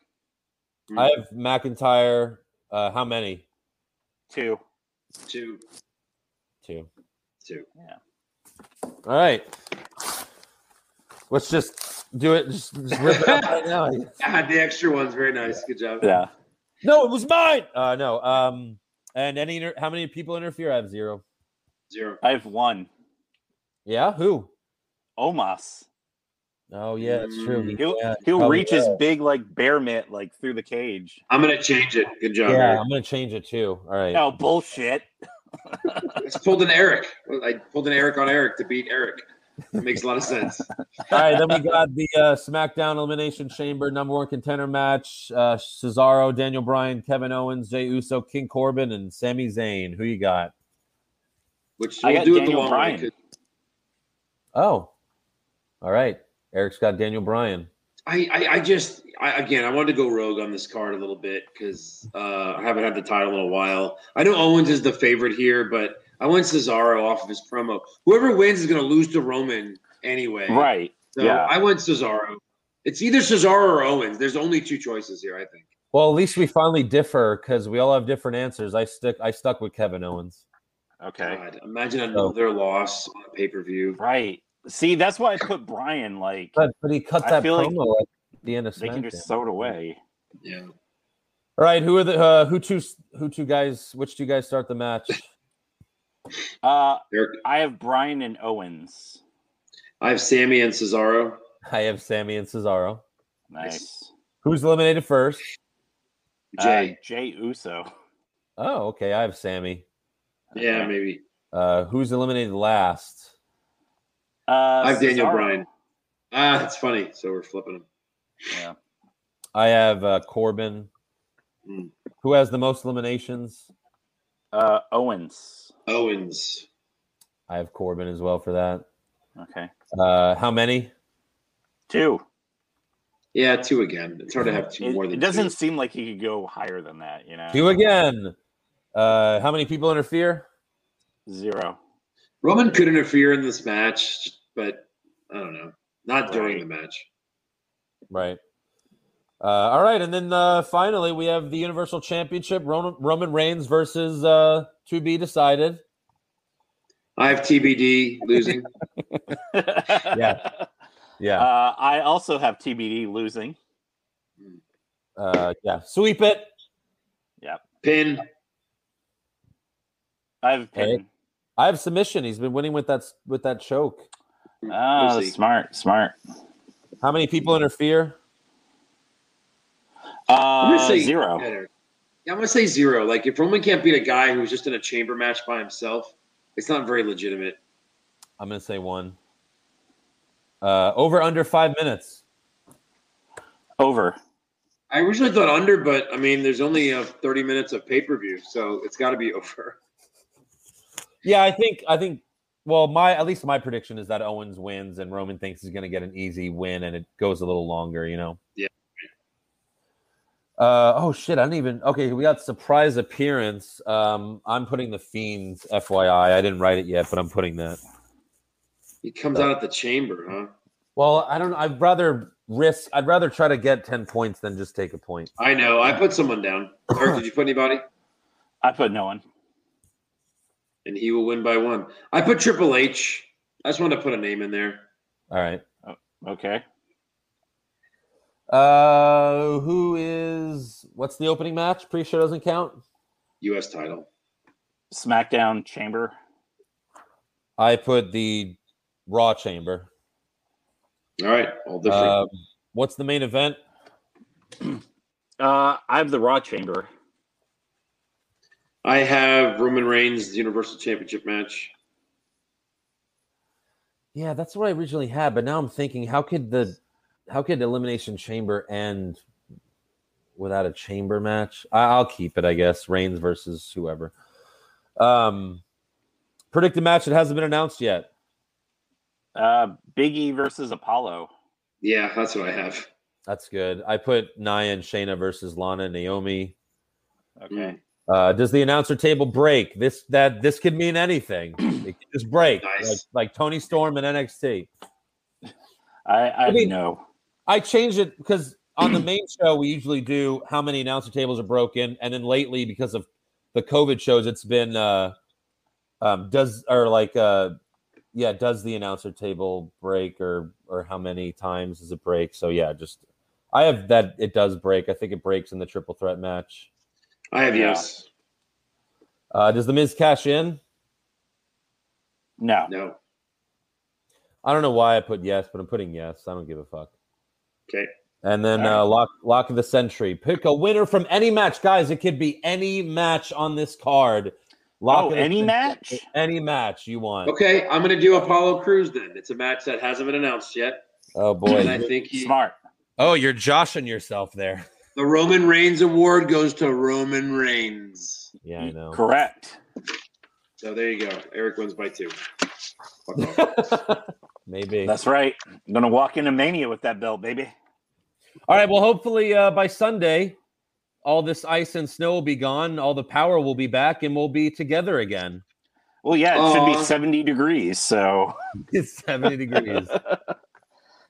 [SPEAKER 3] I have McIntyre. Uh, how many?
[SPEAKER 4] too.
[SPEAKER 5] two.
[SPEAKER 3] Two.
[SPEAKER 5] Two.
[SPEAKER 3] All right. Let's just do it. Just, just rip it up right now.
[SPEAKER 5] Ah, the extra one's very nice. Good job.
[SPEAKER 4] Yeah.
[SPEAKER 3] No, it was mine. Uh, no. Um, and any inter- how many people interfere? I have zero.
[SPEAKER 5] Zero.
[SPEAKER 4] I have one.
[SPEAKER 3] Yeah. Who?
[SPEAKER 4] Omos.
[SPEAKER 3] Oh yeah, that's true.
[SPEAKER 5] Mm.
[SPEAKER 4] He'll
[SPEAKER 3] Yeah,
[SPEAKER 4] he'll
[SPEAKER 3] probably
[SPEAKER 4] reach his
[SPEAKER 3] will.
[SPEAKER 4] big like bear mitt like through the cage.
[SPEAKER 5] I'm going to change it. Good job.
[SPEAKER 3] Yeah,
[SPEAKER 5] Eric.
[SPEAKER 3] I'm gonna change it too. All right.
[SPEAKER 4] Oh bullshit.
[SPEAKER 5] I just pulled an Eric. I pulled an Eric on Eric to beat Eric. It makes a lot of sense.
[SPEAKER 3] All right, then we got the uh, SmackDown Elimination Chamber number one contender match: uh, Cesaro, Daniel Bryan, Kevin Owens, Jey Uso, King Corbin, and Sami Zayn. Who you got?
[SPEAKER 5] Which
[SPEAKER 4] I
[SPEAKER 5] we'll
[SPEAKER 4] got
[SPEAKER 5] do it the
[SPEAKER 4] Daniel
[SPEAKER 5] long
[SPEAKER 4] Bryan.
[SPEAKER 5] way. 'cause
[SPEAKER 3] Oh, all right. Eric's got Daniel Bryan.
[SPEAKER 5] I, I, I just, I, again, I wanted to go rogue on this card a little bit because uh, I haven't had the title in a while. I know Owens is the favorite here, but I went Cesaro off of his promo. Whoever wins is going to lose to Roman anyway.
[SPEAKER 4] Right.
[SPEAKER 5] So
[SPEAKER 4] yeah.
[SPEAKER 5] I went Cesaro. It's either Cesaro or Owens. There's only two choices here, I think.
[SPEAKER 3] Well, at least we finally differ because we all have different answers. I stick. I stuck with Kevin Owens.
[SPEAKER 4] Okay.
[SPEAKER 5] God, imagine another loss on a pay per view.
[SPEAKER 4] Right. See, that's why I put Brian like
[SPEAKER 3] But but he cut
[SPEAKER 4] I
[SPEAKER 3] that
[SPEAKER 4] feel like
[SPEAKER 3] promo at the end of
[SPEAKER 4] they can
[SPEAKER 3] SmackDown.
[SPEAKER 4] just throw it away.
[SPEAKER 5] Yeah.
[SPEAKER 3] all right, who are the uh, who two who two guys? Which two guys start the match?
[SPEAKER 4] Uh
[SPEAKER 5] Eric,
[SPEAKER 4] I have Brian and Owens.
[SPEAKER 5] I have Sammy and Cesaro.
[SPEAKER 3] I have Sammy and Cesaro.
[SPEAKER 4] Nice.
[SPEAKER 3] Who's eliminated first?
[SPEAKER 5] Jay.
[SPEAKER 4] Uh, Jay Uso.
[SPEAKER 3] Oh, okay. I have Sammy.
[SPEAKER 5] yeah, maybe.
[SPEAKER 3] Uh, who's eliminated last?
[SPEAKER 4] Uh,
[SPEAKER 5] I have Daniel
[SPEAKER 4] Cesaro.
[SPEAKER 5] Bryan. Ah, it's funny. So we're flipping them.
[SPEAKER 4] Yeah.
[SPEAKER 3] I have uh, Corbin.
[SPEAKER 5] Hmm.
[SPEAKER 3] Who has the most eliminations?
[SPEAKER 4] Uh, Owens.
[SPEAKER 5] Owens.
[SPEAKER 3] I have Corbin as well for that.
[SPEAKER 4] Okay.
[SPEAKER 3] Uh, how many?
[SPEAKER 4] Two.
[SPEAKER 5] Yeah, two again. It's hard to have two
[SPEAKER 4] It,
[SPEAKER 5] more
[SPEAKER 4] it
[SPEAKER 5] than
[SPEAKER 4] doesn't
[SPEAKER 5] Two.
[SPEAKER 4] seem like he could go higher than that, you know?
[SPEAKER 3] Two again. Uh, how many people interfere?
[SPEAKER 4] Zero.
[SPEAKER 5] Roman could interfere in this match, but I don't know. Not during the match.
[SPEAKER 3] Right. Uh, all right, and then uh, finally we have the Universal Championship: Roman, Roman Reigns versus uh, to be decided.
[SPEAKER 5] I have TBD losing.
[SPEAKER 3] Yeah. Yeah,
[SPEAKER 4] Uh, I also have TBD losing.
[SPEAKER 3] uh, yeah. Sweep it.
[SPEAKER 4] Yep.
[SPEAKER 5] Pin.
[SPEAKER 4] I've
[SPEAKER 3] Hey.
[SPEAKER 4] pinned.
[SPEAKER 3] I have submission. He's been winning with that s- with that choke.
[SPEAKER 4] Oh,
[SPEAKER 5] Pussy.
[SPEAKER 4] smart, smart.
[SPEAKER 3] How many people interfere?
[SPEAKER 4] Uh, zero.
[SPEAKER 5] better. Yeah, I'm gonna say zero. Like if Roman can't beat a guy who was just in a chamber match by himself, it's not very legitimate.
[SPEAKER 3] I'm gonna say one. Uh, over under five minutes.
[SPEAKER 4] Over.
[SPEAKER 5] I originally thought under, but I mean, there's only uh, 30 minutes of pay per view, so it's got to be over.
[SPEAKER 3] Yeah, I think I think. Well, my at least my prediction is that Owens wins and Roman thinks he's gonna get an easy win and it goes a little longer. You know.
[SPEAKER 5] Yeah.
[SPEAKER 3] Uh, oh shit! I didn't even. Okay, we got surprise appearance. Um, I'm putting the fiends. FYI, I didn't write it yet, but I'm putting that.
[SPEAKER 5] He comes out at the chamber, huh?
[SPEAKER 3] Well, I don't. I'd rather risk. I'd rather try to get ten points than just take a point.
[SPEAKER 5] I know. I put someone down. Eric, did you put anybody?
[SPEAKER 4] I put no one.
[SPEAKER 5] And he will win by one. I put Triple H. I just wanted to put a name in there.
[SPEAKER 3] All right.
[SPEAKER 4] Okay.
[SPEAKER 3] Uh, who is? What's the opening match? Pretty sure doesn't count.
[SPEAKER 5] U.S. title.
[SPEAKER 4] SmackDown Chamber.
[SPEAKER 3] I put the Raw Chamber.
[SPEAKER 5] All right, all different.
[SPEAKER 3] Um, what's the main event?
[SPEAKER 4] Uh, I have the Raw Chamber.
[SPEAKER 5] I have Roman Reigns Universal Championship match.
[SPEAKER 3] Yeah, that's what I originally had, but now I'm thinking, how could the, how could Elimination Chamber end without a chamber match? I, I'll keep it, I guess. Reigns versus whoever. Um, predicted match that hasn't been announced yet.
[SPEAKER 4] Uh, Big E versus Apollo.
[SPEAKER 5] Yeah, that's what I have.
[SPEAKER 3] That's good. I put Nia and Shayna versus Lana and Naomi.
[SPEAKER 4] Okay.
[SPEAKER 5] Mm.
[SPEAKER 3] Uh, does the announcer table break? This that this could mean anything. It could just break
[SPEAKER 5] Nice.
[SPEAKER 3] like, like Tony Storm and NXT.
[SPEAKER 4] I, I,
[SPEAKER 3] I mean-
[SPEAKER 4] know.
[SPEAKER 3] I changed it because on the main show we usually do how many announcer tables are broken, and then lately because of the COVID shows, it's been uh, um, does or like uh, yeah, does the announcer table break or or how many times does it break? So yeah, just I have that it does break. I think it breaks in the triple threat match.
[SPEAKER 5] I have
[SPEAKER 4] Yeah.
[SPEAKER 5] yes.
[SPEAKER 3] Uh, does the Miz cash in?
[SPEAKER 4] No.
[SPEAKER 5] No.
[SPEAKER 3] I don't know why I put yes, but I'm putting yes. I don't give a fuck.
[SPEAKER 5] Okay.
[SPEAKER 3] And then
[SPEAKER 4] All right.
[SPEAKER 3] uh, lock lock of the century. Pick a winner from any match, guys. It could be any match on this card. Lock
[SPEAKER 4] Oh,
[SPEAKER 3] of the
[SPEAKER 4] any
[SPEAKER 3] century.
[SPEAKER 4] match?
[SPEAKER 3] any match you want.
[SPEAKER 5] Okay, I'm gonna do Apollo Crews then. It's a match that hasn't been announced yet,
[SPEAKER 3] Oh
[SPEAKER 5] and I
[SPEAKER 3] boy.
[SPEAKER 5] think he,
[SPEAKER 4] Smart.
[SPEAKER 3] oh, you're joshing yourself there.
[SPEAKER 5] the Roman Reigns award goes to Roman Reigns.
[SPEAKER 3] Yeah, I know.
[SPEAKER 4] Correct.
[SPEAKER 5] So there you go. Eric wins by two. Fuck off.
[SPEAKER 3] Maybe.
[SPEAKER 4] That's right. I'm gonna walk into Mania with that belt, baby.
[SPEAKER 3] All right. Well, hopefully uh, by Sunday, all this ice and snow will be gone. All the power will be back, and we'll be together again.
[SPEAKER 4] Well, yeah, it should
[SPEAKER 5] Aw.
[SPEAKER 4] be 70 degrees. So
[SPEAKER 3] It's seventy degrees.
[SPEAKER 4] Yeah.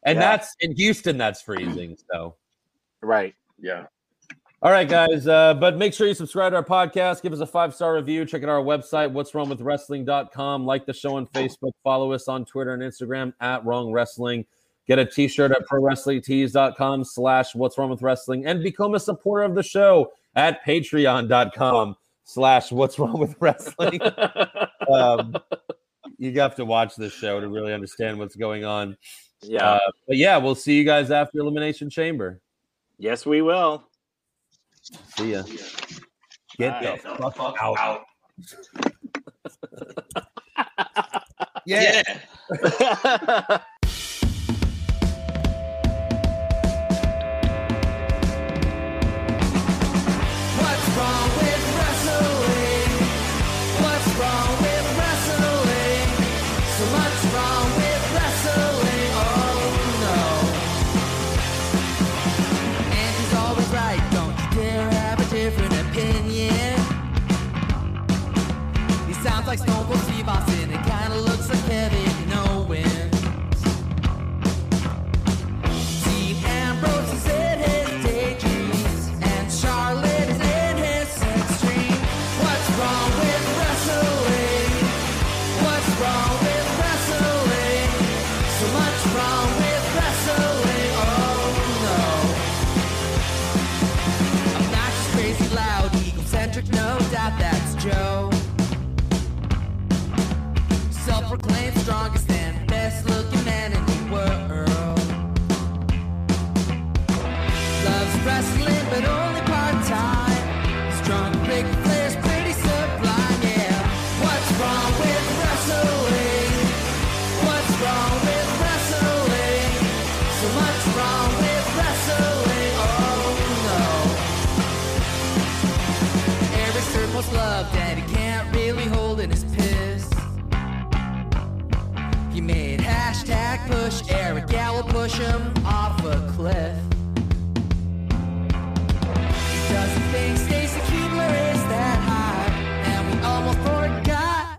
[SPEAKER 3] And that's in Houston. That's freezing. So.
[SPEAKER 4] right.
[SPEAKER 5] yeah.
[SPEAKER 3] All right, guys. Uh, but make sure you subscribe to our podcast. Give us a five star review. Check out our website, what's wrong with wrestling.com. Like the show on Facebook. Follow us on Twitter and Instagram at wrong wrestling. Get a t shirt at pro wrestling tees.com slash what's wrong with wrestling and become a supporter of the show at patreon.com slash what's wrong with wrestling. um, you have to watch this show to really understand what's going on.
[SPEAKER 4] Yeah.
[SPEAKER 3] Uh, but yeah, we'll see you guys after Elimination Chamber.
[SPEAKER 4] yes, we will.
[SPEAKER 3] See ya. Get
[SPEAKER 4] Bye.
[SPEAKER 3] the fuck out.
[SPEAKER 8] Yeah.
[SPEAKER 2] What's wrong with wrestling? What's wrong with wrestling? So much wrong with wrestling. Oh no. And she's always right. Don't you dare have a different opinion. He sounds like Stone Cold Steve Austin. It kinda looks like Kevin Owens. Dean Ambrose is in his daydreams, and Charlotte is in his sex dream. What's wrong with wrestling? What's wrong with wrestling? So much wrong with wrestling. Oh no! Obnoxious, crazy, loud, eagles Cedric, no doubt that's Joe. Self proclaimed strongest and best looking man in the world. Loves wrestling, but only part time. Strong big players, pretty sublime, yeah. What's wrong with wrestling? What's wrong with wrestling? So much wrong with wrestling, oh no. Every circle's love that he can't really hold in his piss. He made hashtag push Eric Gal will push him off a cliff. He doesn't think Stacy Keebler is that hot, and we almost forgot